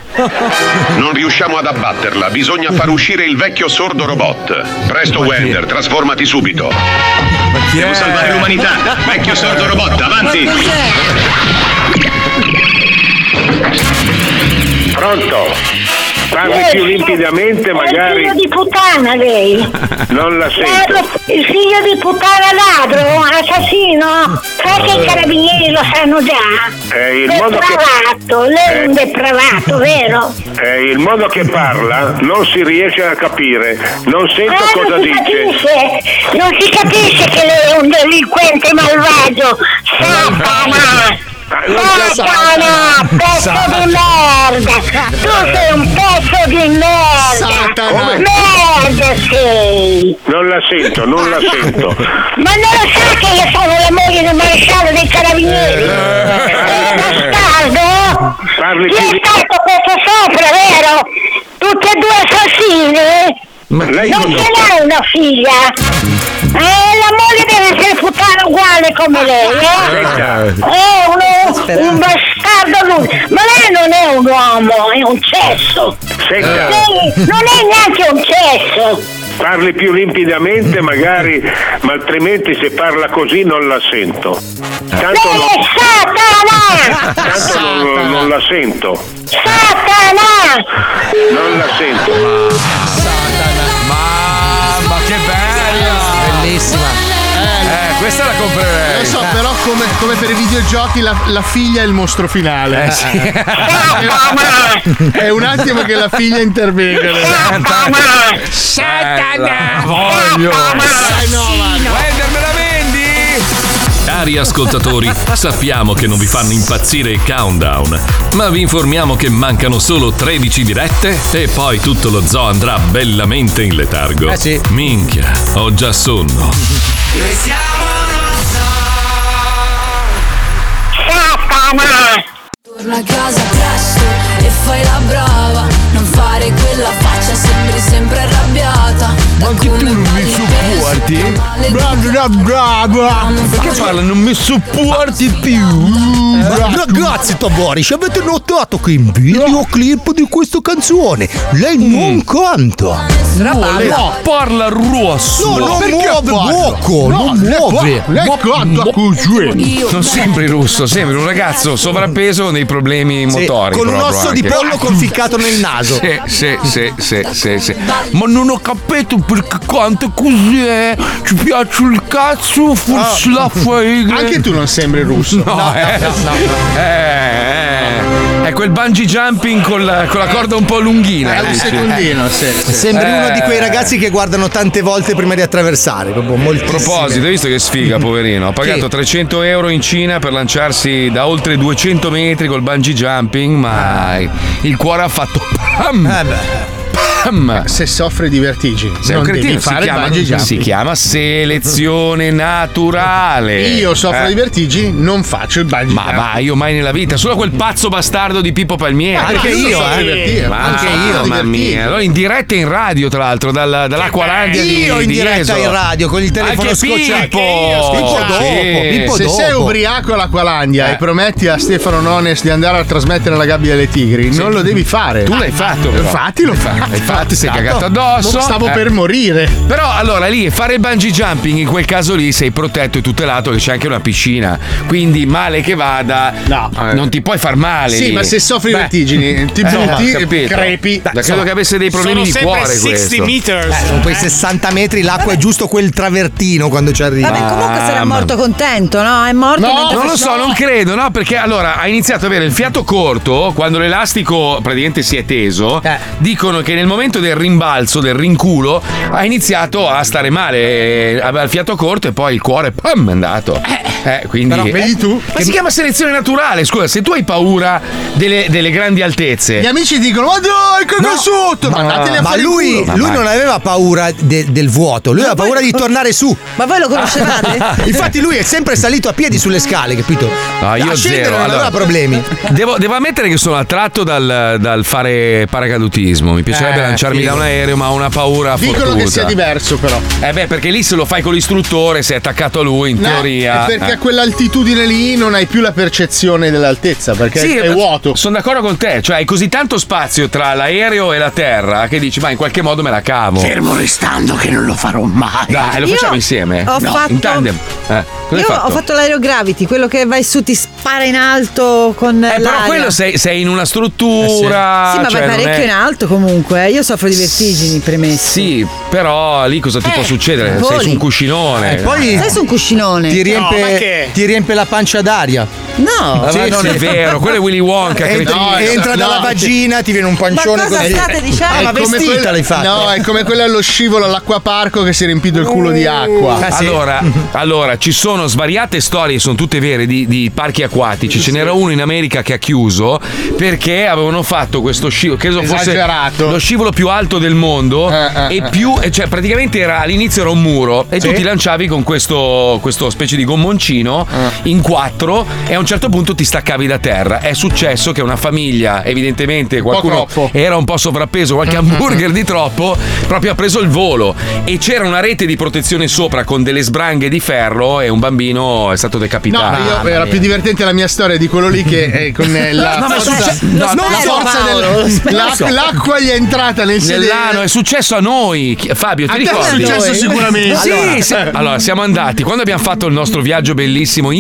S9: Non riusciamo ad abbatterla, bisogna far uscire il vecchio sordo robot. Presto Wender, trasformati subito. Devo salvare l'umanità. Vecchio sordo robot, avanti.
S20: Pronto? Parli più limpidamente,
S28: È il
S20: magari
S28: figlio di puttana lei!
S20: non
S28: Eh,
S20: la sento.
S28: Ladro, il figlio di puttana ladro, assassino! Sai che i carabinieri lo sanno
S20: È
S28: già?
S20: Eh, il Eh. modo che... Eh.
S28: Depravato, lei è un depravato, vero?
S20: è eh, il modo che parla non si riesce a capire, non sento
S28: Ah,
S20: cosa
S28: non si
S20: dice.
S28: capisce, non si capisce che lei è un delinquente malvagio! Satana!
S20: Eh,
S28: Satana! Pezzo di merda! Tu sei un pezzo di merda!
S20: Come?
S28: Merda sei!
S20: Non la sento, non la sento.
S28: Ma non lo sa che io sono la moglie del maresciallo dei carabinieri?
S20: Eh.
S28: Bastardo!
S20: Parli
S28: Chi è stato questo sopra, vero? Tutti e due assassini?
S20: lei
S28: non
S20: cosa-
S28: ce l'ha una figlia? Eh, la moglie deve essere puttana uguale come lei, eh? È uno, un bastardo lui! Ma lei non è un uomo, è un cesso!
S20: Senta.
S28: Lei non è neanche un cesso!
S20: Parli più limpidamente magari, ma altrimenti se parla così non la sento. Tanto,
S28: Lei è Satana!
S20: tanto non- non, non la sento.
S28: Satana!
S20: Non la sento.
S2: Mamma che bella!
S7: Bellissima!
S2: Eh, questa la comprerei.
S3: Lo so, però come, come per i videogiochi la, la figlia è il mostro finale.
S2: Eh, sì.
S3: è un attimo che la figlia intervenga.
S2: Satana! Ah, Voglio!
S24: Ah,
S2: Wender, me la vendi?
S1: Cari ascoltatori, sappiamo che non vi fanno impazzire i countdown, ma vi informiamo che mancano solo 13 dirette e poi tutto lo zoo andrà bellamente in letargo.
S7: Eh sì.
S1: Minchia, ho già sonno.
S28: Satana!
S14: Torna a casa presto e fai la brava Non fare quella faccia, sembri sempre arrabbiata Da come parli
S2: Supporti?
S14: male
S2: Bravo, bravo! Perché parla? Non mi supporti più!
S7: Ragazzi tovarici avete notato che in videoclip di questa canzone lei
S6: Mm.
S7: non canta
S2: Eh, No, parla rosso!
S7: No, non
S2: Perché
S7: muove bocco, non muove. Ma- ma-
S2: Non sembri russo, sembri un ragazzo sovrappeso con dei problemi
S7: Sì,
S2: motori.
S7: con un
S2: proprio
S7: osso di
S2: anche.
S7: pollo conficcato nel naso.
S2: Sì, sì, sì, sì, sì, sì. Ma non ho capito perché quanto così è. Ci piace il cazzo, forse la fega.
S3: Anche tu non sembri russo.
S2: No, eh, eh, eh. È quel bungee jumping col- con la corda un po' lunghina.
S3: È un
S2: dici.
S3: secondino, sì, sì.
S7: Sembri
S2: Eh.
S7: uno di quei ragazzi che guardano tante volte prima di attraversare, proprio molto.
S2: A proposito, hai visto che sfiga, poverino? Ha pagato
S7: Sì.
S2: 300 euro in Cina per lanciarsi da oltre 200 metri col bungee jumping, ma il cuore ha fatto pam!
S3: Se soffre di vertigini,
S2: Sei
S3: non
S2: un cretino,
S3: devi
S2: si,
S3: fare il
S2: chiama,
S3: bungee
S2: si
S3: jumping.
S2: chiama selezione naturale. Eh.
S3: Io soffro di vertigini, non faccio il bungee
S2: Ma va, io mai nella vita, solo quel pazzo bastardo di Pippo Palmieri.
S7: Ah,
S3: Ma
S2: anche
S3: perché
S2: io,
S3: sono
S2: eh.
S3: divertito,
S2: Ma anche
S3: sono
S2: io, mamma
S3: divertito.
S2: mia. Allora, in diretta e in radio, tra l'altro, dalla, dall'Acqualandia di
S7: Eh, Io in
S2: di
S7: diretta
S2: Jesolo.
S7: in radio, con il telefono
S2: anche
S7: scocciato.
S2: Pippo.
S7: Pippo dopo,
S2: Sì.
S7: Pippo
S3: Se sei ubriaco all'Aqualandia
S2: Eh.
S3: e prometti a Stefano Nones di andare a trasmettere la gabbia delle tigri, non lo devi fare. Eh,
S2: Tu l'hai fatto, però.
S3: Infatti l'ho
S2: L'hai
S3: fatto.
S2: fatto, sei
S3: Tanto
S2: cagato addosso.
S3: Stavo
S2: Eh.
S3: per morire.
S2: Però allora lì fare il bungee jumping in quel caso lì sei protetto e tutelato che c'è anche una piscina. Quindi male che vada, non ti puoi far male.
S3: Sì,
S2: lì.
S3: ma se soffri
S2: Beh,
S3: vertigini, ti
S2: eh,
S3: butti,
S2: ho capito.
S3: crepi.
S2: Da- credo che avesse dei problemi di cuore questo.
S7: Eh, con quei 60 metri l'acqua è giusto quel travertino quando ci arriva.
S6: Vabbè, comunque sarà
S2: Mamma
S6: morto contento, no? È morto mentre
S2: non lo so,
S6: faceva-
S2: non credo, no? Perché allora ha iniziato ad avere il fiato corto quando l'elastico praticamente si è teso. Dicono che nel momento del rimbalzo, del rinculo, ha iniziato a stare male. eh, Aveva il fiato corto e poi il cuore pam, è andato. Eh, quindi.
S3: Però vedi tu?
S2: Ma si chiama selezione naturale. Scusa, se tu hai paura delle, delle grandi altezze.
S3: Gli amici dicono: Ma dai, che
S2: No.
S3: sotto! Ma andateli a
S7: Eh. Ma
S3: fare il
S7: lui,
S3: culo.
S7: lui non aveva paura de- del vuoto, lui aveva paura di tornare su.
S6: Ma voi lo
S2: conoscevate?
S7: Infatti, lui è sempre salito a piedi sulle scale, capito?
S2: No, Ah, io
S7: a scendere
S2: zero,
S7: non
S2: allora.
S7: aveva problemi.
S2: Devo, devo ammettere che sono attratto dal, dal fare paracadutismo. Mi piacerebbe
S3: Eh,
S2: lanciarmi
S3: figo.
S2: da un aereo, ma ho una paura
S3: Dicono
S2: fortuta.
S3: che sia diverso, però.
S2: Eh beh, perché lì se lo fai con l'istruttore, sei attaccato a lui, in
S3: No,
S2: teoria.
S3: è perché
S2: Eh.
S3: a quell'altitudine lì non hai più la percezione dell'altezza, perché
S2: Sì,
S3: è vuoto.
S2: Sono d'accordo con te, cioè hai così tanto spazio tra l'aereo e la terra che dici, ma in qualche modo me la cavo.
S13: Fermo restando che non lo farò mai.
S2: Dai, lo
S6: Io
S2: facciamo insieme.
S6: ho
S2: no,
S6: fatto-
S2: in tandem. Eh, cosa hai
S6: Io
S2: fatto?
S6: ho fatto l'aerogravity, quello che vai su, ti spara in alto con
S2: Eh, però
S6: l'aria. Eh,
S2: quello sei, sei in una struttura.
S3: Eh,
S6: sì, ma
S2: cioè,
S6: vai
S2: non è-
S6: parecchio in alto comunque. eh. Io soffro di vertigini, premesso.
S2: Sì, però lì cosa ti può succedere? Sei
S6: Eh, voli. Eh,
S2: su un cuscinone.
S6: Sei su un cuscinone.
S7: Ti riempie, ti riempie la pancia d'aria.
S6: No,
S2: Ah, ma non è vero, quello è Willy Wonka che
S7: Entra,
S2: mi-
S7: entra
S2: no,
S7: dalla
S2: no.
S7: vagina, ti viene un pancione
S3: Ma cosa
S7: così.
S3: state
S7: Ah, ma
S3: È come
S7: vestita
S3: quel-
S7: l'hai fatta.
S3: No, è come quello allo scivolo all'acquaparco che si è riempito il culo
S2: Uh.
S3: di acqua.
S2: Ah, Allora,
S3: Mhm.
S2: allora, ci sono svariate storie, sono tutte vere, di, di parchi acquatici. Ce n'era uno in America che ha chiuso perché avevano fatto questo scivolo, credo fosse
S3: Esagerato.
S2: lo scivolo più alto del mondo e
S3: eh, eh.
S2: più, e cioè praticamente era, all'inizio era un muro e tu ti lanciavi con questo, questo specie di gommoncino
S3: Eh.
S2: in quattro e a un certo punto ti staccavi da terra. È successo che una famiglia, evidentemente
S3: po'
S2: qualcuno
S3: troppo.
S2: era un po' sovrappeso, qualche hamburger di troppo, proprio ha preso il volo e c'era una rete di protezione sopra con delle sbranghe di ferro e un bambino è stato
S3: No,
S2: decapitato.
S3: io-
S2: Mamma
S3: era
S2: Ah, mia.
S3: più divertente la mia storia di quello lì che eh, con eh, la
S2: No, ma è
S3: forza,
S2: succe- no,
S3: la
S2: no,
S3: forza
S2: no,
S3: del-
S2: Paolo, lo smetto.
S3: la-
S2: Lo so.
S3: l'acqua gli è entrata nel
S2: Nell'ano
S3: sedere.
S2: è successo a noi, Chi- Fabio. Ti
S3: A te è
S2: ricordi?
S3: successo Noi? sicuramente.
S2: Sì,
S3: Allora.
S2: sì. allora siamo andati. Quando abbiamo fatto il nostro viaggio bellissimo,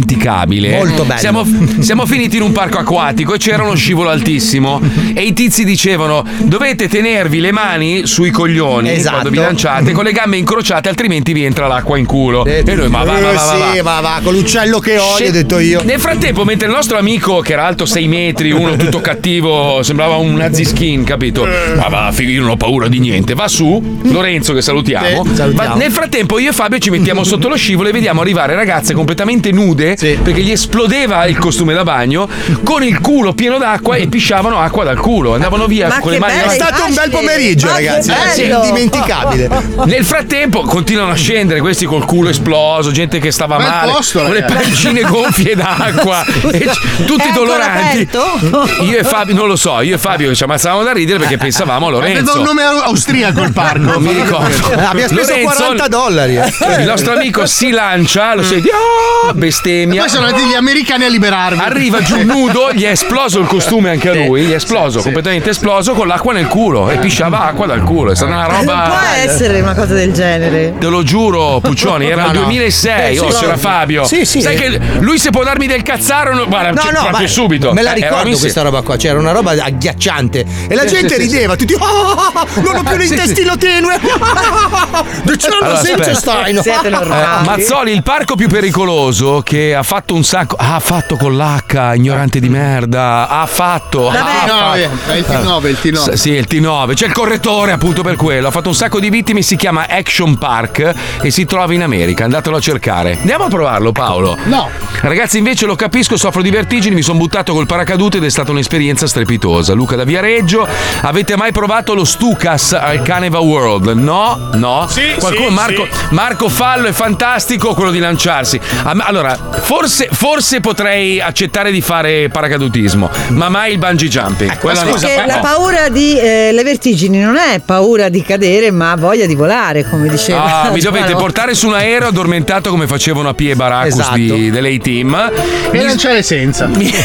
S2: indimenticabile,
S7: Molto bello.
S2: Siamo, siamo finiti in un parco acquatico e c'era uno scivolo altissimo. E i tizi dicevano: dovete tenervi le mani sui coglioni
S7: Esatto.
S2: quando vi lanciate, con le gambe incrociate, altrimenti vi entra l'acqua in culo. E noi, ma va, va, va,
S7: Eh,
S2: va, va.
S7: sì, va, va, con l'uccello che ho, gli ho detto io.
S2: Nel frattempo, mentre il nostro amico, che era alto 6 metri, uno tutto cattivo, sembrava un nazi skin, capito?
S7: Eh.
S2: Ma va, figo, io non ho paura di niente. Va su, Lorenzo, che salutiamo.
S7: Sì, salutiamo.
S2: Va- nel frattempo, io e Fabio ci mettiamo sotto lo scivolo e vediamo arrivare ragazze completamente nude, perché gli esplodeva il costume da bagno, con il culo pieno d'acqua e pisciavano acqua dal culo. Andavano via
S7: Ma
S2: con le
S7: che
S2: mani
S7: belle
S2: avanti.
S7: È stato un bel immagini! pomeriggio, Ma che ragazzi. Eh, sì, bello! indimenticabile.
S2: Nel frattempo, continuano a scendere questi col culo esploso, gente che stava
S3: Ma è
S2: male,
S3: posto,
S2: con le
S3: ragazzi.
S2: pancine gonfie d'acqua, e c- tutti
S3: È ancora
S2: doloranti.
S3: aperto?
S2: Io e Fabio, non lo so, io e Fabio ci ammazzavamo da ridere perché pensavamo a Lorenzo.
S3: Eh, Aveva un nome au- austriaco il parco.
S2: Non mi ricordo.
S7: Abbiamo speso 40 dollari, eh.
S2: Il nostro amico si lancia, lo senti, "Ah", bestemmia.
S3: Poi sono andati gli americani a liberarmi.
S2: Arriva giù nudo, gli è esploso il costume anche a lui, gli è esploso, completamente esploso, con l'acqua nel culo e pisciava acqua dal culo. È stata una
S6: Non può
S2: roba.
S6: essere una cosa del genere.
S2: Te lo giuro, Puccioni, era
S6: No,
S2: il
S6: no.
S2: 2006,
S6: Eh, sì,
S2: oh,
S6: sì.
S2: c'era Fabio.
S7: Sì, sì.
S2: Sai che lui se può darmi del cazzaro, no, guarda,
S7: No,
S2: c-
S7: no,
S2: proprio
S7: ma
S2: subito.
S7: me la
S2: Eh,
S7: ricordo
S2: eravamo insieme.
S7: questa roba qua, c'era una roba agghiacciante e la
S2: Sì,
S7: gente
S2: sì, sì,
S7: rideva,
S2: sì.
S7: tutti "Ah, ah, ah, non ho più
S2: Sì, sì.
S7: l'intestino tenue. Dicendo
S2: Allora,
S7: senza
S2: aspetta.
S7: staino.
S2: Eh, Mazzoli, il parco più pericoloso che ha fatto un sacco. Ha fatto con l'H, ignorante di merda. Ha fatto.
S3: Vabbè.
S2: ha
S3: No,
S2: fatto-
S3: vabbè, è il T9, il T9.
S2: S- Sì, il T9. C'è il correttore appunto per quello. Ha fatto un sacco di vittime. Si chiama Action Park e si trova in America. Andatelo a cercare. Andiamo a provarlo, Paolo.
S3: No.
S2: Ragazzi, invece lo capisco, soffro di vertigini, mi sono buttato col paracadute ed è stata un'esperienza strepitosa. Luca da Viareggio, avete mai mai provato lo Stucas al Caneva World? No, no.
S21: Sì,
S2: Qualcuno-
S21: sì,
S2: Marco, Marco Fallo è fantastico quello di lanciarsi. A me- Allora, forse, forse potrei accettare di fare paracadutismo, ma mai il bungee jumping.
S7: Ecco,
S2: Quella no.
S6: Perché la
S2: No.
S6: paura di eh, le vertigini non è paura di cadere, ma voglia di volare, come diceva.
S2: Ah, mi dovete
S6: Giovanni.
S2: portare su un aereo addormentato come facevano a Pie Baracus
S7: Esatto.
S2: di, dell'A Team.
S3: E lanciare senza.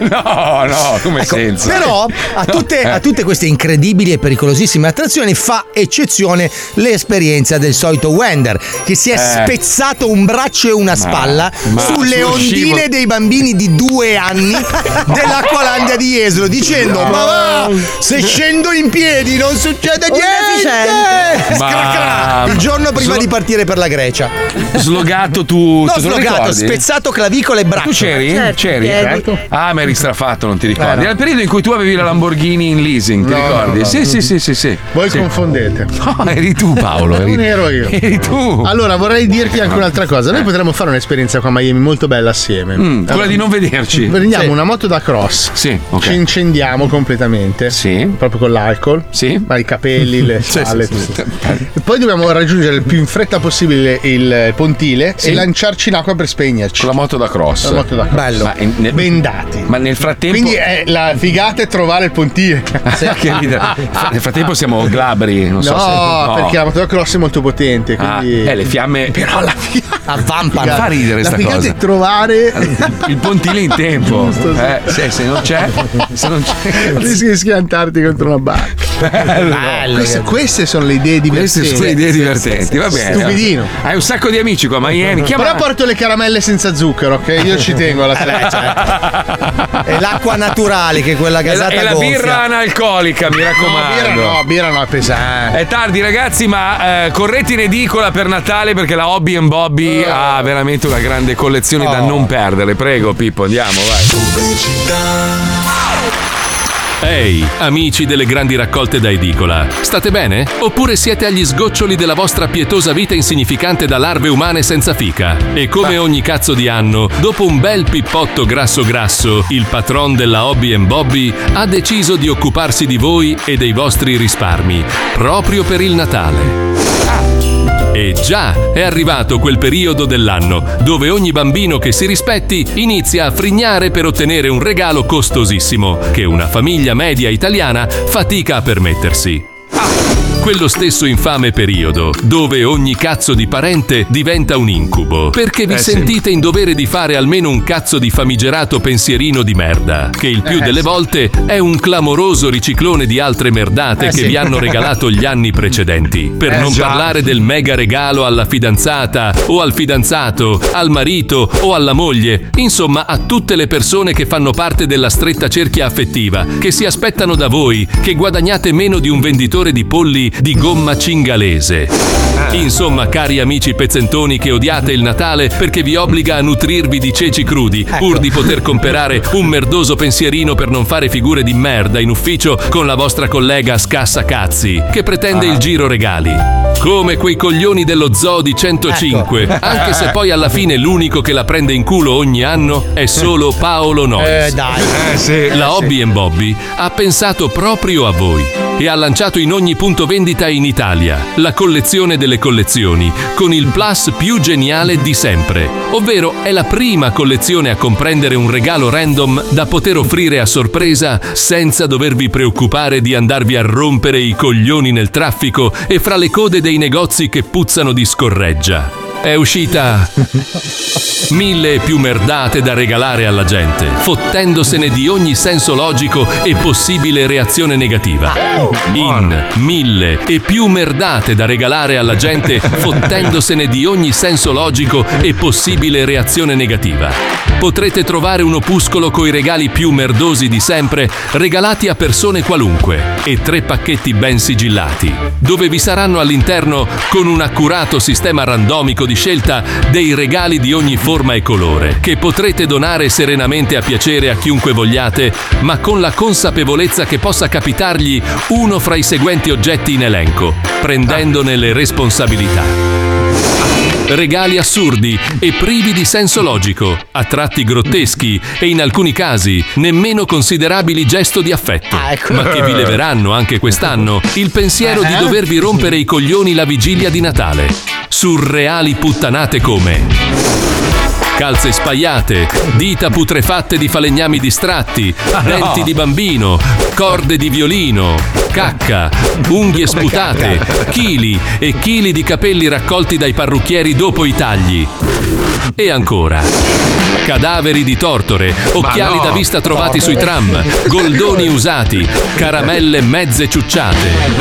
S2: No, no, come senza.
S7: Ecco,
S2: Eh,
S7: Però a tutte, a tutte queste incredibili e pericolosissime attrazioni fa eccezione l'esperienza del solito Wender che si è
S2: Eh.
S7: spezzato un braccio e una
S2: Ma-
S7: spalla
S2: ma
S7: sulle
S2: sullo
S7: ondine
S2: scivolo.
S7: dei bambini di due anni dell'Acqualandia di Esolo dicendo
S21: No.
S7: ma va se scendo in piedi non succede niente
S21: deficiente.
S2: Ma-
S7: Scracra. il giorno prima
S2: Slo-
S7: di partire per la Grecia
S2: Slogato tu.
S7: No,
S2: te lo
S7: slogato,
S2: ricordi?
S7: spezzato clavicola e braccio.
S2: Tu c'eri?
S7: Certo,
S2: c'eri?
S7: certo.
S2: Ah, ma eri strafatto, non ti ricordi.
S7: Eh, no.
S2: Era il periodo in cui tu avevi la Lamborghini in leasing, ti
S3: No,
S2: ricordi?
S3: no, no.
S2: Sì, sì, sì, sì, sì.
S3: Voi
S2: Sì.
S3: confondete.
S2: No, eri tu Paolo. eri-
S3: Non ero io.
S2: Eri tu. Ah,
S3: Allora, vorrei dirti anche un'altra cosa. Noi potremmo fare un'esperienza qua a Miami molto bella assieme.
S2: Mm, quella di non vederci.
S3: Prendiamo
S2: Sì.
S3: una moto da cross.
S2: Sì, ok.
S3: Ci incendiamo completamente. Sì. Proprio con l'alcol.
S2: Sì.
S3: Ma i capelli, le
S2: Sì,
S3: spalle.
S2: sì, sì,
S3: tutto. E Poi dobbiamo raggiungere il più in fretta possibile il pontile
S2: Sì.
S3: e lanciarci in acqua per spegnerci.
S2: La moto da cross.
S3: La moto da cross.
S2: Bello. Ma in- nel-
S3: Bendati.
S2: Ma nel frattempo.
S3: Quindi eh, la figata è trovare il pontile.
S2: Che ridere. Nel frattempo siamo glabri, non
S3: no,
S2: so se.
S3: perché la moto da cross è molto potente.
S2: Ah,
S3: Quindi...
S2: eh, le fiamme. Però la
S7: avvampano.
S2: Fa ridere
S3: la
S2: sta
S3: figata
S2: cosa.
S3: è trovare
S2: Il pontile in tempo. Eh, se, se non c'è, se non c'è.
S3: rischi di schiantarti contro una barca.
S2: Bello.
S3: queste, queste sono le idee
S2: Queste
S3: divertenti.
S2: sono le idee divertenti, va bene.
S3: Stupidino.
S2: Hai un sacco di amici qua a Miami. Chiama
S3: Però porto le caramelle senza zucchero, ok? Io ci tengo alla eh. treccia.
S7: È Eh, l'acqua naturale che quella
S2: E la,
S7: gasata
S2: e la
S7: gonfia.
S2: birra analcolica, mi raccomando.
S3: birra no, birra no, è pesante.
S2: È tardi, ragazzi, ma eh, correte in edicola per Natale perché la Hobby and Bobby ha veramente una grande collezione da non perdere. Prego, Pippo, andiamo, vai.
S1: Ehi, amici delle grandi raccolte da edicola, state bene? Oppure siete agli sgoccioli della vostra pietosa vita insignificante da larve umane senza fica? E come ogni cazzo di anno, dopo un bel pippotto grasso grasso, il patron della Hobby and Bobby ha deciso di occuparsi di voi e dei vostri risparmi, proprio per il Natale. E già è arrivato quel periodo dell'anno dove ogni bambino che si rispetti inizia a frignare per ottenere un regalo costosissimo che una famiglia media italiana fatica a permettersi. Quello stesso infame periodo, dove ogni cazzo di parente diventa un incubo, perché vi
S2: Eh sì.
S1: sentite in dovere di fare almeno un cazzo di famigerato pensierino di merda, che il più
S2: Eh
S1: delle
S2: sì.
S1: volte è un clamoroso riciclone di altre merdate
S2: Eh
S1: che
S2: sì.
S1: vi hanno regalato gli anni precedenti, per
S2: Eh
S1: non
S2: già.
S1: parlare del mega regalo alla fidanzata o al fidanzato, al marito o alla moglie, insomma a tutte le persone che fanno parte della stretta cerchia affettiva, che si aspettano da voi che guadagnate meno di un venditore di polli di gomma cingalese.
S2: Eh.
S1: Insomma, cari amici pezzentoni che odiate il Natale perché vi obbliga a nutrirvi di ceci crudi,
S2: Ecco.
S1: pur di poter comprare un merdoso pensierino per non fare figure di merda in ufficio con la vostra collega Scassa Cazzi, che pretende
S2: Ah.
S1: il giro regali. Come quei coglioni dello zoo di 105,
S21: Ecco.
S1: anche se poi alla fine l'unico che la prende in culo ogni anno è solo Paolo Noyes.
S21: Eh, dai.
S1: La Hobby and Bobby ha pensato proprio a voi e ha lanciato in ogni punto vendita in Italia la collezione delle collezioni con il plus più geniale di sempre, ovvero è la prima collezione a comprendere un regalo random da poter offrire a sorpresa senza dovervi preoccupare di andarvi a rompere i coglioni nel traffico e fra le code dei negozi che puzzano di scorreggia. È uscita Mille e più merdate da regalare alla gente, fottendosene di ogni senso logico e possibile reazione negativa. In mille e più merdate da regalare alla gente, fottendosene di ogni senso logico e possibile reazione negativa. Potrete trovare un opuscolo coi regali più merdosi di sempre, regalati a persone qualunque, e tre pacchetti ben sigillati, dove vi saranno all'interno, con un accurato sistema randomico di scelta, dei regali di ogni forma e colore, che potrete donare serenamente a piacere a chiunque vogliate, ma con la consapevolezza che possa capitargli uno fra i seguenti oggetti in elenco, prendendone le responsabilità. regali assurdi e privi di senso logico, a tratti grotteschi e in alcuni casi nemmeno considerabili gesto di affetto, ma che vi leveranno anche quest'anno il pensiero di dovervi rompere i coglioni la vigilia di Natale. Surreali puttanate come Calze spaiate, dita putrefatte di falegnami distratti,
S15: no.
S1: denti di bambino, corde di violino, cacca, unghie sputate, chili e chili di capelli raccolti dai parrucchieri dopo i tagli. E ancora. Cadaveri di tortore, occhiali
S15: no.
S1: da vista trovati
S15: No,
S1: sui
S15: beh.
S1: tram, goldoni usati, caramelle mezze ciucciate.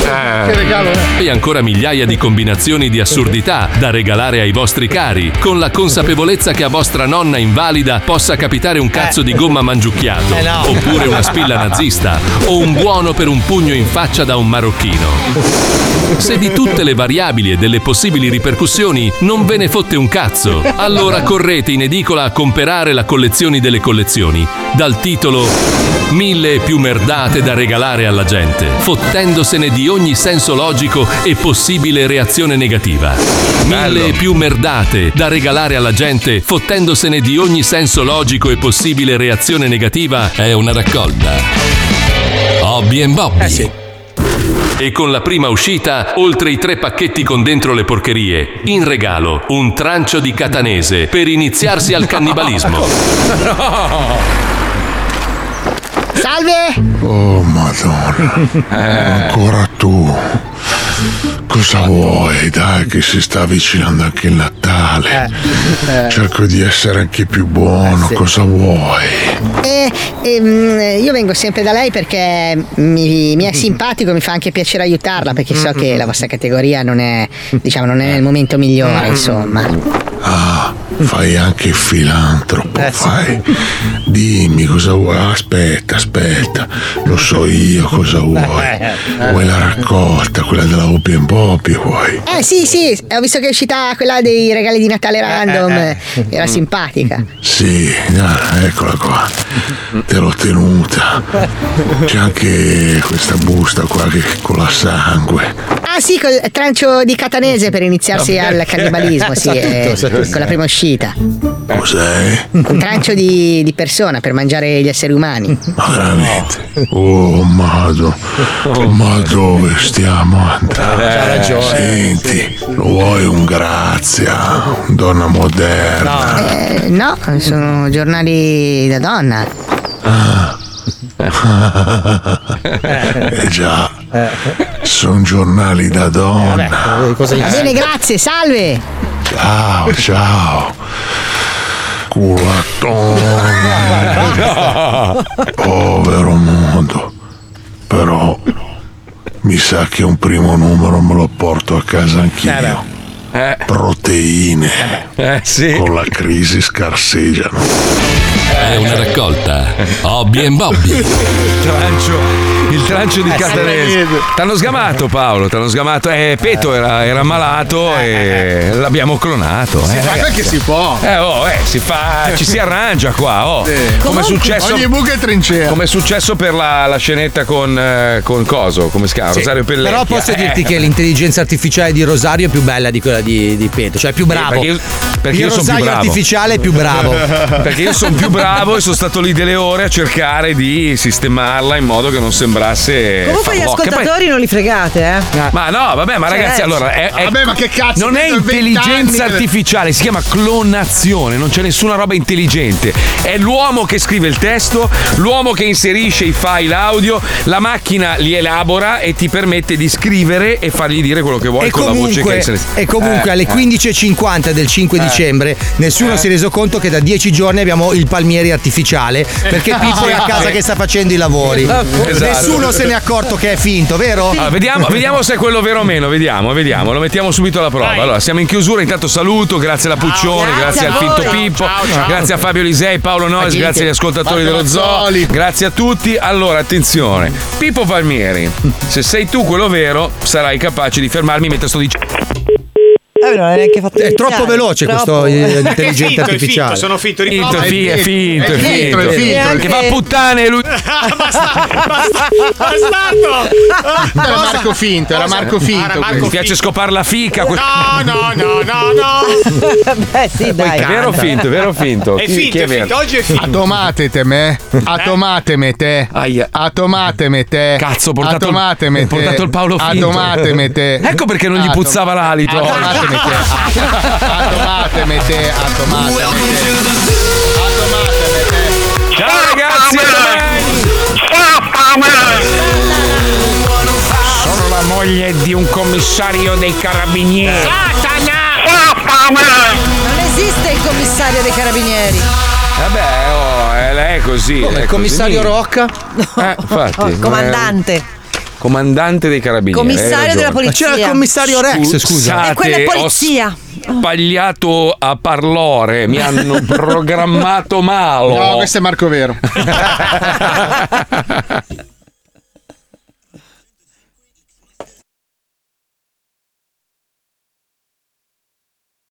S3: Che regalo, eh?
S1: E ancora migliaia di combinazioni di assurdità da regalare ai vostri cari, con la consapevolezza che a vostra nonna invalida possa capitare un cazzo di gomma mangiucchiato,
S15: Eh no.
S1: oppure una spilla nazista, o un buono per un pugno in faccia da un marocchino. Se di tutte le variabili e delle possibili ripercussioni non ve ne fotte un cazzo, allora correte in edicola a comprare la collezione delle collezioni, dal titolo Mille e più merdate da regalare alla gente, fottendosene di ogni senso logico e possibile reazione negativa. Mille e più merdate da regalare alla gente, fottendosene di ogni senso logico e possibile reazione negativa, è una raccolta. Hobby and Bobby. E con la prima uscita, oltre i tre pacchetti con dentro le porcherie, in regalo un trancio di catanese per iniziarsi al cannibalismo.
S24: Salve!
S25: Oh madonna, ancora tu. Cosa vuoi? Dai che si sta avvicinando anche il Natale. Cerco di essere anche più buono, cosa vuoi?
S16: E, ehm, io vengo sempre da lei perché mi, mi è simpatico, mi fa anche piacere aiutarla perché so che la vostra categoria non è, diciamo, non è il momento migliore, Eh, insomma.
S25: Ah, fai anche il filantropo, fai. Dimmi cosa vuoi. Aspetta, aspetta, lo so io cosa vuoi. Vuoi la raccolta, quella della Hobby and Bobby, vuoi?
S16: Eh sì, sì, ho visto che è uscita quella dei regali di Natale random, era simpatica.
S25: Sì, ah, eccola qua. Te l'ho tenuta. C'è anche questa busta qua che cola sangue.
S16: Ah sì, col trancio di catanese per iniziarsi
S25: No,
S16: al
S25: perché?
S16: cannibalismo, sì,
S25: Sa tutto,
S16: eh,
S25: sa tutto.
S16: con la prima uscita.
S25: Cos'è?
S16: Un trancio di, di persona per mangiare gli esseri umani.
S25: Ma veramente? Oh, mado. Ma dove stiamo andando?
S16: Eh, c'ha ragione.
S25: Senti, lo vuoi un grazia, un donna moderna?
S16: Eh, no, sono giornali da donna.
S25: Ah. eh già, sono giornali da
S16: Eh
S25: donna.
S16: Bene, grazie, salve!
S25: Ciao, ciao. Culatone. Povero mondo. Però mi sa che un primo numero me lo porto a casa anch'io. Proteine. Con la crisi scarseggiano.
S1: È una raccolta. Hobby and Bobby.
S2: Trancio, il trancio di
S1: Eh, sì.
S2: Catanese. T'hanno sgamato Paolo, t'hanno sgamato. Eh, Peto era, era malato e l'abbiamo clonato. Eh,
S3: Ma quel
S2: ragazzi.
S3: che si può.
S2: Eh, oh, eh, si fa. Ci si arrangia qua, oh.
S3: Sì.
S2: Come è
S3: Comunque,
S2: successo.
S3: ogni buca è trincea.
S2: Come è successo per la, la scenetta con, eh, con Coso, come si chiama?
S7: Sì.
S2: Rosario Pellegrini. Eh,
S7: Però posso dirti che l'intelligenza artificiale di Rosario è più bella di quella di, di Peto, cioè è più bravo.
S2: perché io- perché
S7: il
S2: io son più
S7: Rosario
S2: bravo.
S7: artificiale è più bravo.
S2: Perché io sono più bravo e sono stato lì delle ore a cercare di sistemarla in modo che non sembrasse.
S6: Comunque gli
S2: farlocca. Poi-
S6: ascoltatori non li fregate, eh.
S2: Ma no, vabbè, ma
S6: Cioè,
S2: ragazzi,
S6: eh,
S2: allora è, è-
S6: vabbè, ma che cazzo,
S2: Non è
S6: vedo 20
S2: intelligenza
S6: anni che-
S2: artificiale, si chiama clonazione, non c'è nessuna roba intelligente. È l'uomo che scrive il testo, l'uomo che inserisce i file audio, la macchina li elabora e ti permette di scrivere e fargli dire quello che vuoi
S7: E
S2: con la voce che hai
S7: comunque,
S2: selezionato.
S7: e comunque
S2: Eh,
S7: alle
S2: eh.
S7: 15.50 del 5
S2: Eh.
S7: dicembre nessuno si è reso conto che da 10 giorni abbiamo il palmieri artificiale perché Pippo è a casa che sta facendo i lavori.
S2: Esatto.
S7: Nessuno se n'è accorto che è finto, vero?
S2: Ah, vediamo, vediamo se è quello vero o meno, vediamo, vediamo, lo mettiamo subito alla prova. Allora, siamo in chiusura, intanto saluto, grazie alla Puccione,
S15: grazie
S2: grazie,
S15: a
S2: al
S15: voi.
S2: finto
S15: Ciao,
S2: Pippo,
S15: ciao, ciao.
S2: grazie a Fabio Lisei, Paolo Noes,
S15: Fagite.
S2: grazie agli ascoltatori
S15: Fabio
S2: dello zoo,
S15: Mazzoli.
S2: grazie a tutti. Allora, attenzione, Pippo Palmieri, se sei tu quello vero, sarai capace di fermarmi mentre sto dicendo...
S24: Eh,
S6: realtà non è neanche fatto
S7: È
S24: Cioè,
S7: troppo veloce questo eh,
S6: Ma che
S7: intelligente
S10: finto, è
S7: artificiale.
S10: finto, sono finto,
S7: riprova.
S2: Finto, fi- è finto, è finto. Che va a puttane e lui.
S3: Era Marco Finto, era Marco Finto.
S2: Mi piace scopare la fica. que-
S10: No, no, no, no, no.
S6: Beh, sì,
S2: È vero o finto? È vero o finto?
S10: È
S2: Chi-
S10: finto,
S2: chi
S10: è finto,
S2: vero? Eh?
S10: oggi è finto.
S3: Atomatete me. Atomateme te. Atomateme te. Cazzo, ho
S2: portato il-
S3: Atomateme
S2: ho
S3: te.
S2: portato il Paolo Finto.
S3: Atomateme te.
S2: Ecco perché non gli
S3: Atom-
S2: puzzava l'alito.
S3: Atomateme te. Atomateme te. Atomateme te.
S2: Ciao ragazzi, Sono la moglie di un commissario dei carabinieri.
S6: Ah, Non esiste il commissario dei carabinieri.
S2: Vabbè, oh, eh, lei è così.
S6: Come,
S2: è
S6: il
S2: così.
S6: commissario Rocca?
S2: Eh, infatti,
S6: Oh, comandante.
S2: eh, comandante dei carabinieri.
S6: Commissario
S2: hai ragione.
S6: della polizia. Ma c'era il commissario Rex,
S2: Scusate,
S6: scusa. Eh, quella è
S2: ho
S6: polizia.
S2: Sbagliato a parlare, mi hanno programmato male.
S3: No, questo è Marco Vero.